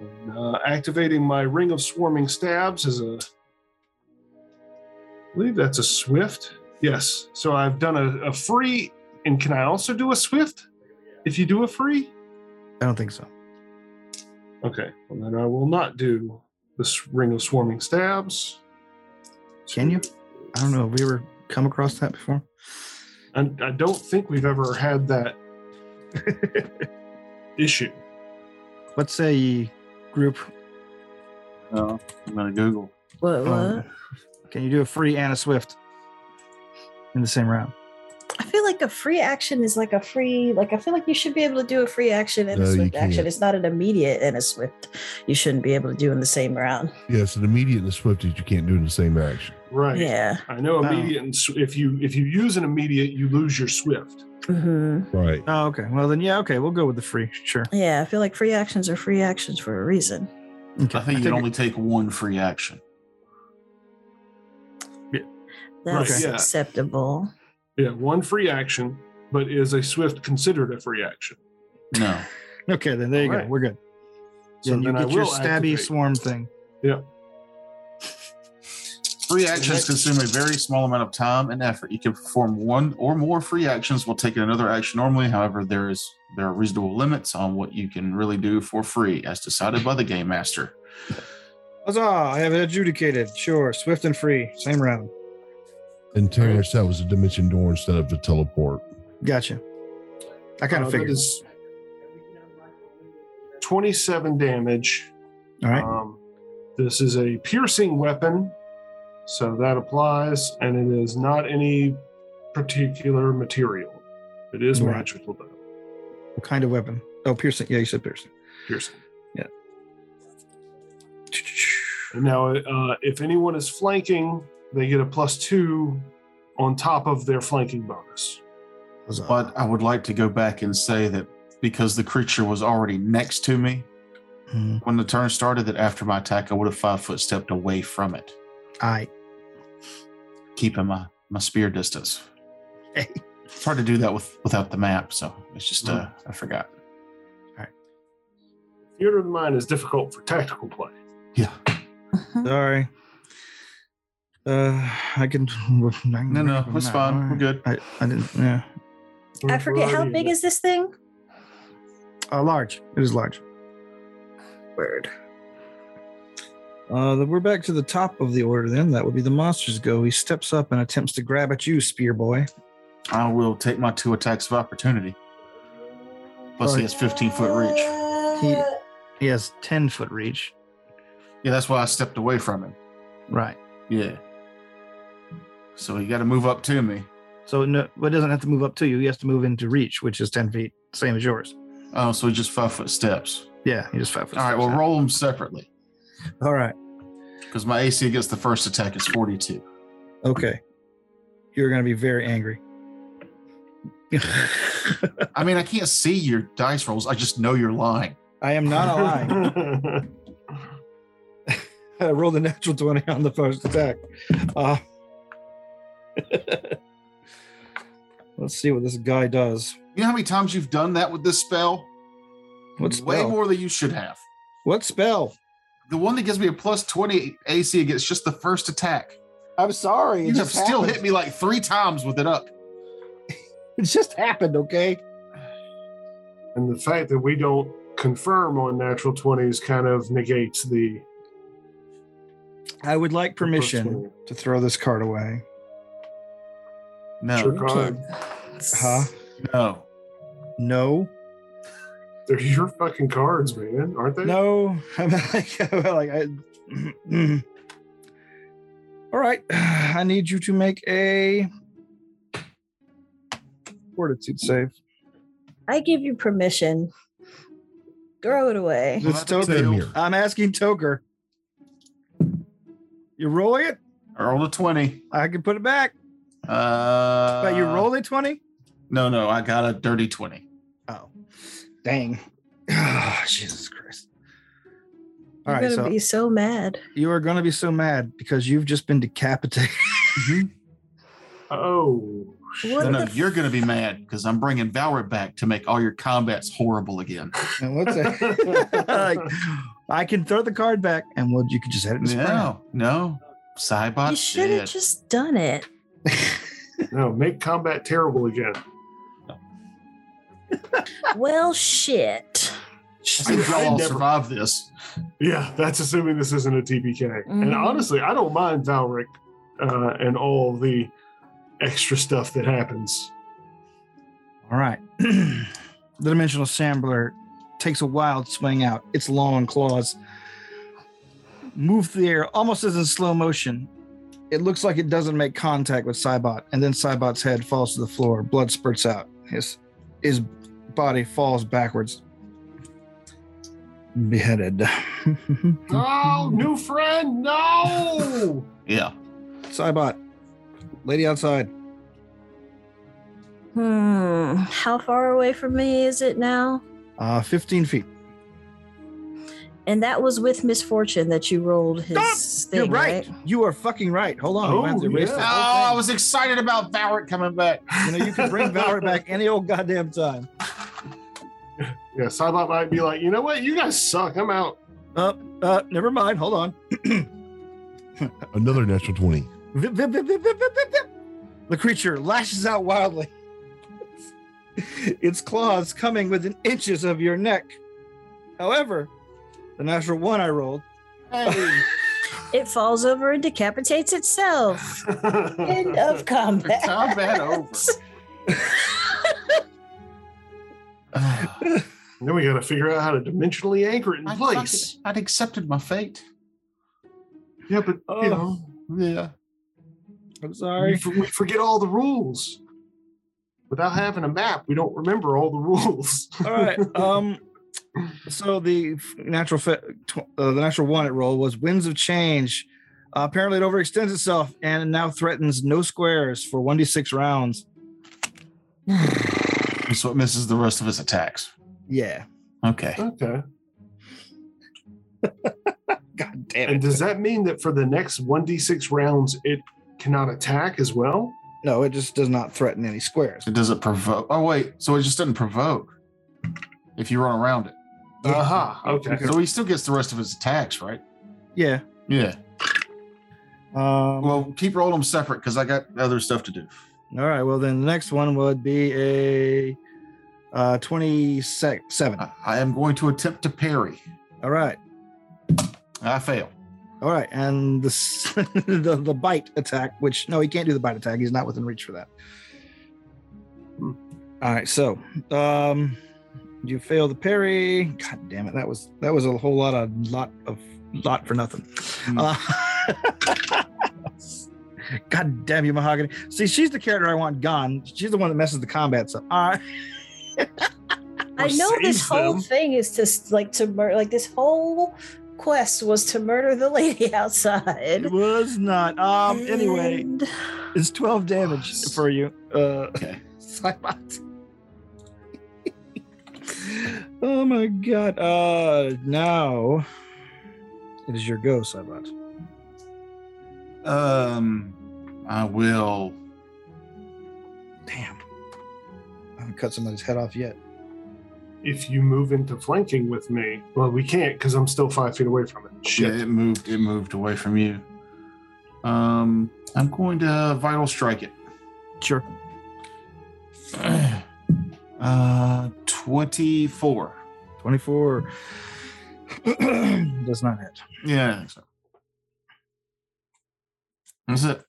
Speaker 3: And, uh, activating my Ring of Swarming Stabs is a. I believe that's a swift. Yes. So I've done a, a free. And can I also do a swift if you do a free?
Speaker 6: I don't think so.
Speaker 3: Okay, and then I will not do this ring of swarming stabs.
Speaker 6: Can you? I don't know. Have we ever come across that before?
Speaker 3: And I don't think we've ever had
Speaker 6: <laughs>
Speaker 3: that issue.
Speaker 6: Let's say group.
Speaker 1: No, I'm gonna Google.
Speaker 4: What? What?
Speaker 6: um, can you do a free Anna Swift in the same round?
Speaker 4: I feel like a free action is like a free, like I feel like you should be able to do a free action and
Speaker 2: No,
Speaker 4: a
Speaker 2: you
Speaker 4: swift action.
Speaker 2: can't.
Speaker 4: It's not an immediate and a swift. You shouldn't be able to do in the same round.
Speaker 2: Yeah, it's an immediate and a swift that you can't do in the same action.
Speaker 3: Right.
Speaker 4: Yeah.
Speaker 3: I know
Speaker 6: Wow.
Speaker 3: immediate. And sw- if you if you use an immediate, you lose your swift.
Speaker 4: hmm
Speaker 2: Right.
Speaker 6: Oh, okay. Well, then, yeah, okay. We'll go with the free. Sure.
Speaker 4: Yeah. I feel like free actions are free actions for a reason.
Speaker 6: Okay.
Speaker 1: I think you
Speaker 6: <laughs>
Speaker 1: can only take one free action.
Speaker 4: That's
Speaker 3: Right, yeah.
Speaker 4: acceptable.
Speaker 3: Yeah, one free action, but is a swift considered a free action?
Speaker 1: <laughs> No.
Speaker 6: Okay, then there you
Speaker 3: Alright.
Speaker 6: go. We're good.
Speaker 3: So
Speaker 6: then you
Speaker 3: then I
Speaker 6: get your
Speaker 3: will
Speaker 6: stabby
Speaker 3: activate.
Speaker 6: swarm thing.
Speaker 1: Free actions consume a very small amount of time and effort. You can perform one or more free actions while taking another action normally. However, there is there are reasonable limits on what you can really do for free, as decided by the game master.
Speaker 6: Huzzah! I have it adjudicated. Sure. Swift and free. Same round.
Speaker 2: And Terrence, that was a dimension door instead of the teleport.
Speaker 6: Gotcha. I kind
Speaker 3: Uh,
Speaker 6: of
Speaker 3: that
Speaker 6: figured.
Speaker 3: is Twenty-seven damage.
Speaker 6: All right.
Speaker 3: Um, this is a piercing weapon, so that applies, and it is not any particular material. It is
Speaker 6: Right.
Speaker 3: magical though.
Speaker 6: what kind of weapon? Oh, piercing. Yeah, you said piercing.
Speaker 3: Piercing. And now, uh, if anyone is flanking, they get a plus two on top of their flanking bonus.
Speaker 6: Huzzah.
Speaker 1: But I would like to go back and say that because the creature was already next to me
Speaker 6: Mhm.
Speaker 1: when the turn started, that after my attack, I would have five foot stepped away from it,
Speaker 6: I.
Speaker 1: keeping my my spear distance.
Speaker 6: Hey.
Speaker 1: It's hard to do that with without the map, so it's just uh, I forgot.
Speaker 3: Theater of the mind is difficult for tactical play.
Speaker 1: Yeah.
Speaker 4: Mhm.
Speaker 6: Sorry. Uh, I can. <laughs> I can
Speaker 1: No, no,
Speaker 6: work on
Speaker 1: it's
Speaker 6: that.
Speaker 1: fine. We're
Speaker 6: Alright.
Speaker 1: good.
Speaker 6: I, I didn't. Yeah.
Speaker 4: I forget how
Speaker 3: Already
Speaker 4: big is this thing?
Speaker 6: Uh, large. It is large.
Speaker 4: Word.
Speaker 6: Uh, then we're back to the top of the order. Then that would be the monsters go. He steps up and attempts to grab at you, spear boy.
Speaker 1: I will take my two attacks of opportunity. Plus, he
Speaker 6: Alright.
Speaker 1: has 15 foot reach.
Speaker 4: Uh,
Speaker 6: He he has ten foot reach.
Speaker 1: Yeah, that's why I stepped away from him.
Speaker 6: Right.
Speaker 1: Yeah. So you got to move up to me.
Speaker 6: So no, but doesn't have to move up to you. He has to move into reach, which is ten feet, same as yours.
Speaker 1: Oh, so just five foot steps.
Speaker 6: Yeah, he just five foot.
Speaker 1: All right,
Speaker 6: steps
Speaker 1: well,
Speaker 6: out.
Speaker 1: roll them separately
Speaker 6: All right.
Speaker 1: because my AC against the first attack is 42.
Speaker 6: Okay. You're gonna be very <laughs> angry.
Speaker 1: I mean, I can't see your dice rolls. I just know you're lying.
Speaker 6: I am not lying. <laughs> I rolled a natural twenty on the first attack. Uh, <laughs> let's see what this guy does.
Speaker 1: You know how many times you've done that with this spell?
Speaker 6: What
Speaker 1: Way
Speaker 6: spell?
Speaker 1: more than you should have.
Speaker 6: What spell?
Speaker 1: The one that gives me a plus 20 AC against just the first attack.
Speaker 6: I'm sorry.
Speaker 1: You have still hit me like three times with it up.
Speaker 6: It just happened, okay?
Speaker 3: and the fact that we don't confirm on natural 20s kind of negates the
Speaker 6: I would
Speaker 3: the
Speaker 6: like
Speaker 3: first
Speaker 6: permission
Speaker 3: one.
Speaker 6: to throw this card away.
Speaker 1: No,
Speaker 3: Sure.
Speaker 4: You
Speaker 3: God.
Speaker 4: can-
Speaker 6: Oh, Huh?
Speaker 1: no.
Speaker 6: No.
Speaker 3: They're your fucking cards, man, aren't they?
Speaker 6: No. I'm <laughs> like, I'm like I, <clears throat> All right. <sighs> I need you to make a fortitude save.
Speaker 4: I give you permission. Throw it away.
Speaker 6: It's
Speaker 2: Same
Speaker 6: Toker.
Speaker 2: here.
Speaker 6: I'm asking Toker. You rolling it?
Speaker 1: I rolled a 20.
Speaker 6: I can put it back.
Speaker 1: Uh,
Speaker 6: but you rolled a 20?
Speaker 1: No, no, I got a dirty 20.
Speaker 6: Oh. <sighs> Dang. Oh, Jesus Christ. All
Speaker 4: You're
Speaker 6: right.
Speaker 4: gonna
Speaker 6: So
Speaker 4: be so mad.
Speaker 6: you are going to be so mad because you've just been decapitated.
Speaker 3: Oh.
Speaker 4: What
Speaker 1: No,
Speaker 4: the
Speaker 1: no,
Speaker 4: f-
Speaker 1: you're going to be mad because I'm bringing Valrid back to make all your combats horrible
Speaker 6: <laughs>
Speaker 1: again.
Speaker 6: And what's that? like, <laughs> I can throw the card back, and well, you could just edit this yeah.
Speaker 1: No, no. Cybot's
Speaker 4: You should have
Speaker 1: dead.
Speaker 4: just done it.
Speaker 3: No, make combat terrible again.
Speaker 4: Well, shit.
Speaker 1: I think
Speaker 3: I
Speaker 1: y'all all
Speaker 3: never-
Speaker 1: survive this.
Speaker 3: Yeah, that's assuming this isn't a TPK. And
Speaker 4: Mhm.
Speaker 3: honestly, I don't mind Valric uh, and all the extra stuff that happens.
Speaker 6: All right. <clears throat> the dimensional shambler takes a wild swing out, its long claws move through the air almost as in slow motion. It looks like it doesn't make contact with Cybot, and then Cybot's head falls to the floor. Blood spurts out. His his body falls backwards. Beheaded. <laughs>
Speaker 4: Mm-hmm.
Speaker 3: Oh, new friend, no! <laughs>
Speaker 1: Yeah.
Speaker 6: Cybot, lady outside.
Speaker 4: Hmm. How far away from me is it now?
Speaker 6: Uh, 15 feet.
Speaker 4: And that was with misfortune that you rolled his thing,
Speaker 6: You're right. You are fucking right. Hold on.
Speaker 3: Oh,
Speaker 6: I have to erase
Speaker 3: yeah.
Speaker 1: Oh,
Speaker 6: that whole
Speaker 1: I
Speaker 6: thing.
Speaker 1: was excited about Valric coming
Speaker 6: <sighs>
Speaker 1: back.
Speaker 6: <laughs>
Speaker 1: <sighs>
Speaker 6: You know, you can
Speaker 1: <laughs>
Speaker 6: bring Valor back any old goddamn time.
Speaker 3: yeah, Cybot might be like, you know what? You guys suck. I'm out. <laughs>
Speaker 6: Up, uh, never mind. Hold on.
Speaker 2: Another natural 20.
Speaker 6: Vip, vip, vip, vip, vip, vip, vip, vip. The creature lashes out wildly. <laughs> its claws coming within inches of your neck. However, the natural one I rolled.
Speaker 1: Hey.
Speaker 4: It falls over and decapitates itself. End
Speaker 6: <laughs>
Speaker 4: of combat.
Speaker 1: Combat
Speaker 4: <laughs>
Speaker 1: over. I
Speaker 3: then we got to figure out how to dimensionally anchor it in place.
Speaker 1: fucking- I'd accepted my fate.
Speaker 3: Yeah, but
Speaker 6: Oh.
Speaker 3: you know,
Speaker 1: Yeah.
Speaker 6: I'm
Speaker 3: we,
Speaker 6: sorry.
Speaker 3: f- we forget all the rules. Without having a map, we don't remember all the rules. <laughs>
Speaker 6: All right. Um. So the f- natural fe- tw- uh, the natural one it rolled was winds of change. Uh, apparently, it overextends itself and now threatens no squares for one d six rounds.
Speaker 1: That's what misses the rest of his attacks.
Speaker 6: Yeah.
Speaker 1: Okay.
Speaker 3: okay.
Speaker 6: <laughs> God damn
Speaker 3: And does that mean that for the next 1d6 rounds, it cannot attack as well?
Speaker 6: No, it just does not threaten any squares.
Speaker 1: So does it provoke? Oh wait, so it just doesn't provoke if you run around it.
Speaker 3: Aha. Okay.
Speaker 1: So he still gets the rest of his attacks, right?
Speaker 6: Yeah.
Speaker 1: Yeah.
Speaker 6: Um,
Speaker 1: Well, keep rolling them separate because I got other stuff to do.
Speaker 6: all right. Well, then the next one would be a uh, 27.
Speaker 1: I, I am going to attempt to parry.
Speaker 6: All right.
Speaker 1: I fail.
Speaker 6: All right. And the, s- <laughs> the the bite attack, which, no, he can't do the bite attack. He's not within reach for that.
Speaker 3: Hmm.
Speaker 6: All right. So, um, you fail the parry. God damn it. That was, that was a whole lot of, lot of, lot for nothing. Uh, <laughs> God damn you, Mahogany. See, she's the character I want gone. She's the one that messes the combats up. All right.
Speaker 4: I know this
Speaker 3: saves
Speaker 4: whole
Speaker 3: them.
Speaker 4: thing is to s- like to murder. Like this whole quest was to murder the <laughs> lady outside.
Speaker 6: It was not. Um. Anyway,
Speaker 4: And-
Speaker 6: it's twelve damage for you. Uh, <laughs>
Speaker 1: Okay.
Speaker 6: Cybot. <laughs> oh my god. Uh, now it is your go, Cybot.
Speaker 1: Um, I will.
Speaker 6: Damn. I haven't cut somebody's head off yet.
Speaker 3: If you move into flanking with me, well, we can't because I'm still five feet away from it.
Speaker 1: Yeah, it moved. It moved away from you. Um, I'm going to vital strike it. <clears throat>
Speaker 6: Sure.
Speaker 1: Uh, twenty-four.
Speaker 6: Twenty-four <clears throat> does not hit.
Speaker 1: Yeah, I think so. That's it.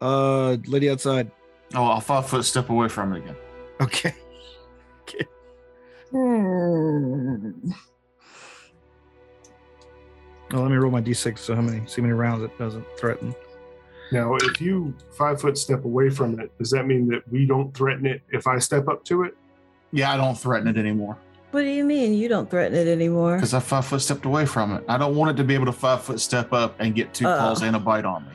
Speaker 6: Uh, lady outside.
Speaker 1: Oh, I'll five foot step away from it again.
Speaker 6: Okay.
Speaker 4: Hmm.
Speaker 6: Well, let me roll my d6. So how many? See how many rounds it doesn't threaten.
Speaker 3: Now, if you five foot step away from it, does that mean that we don't threaten it if I step up to it?
Speaker 1: Yeah, I don't threaten it anymore
Speaker 4: What do you mean you don't threaten it
Speaker 6: <laughs>
Speaker 4: anymore?
Speaker 1: because I five foot stepped away from it. I don't want it to be able to five foot step up and get two
Speaker 4: Oh.
Speaker 1: claws and a bite on me.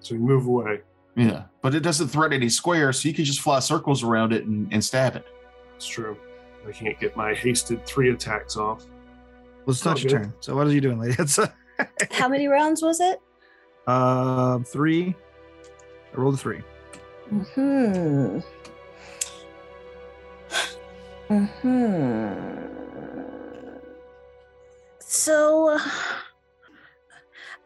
Speaker 3: So we move away.
Speaker 1: Yeah, but it doesn't threaten any squares, so you can just fly circles around it and, and stab it.
Speaker 3: It's true. I can't get my hasted three attacks off.
Speaker 6: Well, it's not
Speaker 3: Oh,
Speaker 6: your
Speaker 3: good.
Speaker 6: turn. So what are you doing, lady <laughs> uh, outside?
Speaker 4: How many rounds was it?
Speaker 6: Uh, three. I rolled a three.
Speaker 4: Hmm. Hmm. So,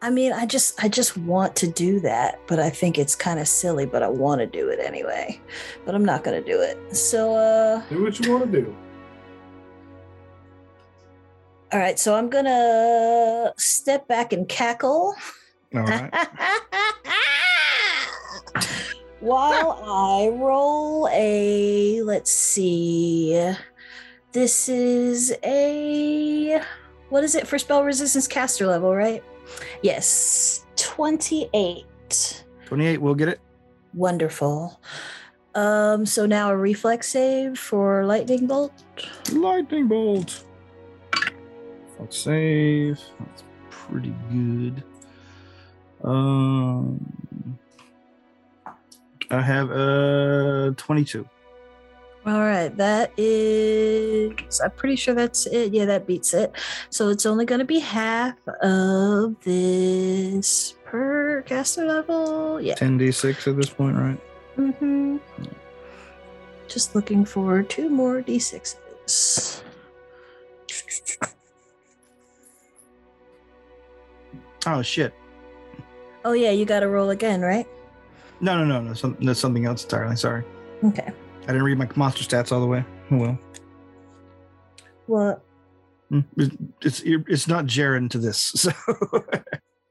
Speaker 4: I mean, I just, I just want to do that, but I think it's kind of silly. But I want to do it anyway. But I'm not going to do it. So, uh,
Speaker 3: Do what you want to do.
Speaker 4: All right, so I'm gonna step back and cackle
Speaker 6: All right.
Speaker 4: <laughs> while I roll a. Let's see. This is a. What is it for spell resistance caster level, right? Yes, 28.
Speaker 6: 28, we'll get it.
Speaker 4: Wonderful. Um, so now a reflex save for lightning bolt.
Speaker 6: Lightning bolt. Let's save. That's pretty good. Um, I have uh 22.
Speaker 4: All right, that is. I'm pretty sure that's it. Yeah, that beats it. So it's only going to be half of this per caster level. Yeah.
Speaker 6: 10d6 at this point, right?
Speaker 4: Mm-hmm. Just looking for two more d6s.
Speaker 6: Oh shit!
Speaker 4: Oh, yeah, you got to roll again, right?
Speaker 6: No, no, no, no. Some, that's something else entirely. Sorry,
Speaker 4: Okay.
Speaker 6: I didn't read my monster stats all the way. Oh well.
Speaker 4: Well,
Speaker 6: Mm, it- It's it's not Jaren to this. <laughs>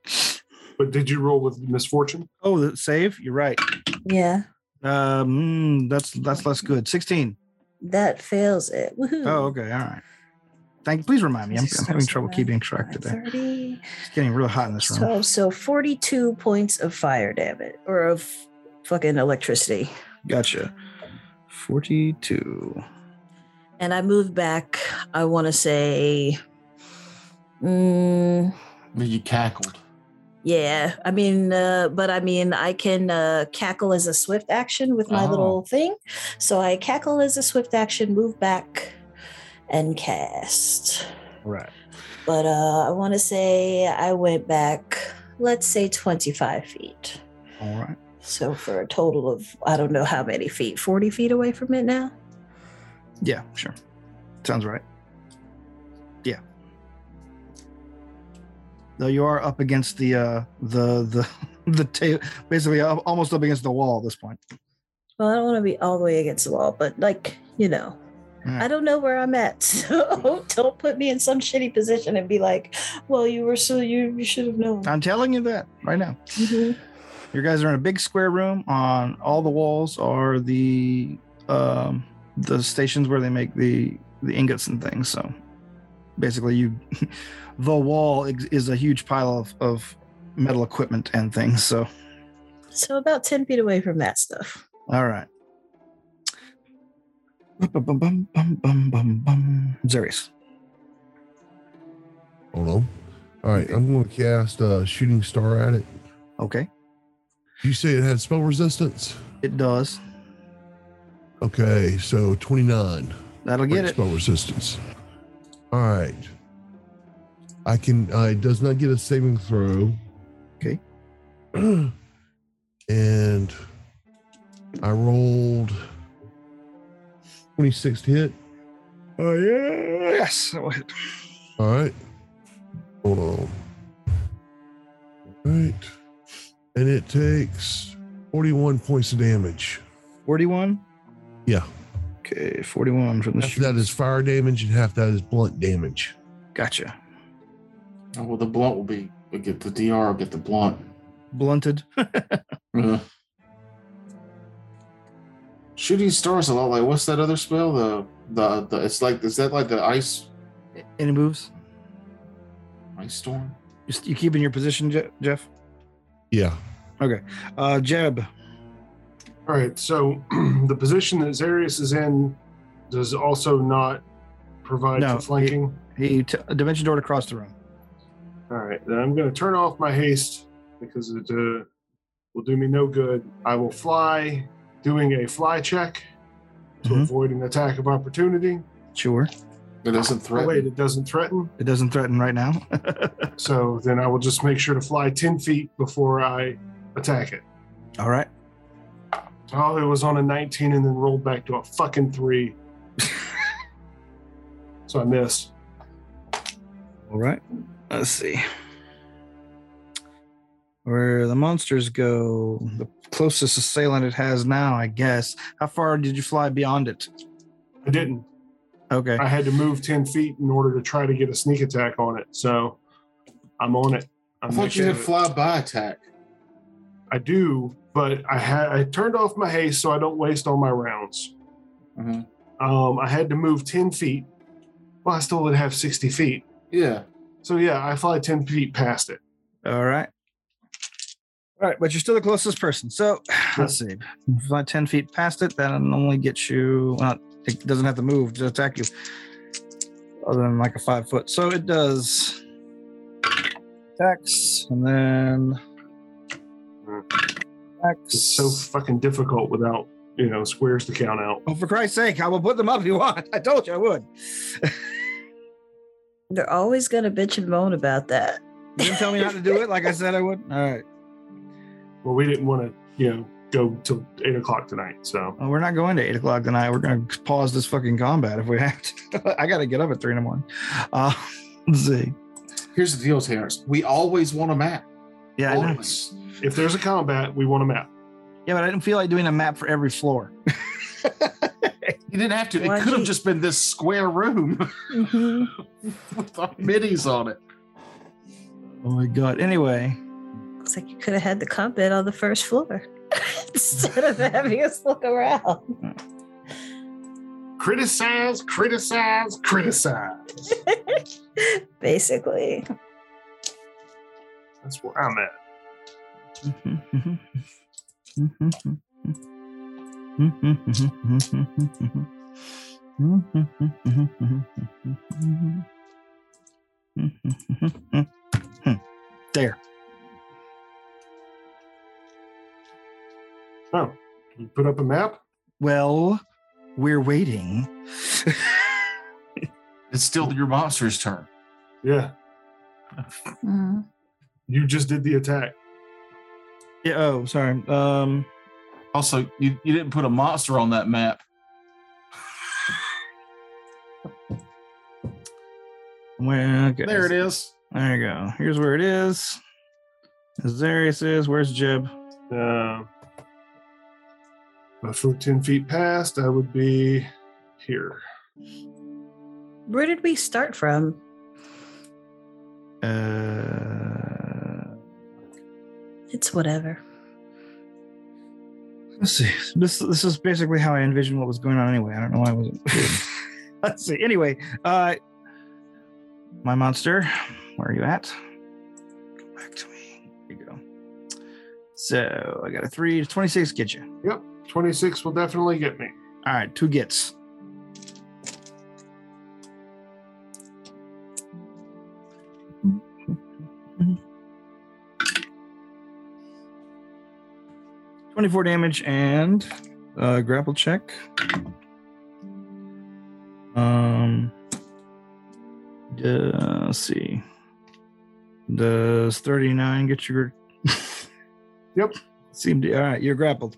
Speaker 6: So
Speaker 3: But did you roll with misfortune?
Speaker 6: oh, the save. You're right.
Speaker 4: yeah,
Speaker 6: Um, mm, that's that's less good. 16.
Speaker 4: that fails it. Woohoo.
Speaker 6: Oh, okay. All right. Thank. Please remind me. I'm, I'm having trouble keeping track today.
Speaker 4: 30.
Speaker 6: It's getting real hot in this room.
Speaker 4: So, so 42 points of fire damage or of fucking electricity.
Speaker 6: Gotcha. 42.
Speaker 4: And I moved back, I want to say, mm,
Speaker 1: But you cackled.
Speaker 4: yeah. I mean, uh, but I mean, I can uh, cackle as a swift action with my
Speaker 1: Oh.
Speaker 4: little thing. So I cackle as a swift action, move back, and cast.
Speaker 6: Right.
Speaker 4: But uh, I want to say I went back, let's say 25 feet.
Speaker 6: All right.
Speaker 4: So for a total of I don't know how many feet, forty feet away from it now.
Speaker 6: Yeah, sure. Sounds right. Yeah. Though you are up against the uh the the <laughs> the ta- basically al- almost up against the wall at this point.
Speaker 4: Well, I don't want to be all the way against the wall, but like you know,
Speaker 6: Yeah.
Speaker 1: Hmm.
Speaker 4: I don't know where I'm at, <laughs> so don't put me in some shitty position and be like, "Well, you were so you you should have known."
Speaker 1: Ah.
Speaker 6: I'm telling you that right now.
Speaker 4: Mhm.
Speaker 6: You guys are in a big square room. On all the walls are the um, the stations where they make the the ingots and things. So basically, you <laughs> the wall ex- is a huge pile of, of metal equipment and things. So
Speaker 4: So about ten feet away from that stuff.
Speaker 6: all right. Bum, bum, bum, bum, bum, bum, bum. Zerius.
Speaker 2: Hold on. All right, I'm going to cast uh, Shooting Star at it.
Speaker 6: Okay,
Speaker 2: You say it had spell resistance?
Speaker 6: it does.
Speaker 2: Okay, so 29.
Speaker 6: That'll get
Speaker 2: break
Speaker 6: it.
Speaker 2: spell resistance. All right. I can. Uh, it does not get a saving throw.
Speaker 6: Okay.
Speaker 2: <clears throat> and I rolled twenty six to hit.
Speaker 6: Oh yeah, yes. <laughs> that'll hit.
Speaker 2: All right. Hold on. All right. And it takes forty one points of damage.
Speaker 6: Forty-one.
Speaker 2: Yeah.
Speaker 6: Okay, forty-one from the
Speaker 2: Half
Speaker 6: shoot.
Speaker 2: that is fire damage, and half that is blunt damage.
Speaker 6: Gotcha.
Speaker 1: Oh, well, the blunt will be. We get the DR. Will get the blunt.
Speaker 6: Blunted.
Speaker 1: Uh, shooting stars a lot like what's that other spell? The the the. It's like is that like the ice
Speaker 6: Any moves?
Speaker 1: ice storm?
Speaker 6: You, you keeping your position, Je- Jeff?
Speaker 2: Yeah.
Speaker 6: Uh, Jeb.
Speaker 3: All right, so <clears throat> the position that Zarius is in does also not provide
Speaker 6: No,
Speaker 3: for flanking.
Speaker 6: He t- dimension door to cross the room.
Speaker 3: All right, then I'm going to turn off my haste because it uh, will do me no good. I will fly, doing a fly check to
Speaker 6: Mhm.
Speaker 3: avoid an attack of opportunity.
Speaker 6: Sure.
Speaker 1: It doesn't
Speaker 3: Oh,
Speaker 1: threaten.
Speaker 3: wait, it doesn't threaten.
Speaker 6: It doesn't threaten right now. <laughs>
Speaker 3: So then I will just make sure to fly 10 feet before I attack it.
Speaker 6: All right.
Speaker 3: Oh, it was on a 19 and then rolled back to a
Speaker 7: <laughs>
Speaker 3: fucking three. so I missed.
Speaker 6: All right. Let's see. Where the monsters go, the closest assailant it has now, I guess. How far did you fly beyond it?
Speaker 3: I didn't.
Speaker 6: Okay.
Speaker 3: I had to move 10 feet in order to try to get a sneak attack on it. So I'm on it.
Speaker 7: I
Speaker 3: I'm
Speaker 7: thought you
Speaker 3: making
Speaker 7: had
Speaker 3: it.
Speaker 7: fly by attack.
Speaker 3: I do, but I had I turned off my haste so I don't waste all my rounds.
Speaker 1: Mm-hmm.
Speaker 7: Mhm.
Speaker 3: Um, I had to move 10 feet. Well, I still did have 60 feet.
Speaker 7: Yeah.
Speaker 3: So yeah, I fly 10 feet past it.
Speaker 6: All right. All right, but you're still the closest person. So <sighs> let's see. If I 10 feet past it, that only gets you. Well, it doesn't have to move to attack you, other than like a five foot. So it does attacks and then attacks.
Speaker 3: It's so fucking difficult without, you know, squares to count out.
Speaker 6: oh, for Christ's sake, I will put them up if you want. <laughs> I told you I would.
Speaker 4: They're always going to bitch and moan about that.
Speaker 6: You didn't tell me not to do it like I said I would. All right.
Speaker 3: Well, we didn't want to, you know, go till eight o'clock tonight. So
Speaker 6: Well, Oh, we're not going to eight o'clock tonight. We're going to pause this fucking combat if we have to. <laughs> I got to get up at three in the morning. Uh, <laughs> let's see.
Speaker 7: Here's the deal, Terrence. We always want a map.
Speaker 6: Yeah, I know.
Speaker 7: Always.
Speaker 3: if there's a combat, we want a map.
Speaker 6: Yeah, but I didn't feel like doing a map for every floor.
Speaker 1: You didn't have to.
Speaker 4: Why'd
Speaker 1: it could have
Speaker 4: you-
Speaker 1: just been this square room <laughs> Mm-hmm.
Speaker 4: Mhm.
Speaker 1: with our middies on it.
Speaker 6: Oh my god. Anyway,
Speaker 4: Looks like you could have had the combat on the first floor <laughs> instead of having us look around.
Speaker 3: Criticize, criticize, criticize.
Speaker 4: Basically,
Speaker 3: That's where I'm at.
Speaker 6: there.
Speaker 3: Oh, you put up a map?
Speaker 6: Well, we're waiting. <laughs>
Speaker 1: It's still your monster's turn.
Speaker 3: Yeah. You just did the attack.
Speaker 6: yeah, oh, sorry. Um,
Speaker 1: Also, you, you didn't put a monster on that map.
Speaker 6: where, okay.
Speaker 1: There it is.
Speaker 6: There you go. Here's where it is. Zarius is. Where's Jib?
Speaker 3: Uh, but for 10 feet past, I would be here.
Speaker 4: where did we start from?
Speaker 6: Uh,
Speaker 4: It's whatever.
Speaker 6: let's see. This this is basically how I envisioned what was going on anyway. I don't know why I wasn't. <laughs> let's see. Anyway, uh, my monster, where are you at? Go back to me. There you go. So I got a three to twenty-six. Get you.
Speaker 3: 26 will definitely get me.
Speaker 6: All right, two gets. Twenty-four damage and uh, grapple check. Um, uh, let's see. Does thirty-nine get your? <laughs>
Speaker 3: Yep.
Speaker 6: Seemed all right. You're grappled.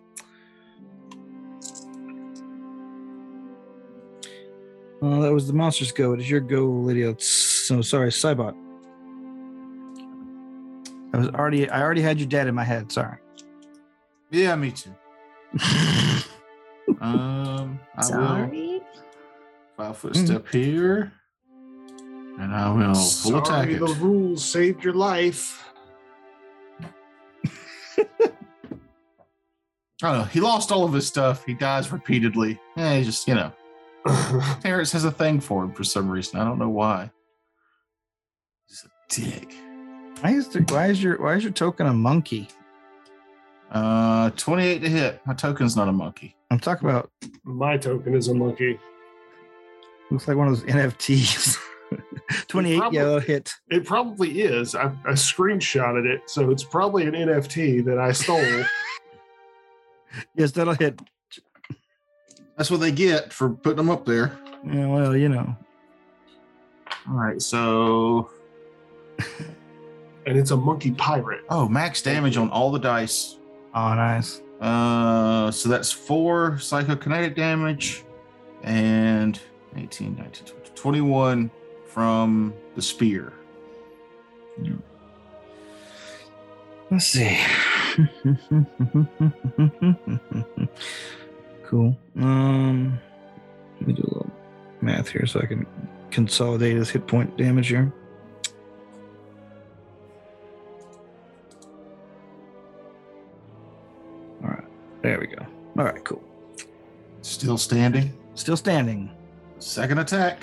Speaker 6: Well, Uh, that was the monster's go. It is your go, Lydia. So sorry, Cybot. I was already I already had you dead in my head, sorry.
Speaker 1: Yeah, me too. Um, I will
Speaker 4: Sorry.
Speaker 1: five foot step here, and I will full Oh, attack
Speaker 3: Sorry,
Speaker 1: it.
Speaker 3: the rules saved your life. <coughs>
Speaker 1: I don't know. Oh, He lost all of his stuff. He dies repeatedly. Yeah, he just you know. Terrence has a thing for him for some reason. I don't know why. He's a dick.
Speaker 6: Why is the, why is your why is your token a monkey?
Speaker 1: Uh, twenty-eight to hit. My token's not a monkey.
Speaker 6: I'm talking about
Speaker 3: My token is a monkey.
Speaker 6: looks like one of those <laughs> NFTs. 28,
Speaker 3: Probably-
Speaker 6: yeah, that'll hit.
Speaker 3: It probably is. I, I screenshotted it, so it's probably an NFT that
Speaker 2: <laughs>
Speaker 3: I stole.
Speaker 6: Yes, that'll hit.
Speaker 1: That's what they get for putting them up there.
Speaker 6: Yeah, well, you know.
Speaker 1: All right, so
Speaker 3: and it's a monkey pirate.
Speaker 1: oh, max damage on all the dice.
Speaker 6: Oh nice.
Speaker 1: Uh, so that's four psychokinetic damage and 18, 19, 20, 21 from the spear.
Speaker 6: Let's see. <laughs> cool. Um, let me do a little quick math here so I can consolidate his hit point damage here. All right, there we go. All right, cool.
Speaker 1: Still standing.
Speaker 6: Still standing.
Speaker 1: Second <laughs> attack.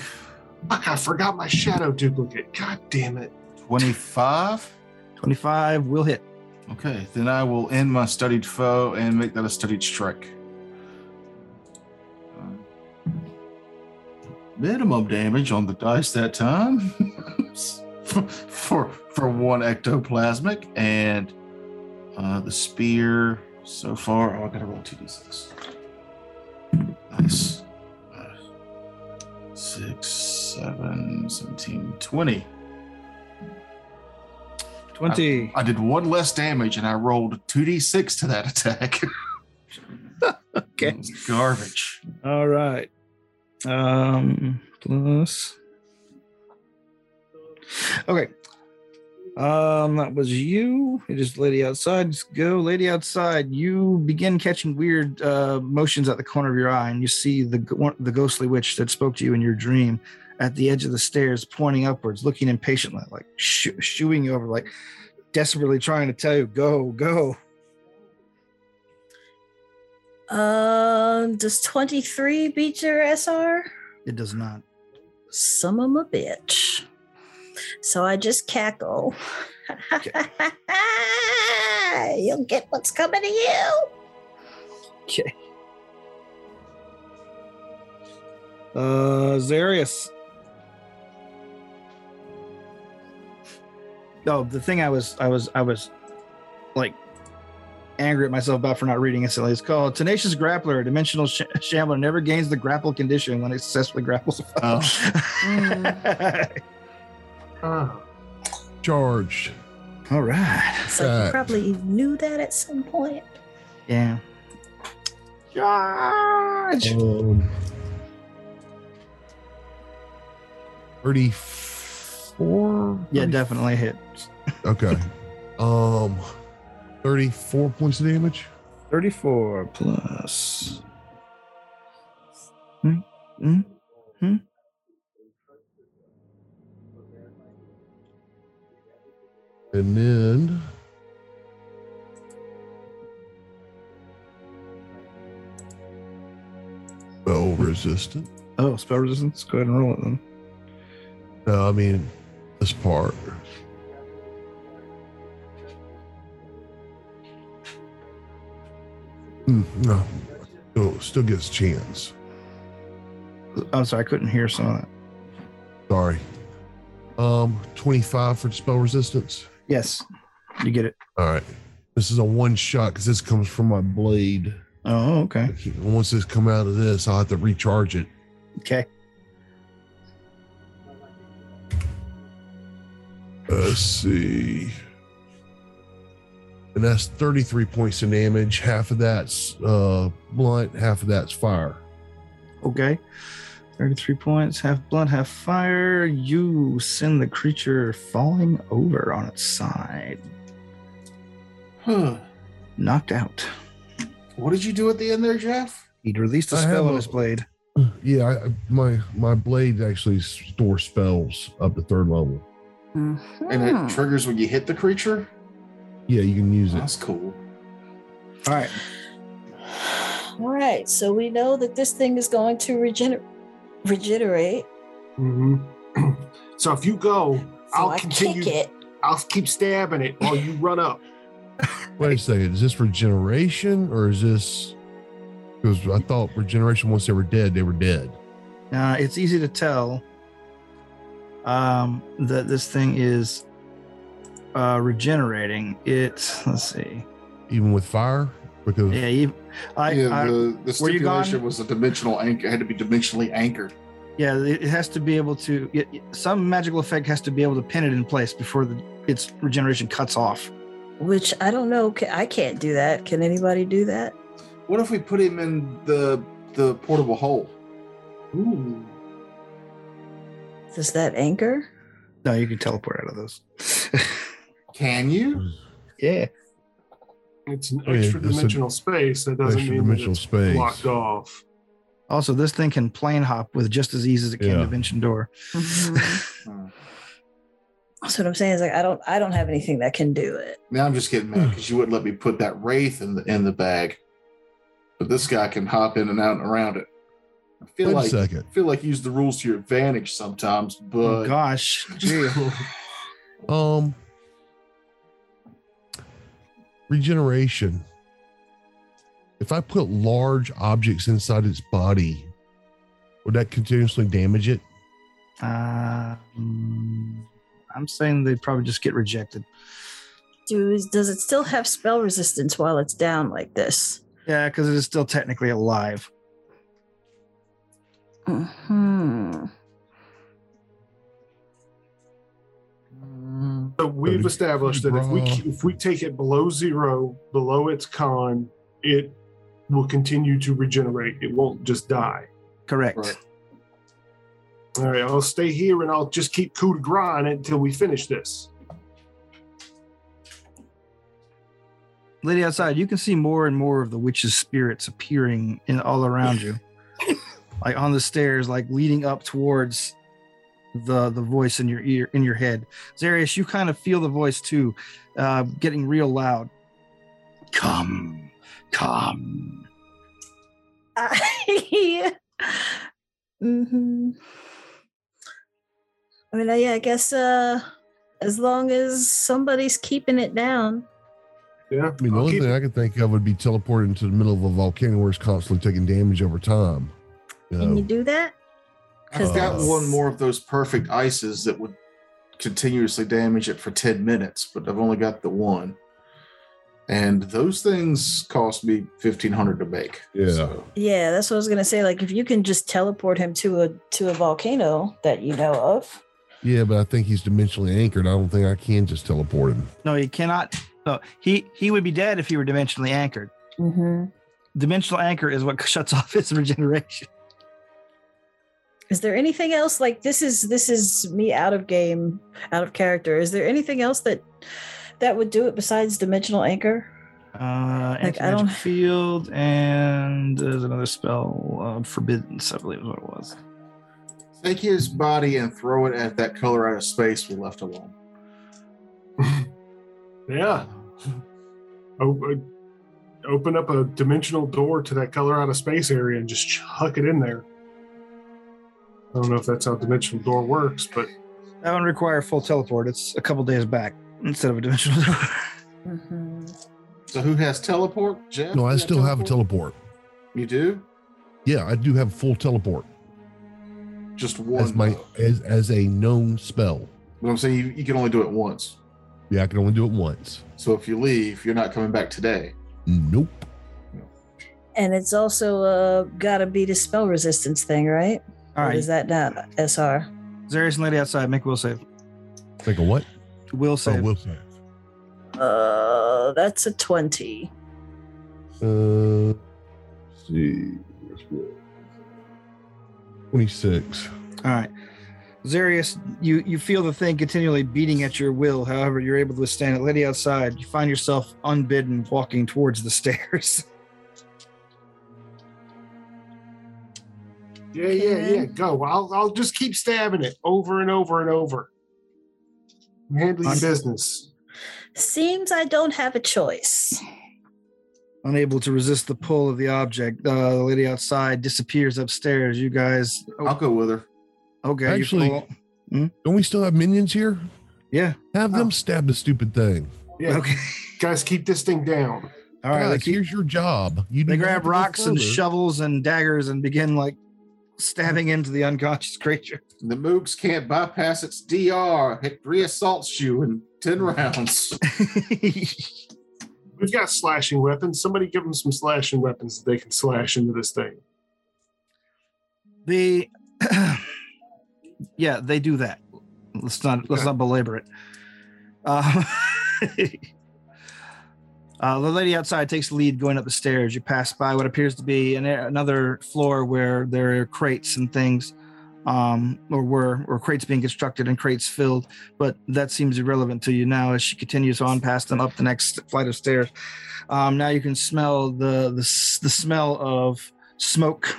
Speaker 3: Fuck, I forgot my shadow duplicate. God damn it.
Speaker 1: 25.
Speaker 6: 25 will hit.
Speaker 1: Okay, then I will end my studied foe and make that a studied strike. Uh, Minimum damage on the dice that time <laughs> for for one ectoplasmic and uh, the spear so far. Oh, I gotta roll two d6. Nice. Uh, Six, seven, 17, 20.
Speaker 6: 20.
Speaker 1: I did one less damage and I rolled 2d6 to
Speaker 7: <laughs>
Speaker 1: that attack.
Speaker 6: Okay.
Speaker 1: It was garbage.
Speaker 6: All right. Um, plus. Okay. Um, that was you. You just lady outside. Just go, lady outside. You begin catching weird uh, motions at the corner of your eye, and you see the g- the ghostly witch that spoke to you in your dream at the edge of the stairs, pointing upwards, looking impatiently, like shoo- shooing you over, like desperately trying to tell you, "Go, go."
Speaker 4: Um, does 23 beat your SR?
Speaker 6: It does not.
Speaker 4: Some of 'em a bitch. So I just cackle. <laughs> You'll get what's coming to you.
Speaker 6: Uh, Zarius. Oh, the thing I was, I was, I was, like, angry at myself about for not reading instantly is called Tenacious Grappler. A dimensional sh- shambler never gains the grapple condition when it successfully grapples. <laughs> a foe.
Speaker 3: Oh.
Speaker 2: Charged.
Speaker 6: All right.
Speaker 4: It's like
Speaker 2: Right.
Speaker 4: you probably knew that at some point.
Speaker 6: Yeah. Charge.
Speaker 2: Um, 34?
Speaker 6: Yeah, definitely hit.
Speaker 2: Okay. Um, 34 points of damage.
Speaker 6: Thirty-four plus. Hmm. Hmm. Hmm.
Speaker 2: And then. Spell resistant.
Speaker 6: Oh, spell resistance. Go ahead and roll it then.
Speaker 2: No, I mean, this part. Mm, no. Still, still gets chance.
Speaker 6: I'm sorry, I couldn't hear some of that.
Speaker 2: Sorry. Um, 25 for spell resistance.
Speaker 6: Yes, you get it.
Speaker 2: All right. This is a one shot because this comes from my blade.
Speaker 6: Oh, okay.
Speaker 2: Once this come out of this, I'll have to recharge it.
Speaker 6: Okay.
Speaker 2: Let's see. And that's 33 points of damage. Half of that's uh, blunt, half of that's fire.
Speaker 6: Okay. 33 points, half blood, half fire. You send the creature falling over on its side,
Speaker 7: Huh.
Speaker 6: knocked out.
Speaker 7: What did you do at the end there, Jeff?
Speaker 6: He'd released a
Speaker 2: I have
Speaker 6: spell on
Speaker 2: a-
Speaker 6: his blade.
Speaker 2: Yeah, I, I- my my blade actually stores spells up to third level.
Speaker 7: And
Speaker 6: Hmm.
Speaker 4: Mm-hmm.
Speaker 7: it triggers when you hit the creature?
Speaker 2: Yeah, you can use it.
Speaker 7: That's cool.
Speaker 6: All right.
Speaker 4: All right, so we know that this thing is going to regener- regenerate.
Speaker 3: hmm <clears throat> so if you go,
Speaker 4: So
Speaker 3: I'll
Speaker 4: I
Speaker 3: continue.
Speaker 4: kick it.
Speaker 3: I'll keep stabbing it while you run up.
Speaker 2: Wait a second, is this regeneration or is this? Because I thought regeneration once they were dead, they were dead.
Speaker 6: Now, it's easy to tell um, that this thing is uh, regenerating. It's, let's see.
Speaker 2: Even with fire, because
Speaker 6: Yeah, you, I,
Speaker 7: yeah,
Speaker 6: I,
Speaker 7: the, the
Speaker 6: were you gone?
Speaker 7: stipulation was a dimensional anchor. It had to be dimensionally anchored.
Speaker 6: Yeah, it it has to be able to. It, it- some magical effect has to be able to pin it in place before the, its regeneration cuts off.
Speaker 4: Which I don't know. ca- I can't do that. Can anybody do that?
Speaker 7: What if we put him in the the portable hole? Ooh.
Speaker 4: Does that anchor?
Speaker 6: No, you can teleport out of those. <laughs>
Speaker 7: Can you?
Speaker 6: yeah.
Speaker 3: It's an
Speaker 2: Oh, yeah,
Speaker 3: extra
Speaker 2: it's a-
Speaker 3: dimensional space. That doesn't
Speaker 2: extra
Speaker 3: mean that
Speaker 2: dimensional
Speaker 3: it's
Speaker 2: space.
Speaker 3: blocked off.
Speaker 6: Also, this thing can plane hop with just as easy as it can
Speaker 2: Yeah.
Speaker 6: dimension door.
Speaker 1: Mm-hmm.
Speaker 6: Hmm.
Speaker 7: Mm.
Speaker 4: That's what I'm saying. Is like I don't I don't have anything that can do it.
Speaker 7: Now I'm just getting mad because you wouldn't let me put that wraith in the in the bag, but this guy can hop in and out and around it. I feel
Speaker 2: Wait a
Speaker 7: like
Speaker 2: second.
Speaker 7: I feel like you use the rules to your advantage sometimes,
Speaker 6: <laughs> Oh,
Speaker 7: but
Speaker 6: gosh, gee.
Speaker 2: Um, regeneration. If I put large objects inside its body, would that continuously damage it?
Speaker 6: Um, I'm saying they'd probably just get rejected.
Speaker 4: Do does it still have spell resistance while it's down like this?
Speaker 6: Yeah, because it is still technically alive.
Speaker 4: <laughs> Hmm.
Speaker 3: So we've
Speaker 2: That'd be
Speaker 3: established that if we
Speaker 2: pretty broad.
Speaker 3: if we take it below zero, below its con, it will continue to regenerate. It won't just die.
Speaker 6: Correct.
Speaker 7: Right.
Speaker 3: All right, I'll stay here and I'll just keep coup de grace on it until we finish this.
Speaker 6: Lady outside, you can see more and more of the witch's spirits appearing in all around you, like on the stairs, like leading up towards the the voice in your ear in your head. Zarius, you kind of feel the voice too, uh, getting real loud. Come, come.
Speaker 4: I, hmm I mean, I- yeah, I guess uh, as long as somebody's keeping it down.
Speaker 3: Yeah,
Speaker 2: I mean, the
Speaker 3: I'll
Speaker 2: only
Speaker 3: keep
Speaker 2: thing I could think of would be teleported into the middle of a volcano where it's constantly taking damage over time. You
Speaker 4: Can you
Speaker 2: know,
Speaker 4: do that?
Speaker 7: I've got
Speaker 2: that's-
Speaker 7: one more of those perfect ices that would continuously damage it for 10 minutes, but I've only got the one. And those things cost me 1500 to make.
Speaker 2: Yeah.
Speaker 7: So,
Speaker 4: Yeah, that's what I was gonna say. Like, if you can just teleport him to a to a volcano that you know of.
Speaker 2: yeah, but I think he's dimensionally anchored. I don't think I can just teleport him.
Speaker 6: No, he cannot. No, he he would be dead if he were dimensionally anchored.
Speaker 4: Mm-hmm.
Speaker 6: Dimensional anchor is what <laughs> shuts off his regeneration.
Speaker 4: Is there anything else? Like, this is this is me out of game, out of character. Is there anything else that that would do it besides dimensional anchor?
Speaker 6: Uh,
Speaker 4: Like,
Speaker 6: like,
Speaker 4: I don't-
Speaker 6: field and there's another spell, uh, forbiddance, I believe is what it was.
Speaker 7: take his body and throw it at that color out of space we left alone.
Speaker 3: Yeah. O- uh, open up a dimensional door to that color out of space area and just chuck it in there. I don't know if that's how dimensional door works, but
Speaker 6: That one require full teleport. It's a couple days back instead of a dimensional <laughs> door.
Speaker 4: Mm-hmm.
Speaker 7: So who has teleport, Jeff?
Speaker 2: No, I
Speaker 7: You
Speaker 2: still have a teleport.
Speaker 7: You do?
Speaker 2: Yeah, I do have full teleport
Speaker 7: Just one.
Speaker 2: as my
Speaker 7: though.
Speaker 2: as as a known spell.
Speaker 7: but I'm saying you, you can only do it once.
Speaker 2: Yeah, I can only do it once.
Speaker 7: So if you leave, you're not coming back today.
Speaker 2: Nope.
Speaker 4: And it's also uh, gotta be the spell resistance thing, right?
Speaker 6: All
Speaker 4: Or is
Speaker 6: right,
Speaker 4: that not SR?
Speaker 6: Zarius and Lady outside, make a will save.
Speaker 2: Think of what?
Speaker 6: Will
Speaker 2: Oh,
Speaker 6: save.
Speaker 2: will save.
Speaker 4: Uh, that's a twenty.
Speaker 2: Uh, let's see. Let's roll. 26.
Speaker 6: All right, Zarius, you you feel the thing continually beating at your will. However, you're able to withstand it. Lady outside, you find yourself unbidden walking towards the <laughs> stairs.
Speaker 3: yeah, yeah,
Speaker 4: Okay.
Speaker 3: yeah, go. I'll, I'll just keep stabbing it over and over and over. Handle your
Speaker 6: Okay.
Speaker 3: business.
Speaker 4: Seems I don't have a choice.
Speaker 6: Unable to resist the pull of the object, uh, the lady outside disappears upstairs. You guys, oh,
Speaker 7: I'll go with her.
Speaker 6: okay,
Speaker 2: Actually-
Speaker 6: you pull,
Speaker 2: Don't we still have minions here?
Speaker 6: yeah,
Speaker 2: Have
Speaker 3: Oh.
Speaker 2: them stab the stupid thing.
Speaker 3: Yeah,
Speaker 6: okay. <laughs>
Speaker 3: guys, keep this thing down.
Speaker 6: All right,
Speaker 2: Guys,
Speaker 6: like,
Speaker 2: here's your job. You
Speaker 6: they
Speaker 2: do not have
Speaker 6: grab
Speaker 2: to go
Speaker 6: rocks and
Speaker 2: further.
Speaker 6: shovels and daggers and begin like stabbing into the unconscious creature. <laughs>
Speaker 7: The Moogs can't bypass its DR. It reassaults you in 10 rounds.
Speaker 3: We've got slashing weapons. Somebody give them some slashing weapons that they can slash into this thing.
Speaker 6: the <clears throat> yeah, they do that. Let's not let's
Speaker 3: Okay.
Speaker 6: not belabor it. Uh, <laughs> uh, the lady outside takes the lead going up the stairs. You pass by what appears to be an, another floor where there are crates and things, um, or were or crates being constructed and crates filled. But that seems irrelevant to you now as she continues on past and up the next flight of stairs. Um, now you can smell the the, s- the smell of smoke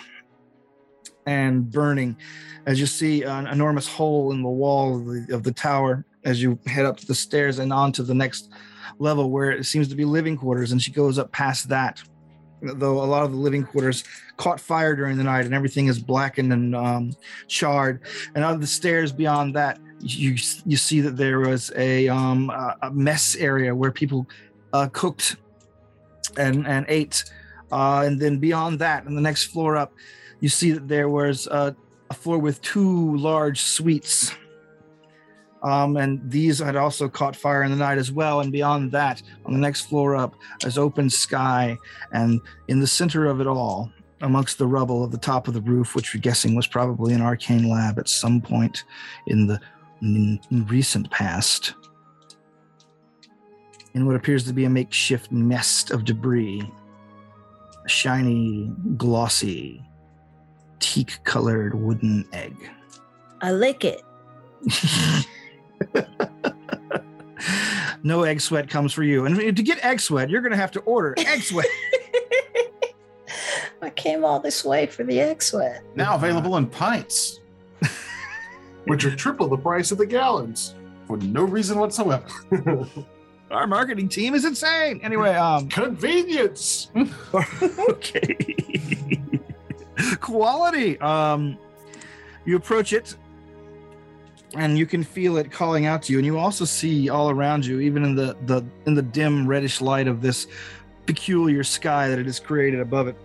Speaker 6: and burning as you see an enormous hole in the wall of the, of the tower as you head up the stairs and on to the next level where it seems to be living quarters and she goes up past that though a lot of the living quarters caught fire during the night and everything is blackened and um, charred and on the stairs beyond that you you see that there was a um a a mess area where people uh, cooked and and ate uh, and then beyond that on the next floor up you see that there was uh, a floor with two large suites um, and these had also caught fire in the night as well and beyond that on the next floor up is open sky and in the center of it all amongst the rubble of the top of the roof which we're guessing was probably an arcane lab at some point in the n- recent past in what appears to be a makeshift nest of debris a shiny glossy teak colored wooden egg <laughs>
Speaker 4: I lick <laughs> it.
Speaker 6: no egg sweat comes for you and to get egg sweat you're going to have to order egg sweat <laughs>
Speaker 4: I came all this way for the egg sweat.
Speaker 1: <laughs> Now available in
Speaker 7: <laughs>
Speaker 1: pints
Speaker 3: which are triple the price of the gallons.
Speaker 1: for no reason whatsoever.
Speaker 6: our marketing team is insane anyway um
Speaker 3: Convenience.
Speaker 6: okay. Quality. Um, you approach it, and you can feel it calling out to you, and you also see all around you, even in the the in the dim reddish light of this peculiar sky that it has created above it.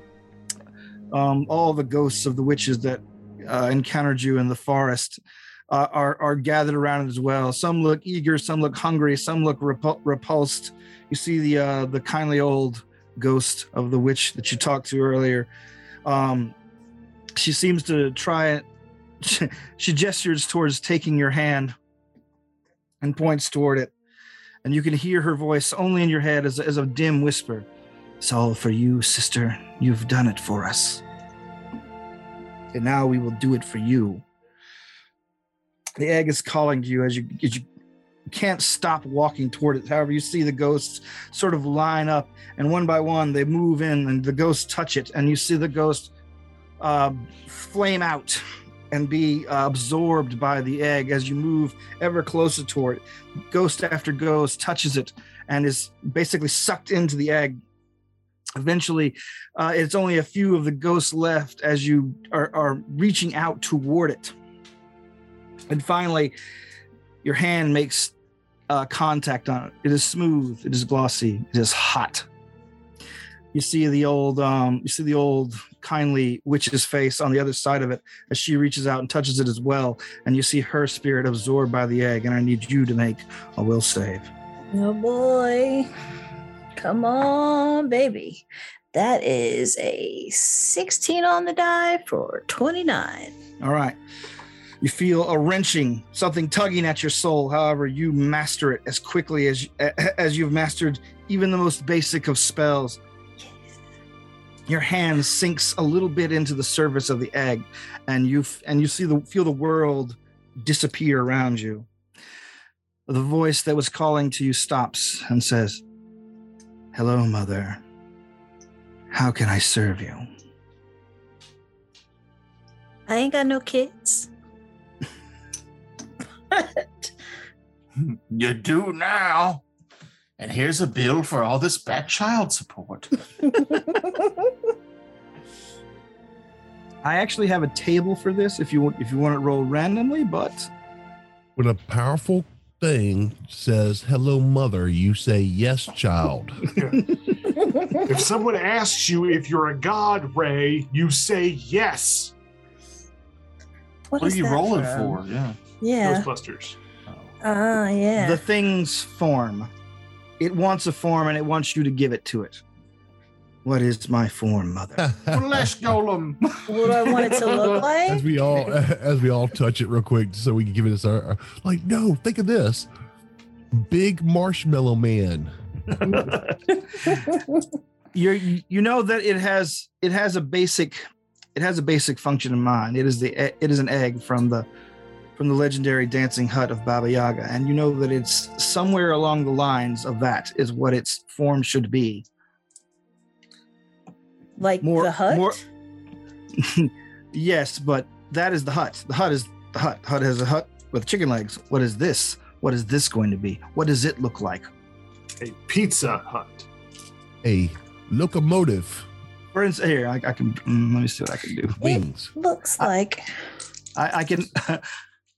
Speaker 6: Um, all the ghosts of the witches that uh, encountered you in the forest. Uh, are, are gathered around it as well. Some look eager, some look hungry, some look repul- repulsed. You see the uh, the kindly old ghost of the witch that you talked to earlier. Um, she seems to try it. <laughs> She gestures towards taking your hand and points toward it. And you can hear her voice only in your head as, as a dim whisper. It's all for you, sister. You've done it for us. And now we will do it for you. The egg is calling to you as you, as you can't stop walking toward it. However, you see the ghosts sort of line up and one by one they move in and the ghosts touch it and you see the ghost uh, flame out and be uh, absorbed by the egg as you move ever closer toward it ghost after ghost touches it and is basically sucked into the egg eventually uh, it's only a few of the ghosts left as you are, are reaching out toward it and finally your hand makes uh, contact on it. It is smooth. It is glossy. It is hot. You see the old, um, you see the old kindly witch's face on the other side of it as she reaches out and touches it as well, and you see her spirit absorbed by the egg. And I need you to make a will save.
Speaker 4: Oh boy. Come on, baby. That is a 16 on the die for 29.
Speaker 6: All right. You feel a wrenching, something tugging at your soul. However, you master it as quickly as as you've mastered even the most basic of spells. Your hand sinks a little bit into the surface of the egg, and you f- and you see the feel the world disappear around you. The voice that was calling to you stops and says, "Hello, mother. How can I serve you?"
Speaker 4: I ain't got no kids. <laughs> But
Speaker 1: You do now. And here's a bill for all this bad child support.
Speaker 6: I actually have a table for this if you want, if you want it rolled randomly, but
Speaker 2: When a powerful thing says, Hello, mother, you say, Yes, child.
Speaker 3: If someone asks you if you're a god, Ray, you say yes.
Speaker 1: What, are
Speaker 4: is
Speaker 1: you
Speaker 4: that
Speaker 1: rolling
Speaker 4: from?
Speaker 1: for? Yeah.
Speaker 4: Yeah.
Speaker 3: Ghostbusters.
Speaker 4: Ah, yeah.
Speaker 6: the thing's form. It wants a form and it wants you to give it to it. What is my form, mother?
Speaker 1: Flesh golem.
Speaker 4: what do I want it to
Speaker 2: <laughs>
Speaker 4: look
Speaker 2: as
Speaker 4: like?
Speaker 2: we all <laughs> as we all touch it real quick so we can give it this our, our- like no think of this big marshmallow man
Speaker 6: You're, you you know that it has it has a basic it has a basic function in mind. It is the e- it is an egg from the from the legendary dancing hut of Baba Yaga, and you know that it's somewhere along the lines of that is what its form should be.
Speaker 4: like
Speaker 6: more-
Speaker 4: the hut?
Speaker 6: more- <laughs> Yes, but that is the hut. The hut is the hut. Hut has a hut with chicken legs. What is this? What is this going to be? What does it look like?
Speaker 3: A pizza hut.
Speaker 2: A locomotive
Speaker 6: For instance, here I, I can. mm, let me see what I can do.
Speaker 2: wings. <laughs>
Speaker 4: Looks
Speaker 6: I-
Speaker 4: like
Speaker 6: I, I can. <laughs>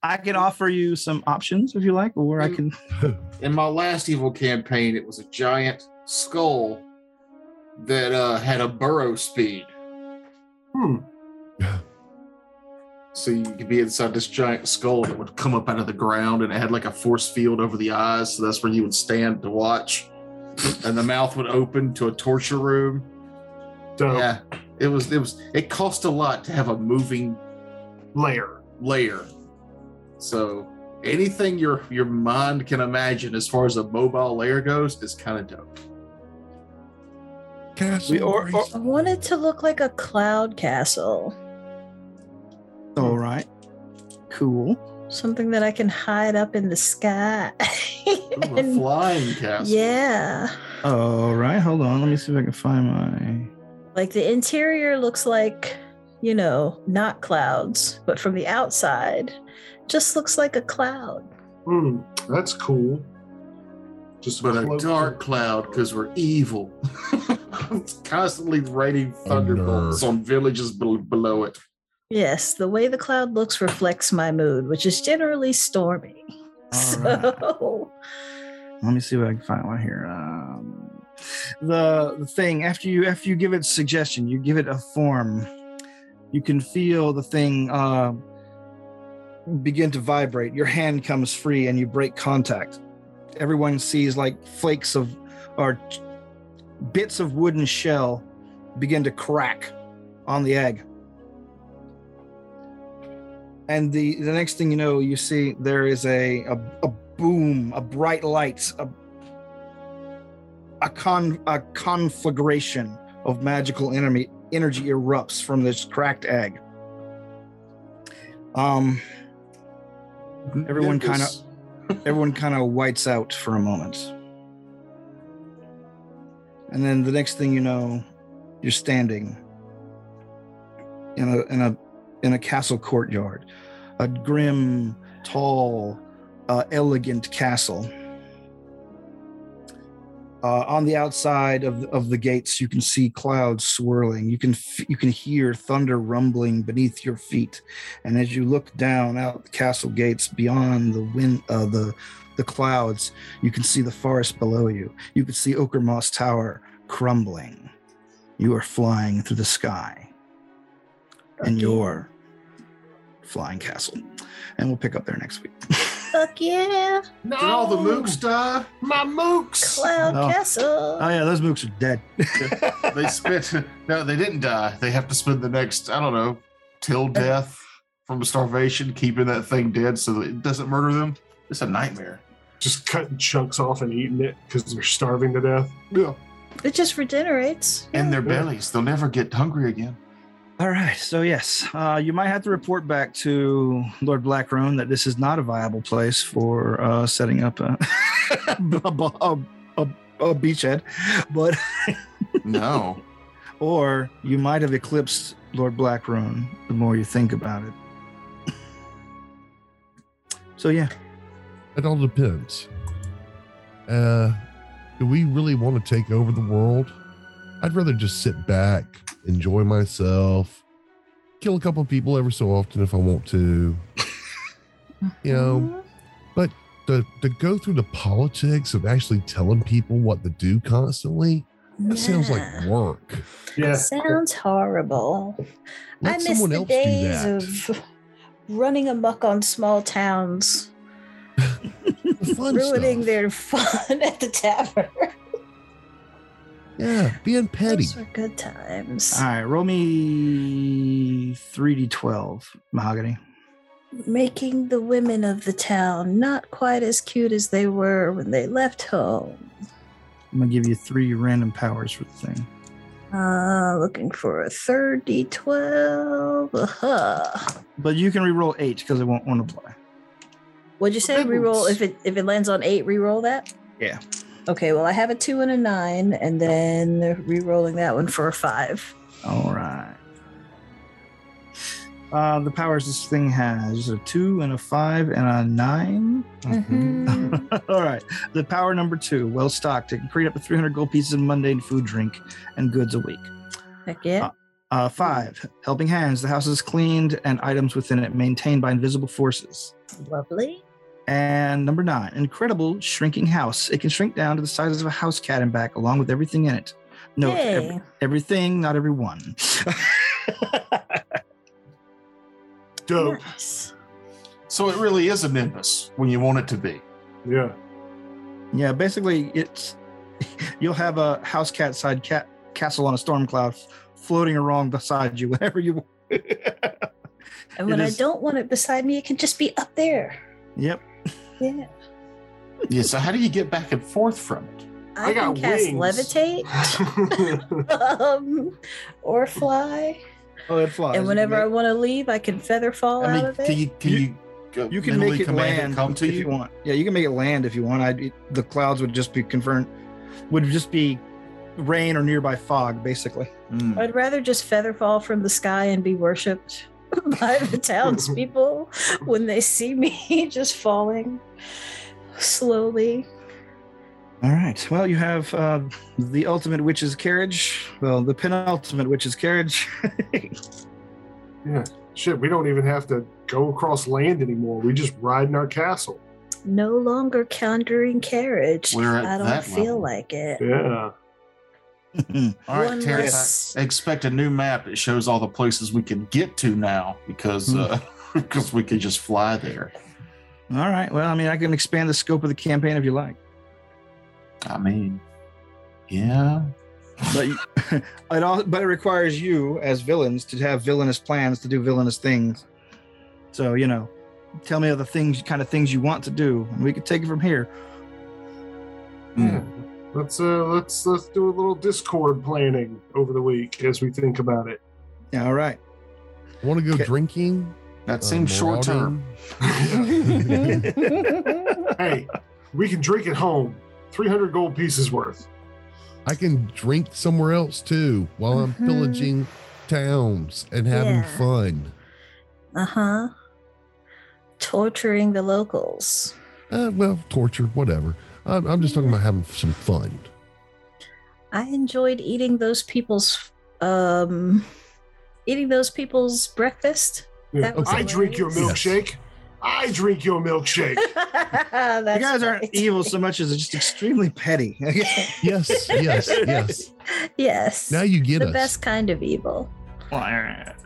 Speaker 6: I can offer you some options if you like, or I can.
Speaker 7: in my last evil campaign, it was a giant skull that uh, had a burrow speed.
Speaker 3: Hmm.
Speaker 7: So you could be inside this giant skull that would come up out of the ground and it had like a force field over the eyes. So that's where you would stand to watch. and the mouth would open to a torture room.
Speaker 3: So
Speaker 7: Yeah. It was, it was, it cost a lot to have a moving
Speaker 3: layer.
Speaker 7: layer. So anything your your mind can imagine as far as a mobile layer goes is kind of dope.
Speaker 2: Castle.
Speaker 6: We- or- or-
Speaker 4: I want it to look like a cloud castle,
Speaker 6: All right. Cool.
Speaker 4: something that I can hide up in the sky.
Speaker 7: Ooh, a
Speaker 4: <laughs> <laughs> And-
Speaker 7: flying castle.
Speaker 4: yeah,
Speaker 6: All right. Hold on. Let me see if I can find my.
Speaker 4: like the interior looks like you know not clouds, but from the outside, just looks like a cloud.
Speaker 3: Hmm. That's cool. Just
Speaker 7: but a
Speaker 3: cloak-
Speaker 7: dark cloud because we're evil. <laughs> it's constantly raining thunderbolts on villages bel below it.
Speaker 4: Yes, the way the cloud looks reflects my mood, which is generally stormy.
Speaker 6: All
Speaker 4: so,
Speaker 6: Let me see what I can find one here. Um, the the thing after you after you give it suggestion, you give it a form. You can feel the thing uh, begin to vibrate. Your hand comes free, and you break contact. Everyone sees like flakes of or ch- bits of wooden shell begin to crack on the egg. And the the next thing you know, you see there is a a, a boom, a bright light, a a con a conflagration of magical enemy energy erupts from this cracked egg. Um, Everyone kinda-
Speaker 7: Nimbus.
Speaker 6: everyone kind of whites out for a moment, and then the next thing you know, you're standing in a in a in a castle courtyard, a grim, tall, uh, elegant castle. Uh, on the outside of of the gates, you can see clouds swirling. You can f- you can hear thunder rumbling beneath your feet, and as you look down out the castle gates beyond the wind uh, the the clouds, you can see the forest below you. You can see Okermoss Tower crumbling. You are flying through the sky in your flying castle, and we'll pick up there next week.
Speaker 4: <laughs>
Speaker 6: <laughs>
Speaker 4: fuck yeah,
Speaker 7: Did all the mooks die? My mooks!
Speaker 4: cloud
Speaker 6: No.
Speaker 4: castle.
Speaker 6: Oh yeah, those mooks are <laughs> dead.
Speaker 1: They spent. <laughs> No, they didn't die. They have to spend the next. I don't know, till death from starvation, keeping that thing dead so that it doesn't murder them. It's a nightmare.
Speaker 3: Just cutting chunks off and eating it because they're starving to death. Yeah.
Speaker 4: It just regenerates.
Speaker 1: And their
Speaker 3: Yeah.
Speaker 1: bellies, they'll never get hungry again.
Speaker 6: All right. So yes, uh, you might have to report back to Lord Blackroan that this is not a viable place for uh, setting up a <laughs> a, bo- a, a, a beachhead, but <laughs>
Speaker 1: No.
Speaker 6: or you might have eclipsed Lord Blackroan. The more you think about it. So yeah,
Speaker 2: It all depends. Uh, do we really want to take over the world? I'd rather just sit back, enjoy myself, kill a couple of people every so often if I want to. you know,
Speaker 4: Mm-hmm.
Speaker 2: to, to go through the politics of actually telling people what to do constantly, that sounds like
Speaker 4: Yeah.
Speaker 2: work.
Speaker 3: Yeah.
Speaker 4: Sounds horrible.
Speaker 2: Let
Speaker 4: I miss
Speaker 2: someone
Speaker 4: the
Speaker 2: else
Speaker 4: days
Speaker 2: do that.
Speaker 4: of running amok on small towns,
Speaker 2: <laughs> The fun
Speaker 4: ruining
Speaker 2: stuff.
Speaker 4: their <laughs> fun at the tavern.
Speaker 2: yeah, being petty.
Speaker 4: Those were good times.
Speaker 6: all right. Roll me three d twelve mahogany.
Speaker 4: Making the women of the town not quite as cute as they were when they left home.
Speaker 6: I'm gonna give you three random powers for the thing.
Speaker 4: Uh, looking for a third d12. Uh-huh.
Speaker 6: But you can re-roll eight because it won't, won't apply.
Speaker 4: What'd you say?
Speaker 7: Big
Speaker 4: Reroll
Speaker 7: ones.
Speaker 4: if it if it lands on eight. Reroll that.
Speaker 6: Yeah.
Speaker 4: Okay. Well, I have a two and a nine, and then rerolling that one for a five.
Speaker 6: All right. Uh, the powers this thing has a two and a five and a nine. <laughs>
Speaker 4: Mhm.
Speaker 6: All right. The power number two, well stocked. It can create up to 300 gold pieces of mundane food, drink, and goods a week.
Speaker 4: <laughs> Heck yeah.
Speaker 6: Uh, five, helping hands. The house is cleaned and items within it maintained by invisible forces.
Speaker 4: Lovely.
Speaker 6: And number nine, incredible shrinking house. It can shrink down to the size of a house cat and back, along with everything in it. No,
Speaker 4: Yay.
Speaker 6: every, everything, not everyone.
Speaker 3: Dope.
Speaker 4: Nice.
Speaker 1: So it really is a Nimbus when you want it to be.
Speaker 3: Yeah.
Speaker 6: <laughs>
Speaker 3: <laughs>
Speaker 6: yeah, basically, it's <laughs> you'll have a house cat side cat castle on a storm cloud floating along beside you <laughs> whenever you want.
Speaker 4: And
Speaker 6: It
Speaker 4: when I
Speaker 6: is-
Speaker 4: don't want it beside me, it can just be up there.
Speaker 6: yep.
Speaker 4: Yeah.
Speaker 1: Yeah. So how do you get back and forth from it?
Speaker 4: I,
Speaker 3: I
Speaker 4: can
Speaker 3: got
Speaker 4: cast
Speaker 3: wings.
Speaker 6: <laughs>
Speaker 4: levitate um, or fly.
Speaker 6: Oh, it flies.
Speaker 4: and whenever I want to leave, I can feather fall
Speaker 1: I
Speaker 4: out
Speaker 1: mean,
Speaker 4: of it.
Speaker 1: can you can
Speaker 6: You-
Speaker 1: you go
Speaker 6: you can
Speaker 1: mentally
Speaker 6: make it
Speaker 1: command
Speaker 6: land
Speaker 1: come to
Speaker 6: if you.
Speaker 1: you?
Speaker 6: want. Yeah, you can make it land if you want. I it- the clouds would just be confirmed would just be rain or nearby fog basically.
Speaker 1: Mm.
Speaker 4: I'd rather just feather fall from the sky and be worshipped <laughs> by the
Speaker 1: <laughs>
Speaker 4: townspeople when they see me <laughs> just falling slowly.
Speaker 6: All right. Well, you have uh, the ultimate witch's carriage. Well, the penultimate witch's carriage.
Speaker 3: Shit, we don't even have to go across land anymore. We just ride in our castle.
Speaker 4: No longer conjuring carriage.
Speaker 1: We're at
Speaker 4: I don't
Speaker 1: that
Speaker 4: feel
Speaker 1: level.
Speaker 4: like it.
Speaker 3: Yeah.
Speaker 1: All right,
Speaker 4: One
Speaker 1: Terrence,
Speaker 4: less-
Speaker 1: I expect a new map that shows all the places we can get to now because uh, <laughs> because we can just fly there.
Speaker 6: All right. Well, I mean, I can expand the scope of the campaign if you like.
Speaker 1: I mean, yeah.
Speaker 6: But you- <laughs> it all but it requires you as villains to have villainous plans to do villainous things. So, you know, tell me other things kind of things you want to do and we could take it from here.
Speaker 2: Hmm.
Speaker 1: Hmm.
Speaker 3: Yeah. Let's uh let's let's do a little Discord planning over the week as we think
Speaker 2: <laughs>
Speaker 3: about it.
Speaker 6: Yeah, all right.
Speaker 2: I want to go
Speaker 6: Okay.
Speaker 2: drinking.
Speaker 1: That
Speaker 2: uh,
Speaker 1: seems short term.
Speaker 2: marauding.
Speaker 3: Hey, we can drink at home. 300 gold pieces worth.
Speaker 2: <laughs> I can drink somewhere else too while I'm
Speaker 4: Mhm.
Speaker 2: pillaging towns and having
Speaker 4: Yeah.
Speaker 2: fun.
Speaker 4: Uh huh. Torturing the locals.
Speaker 2: Uh, well, torture, whatever. I'm, I'm just talking about having some fun.
Speaker 4: I enjoyed eating those people's um eating those people's breakfast.
Speaker 3: Yeah.
Speaker 4: That was
Speaker 2: Okay.
Speaker 3: I drink your
Speaker 4: hilarious.
Speaker 3: milkshake. I drink your
Speaker 4: <laughs>
Speaker 3: milkshake.
Speaker 4: That's
Speaker 6: you guys
Speaker 4: right.
Speaker 6: aren't
Speaker 4: <laughs>
Speaker 6: evil so much as just extremely petty. <laughs>
Speaker 2: Yes, yes, yes.
Speaker 4: Yes.
Speaker 2: Now you get
Speaker 4: the
Speaker 2: us.
Speaker 4: best kind of evil. <laughs> That's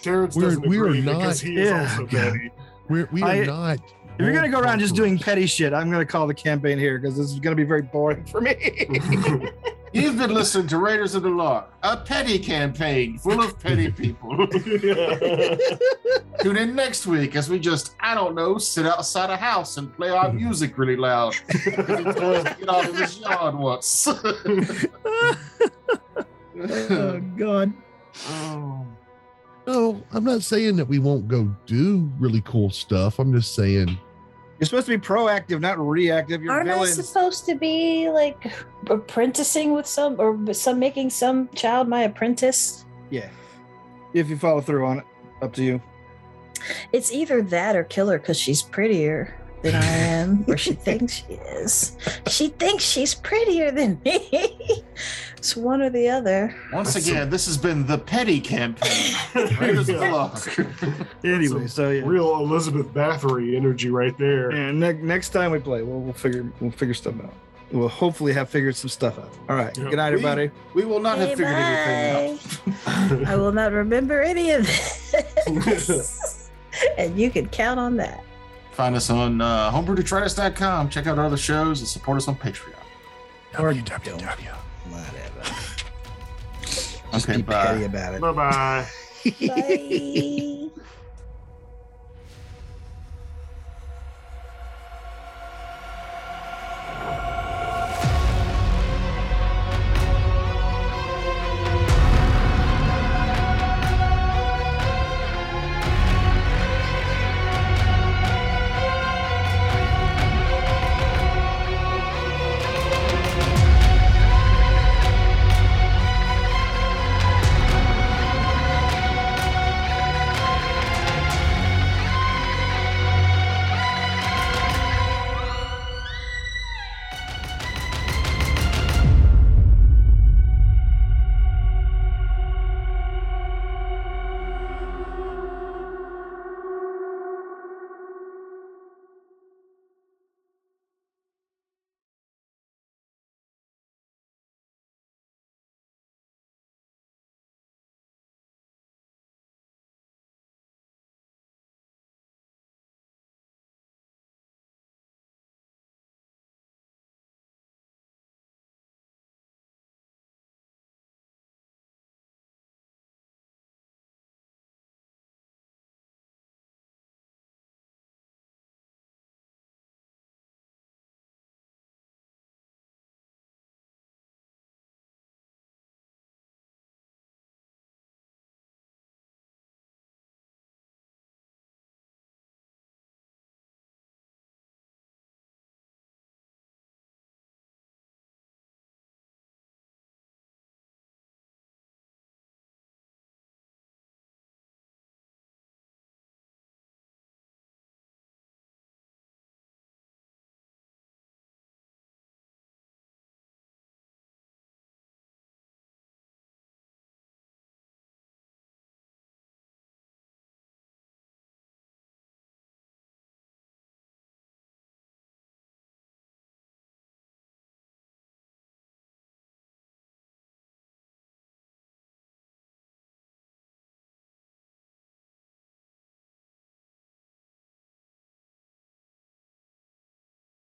Speaker 3: Terrence
Speaker 2: We're-
Speaker 3: doesn't
Speaker 2: we are
Speaker 3: agree
Speaker 2: not-
Speaker 3: because he is
Speaker 6: Yeah.
Speaker 3: also petty.
Speaker 2: We're, we are
Speaker 6: I-
Speaker 2: not.
Speaker 6: if you're gonna go around just doing
Speaker 2: world
Speaker 6: petty shit, I'm gonna call the campaign here because this is gonna be very boring for me. <laughs>
Speaker 1: You've been listening to Raiders of the Lost, a petty campaign full of petty people. Tune in next week as we just, I don't know, sit outside a house and play our music really loud. Uh, Get out of this yard once. <laughs>
Speaker 6: oh god.
Speaker 2: No, I'm not saying that we won't go do really cool stuff. I'm just saying
Speaker 6: You're supposed to be proactive, not reactive. You're
Speaker 4: Aren't I
Speaker 6: villains.
Speaker 4: supposed to be like apprenticing with some or some making some child my apprentice?
Speaker 6: yeah. If you follow through on it, up to you.
Speaker 4: It's either that or kill her because she's prettier than I am, or
Speaker 6: <laughs>
Speaker 4: she thinks she is. She thinks she's prettier than me. <laughs> it's one or the other.
Speaker 1: Once again, this has been the petty campaign. Raiders of the Lost.
Speaker 2: <laughs>
Speaker 3: <laughs>
Speaker 6: Anyway, so yeah.
Speaker 3: Real Elizabeth Bathory energy right there.
Speaker 6: Yeah, ne- next time we play, we'll, we'll figure we'll figure stuff out. We'll hopefully have figured some stuff out. All right.
Speaker 3: Yeah.
Speaker 6: Good
Speaker 1: We-
Speaker 6: night, everybody.
Speaker 1: We will not have
Speaker 4: Hey,
Speaker 1: figured anything out.
Speaker 4: bye.
Speaker 3: <laughs>
Speaker 4: I will not remember any of this. <laughs> and you can count on that.
Speaker 1: Find us on uh, homebrewdetritus.com. Check out our other shows and support us on Patreon.
Speaker 6: Or www. Whatever. Just
Speaker 1: Okay,
Speaker 6: be
Speaker 1: bye.
Speaker 6: petty about it.
Speaker 3: Bye bye.
Speaker 4: Bye.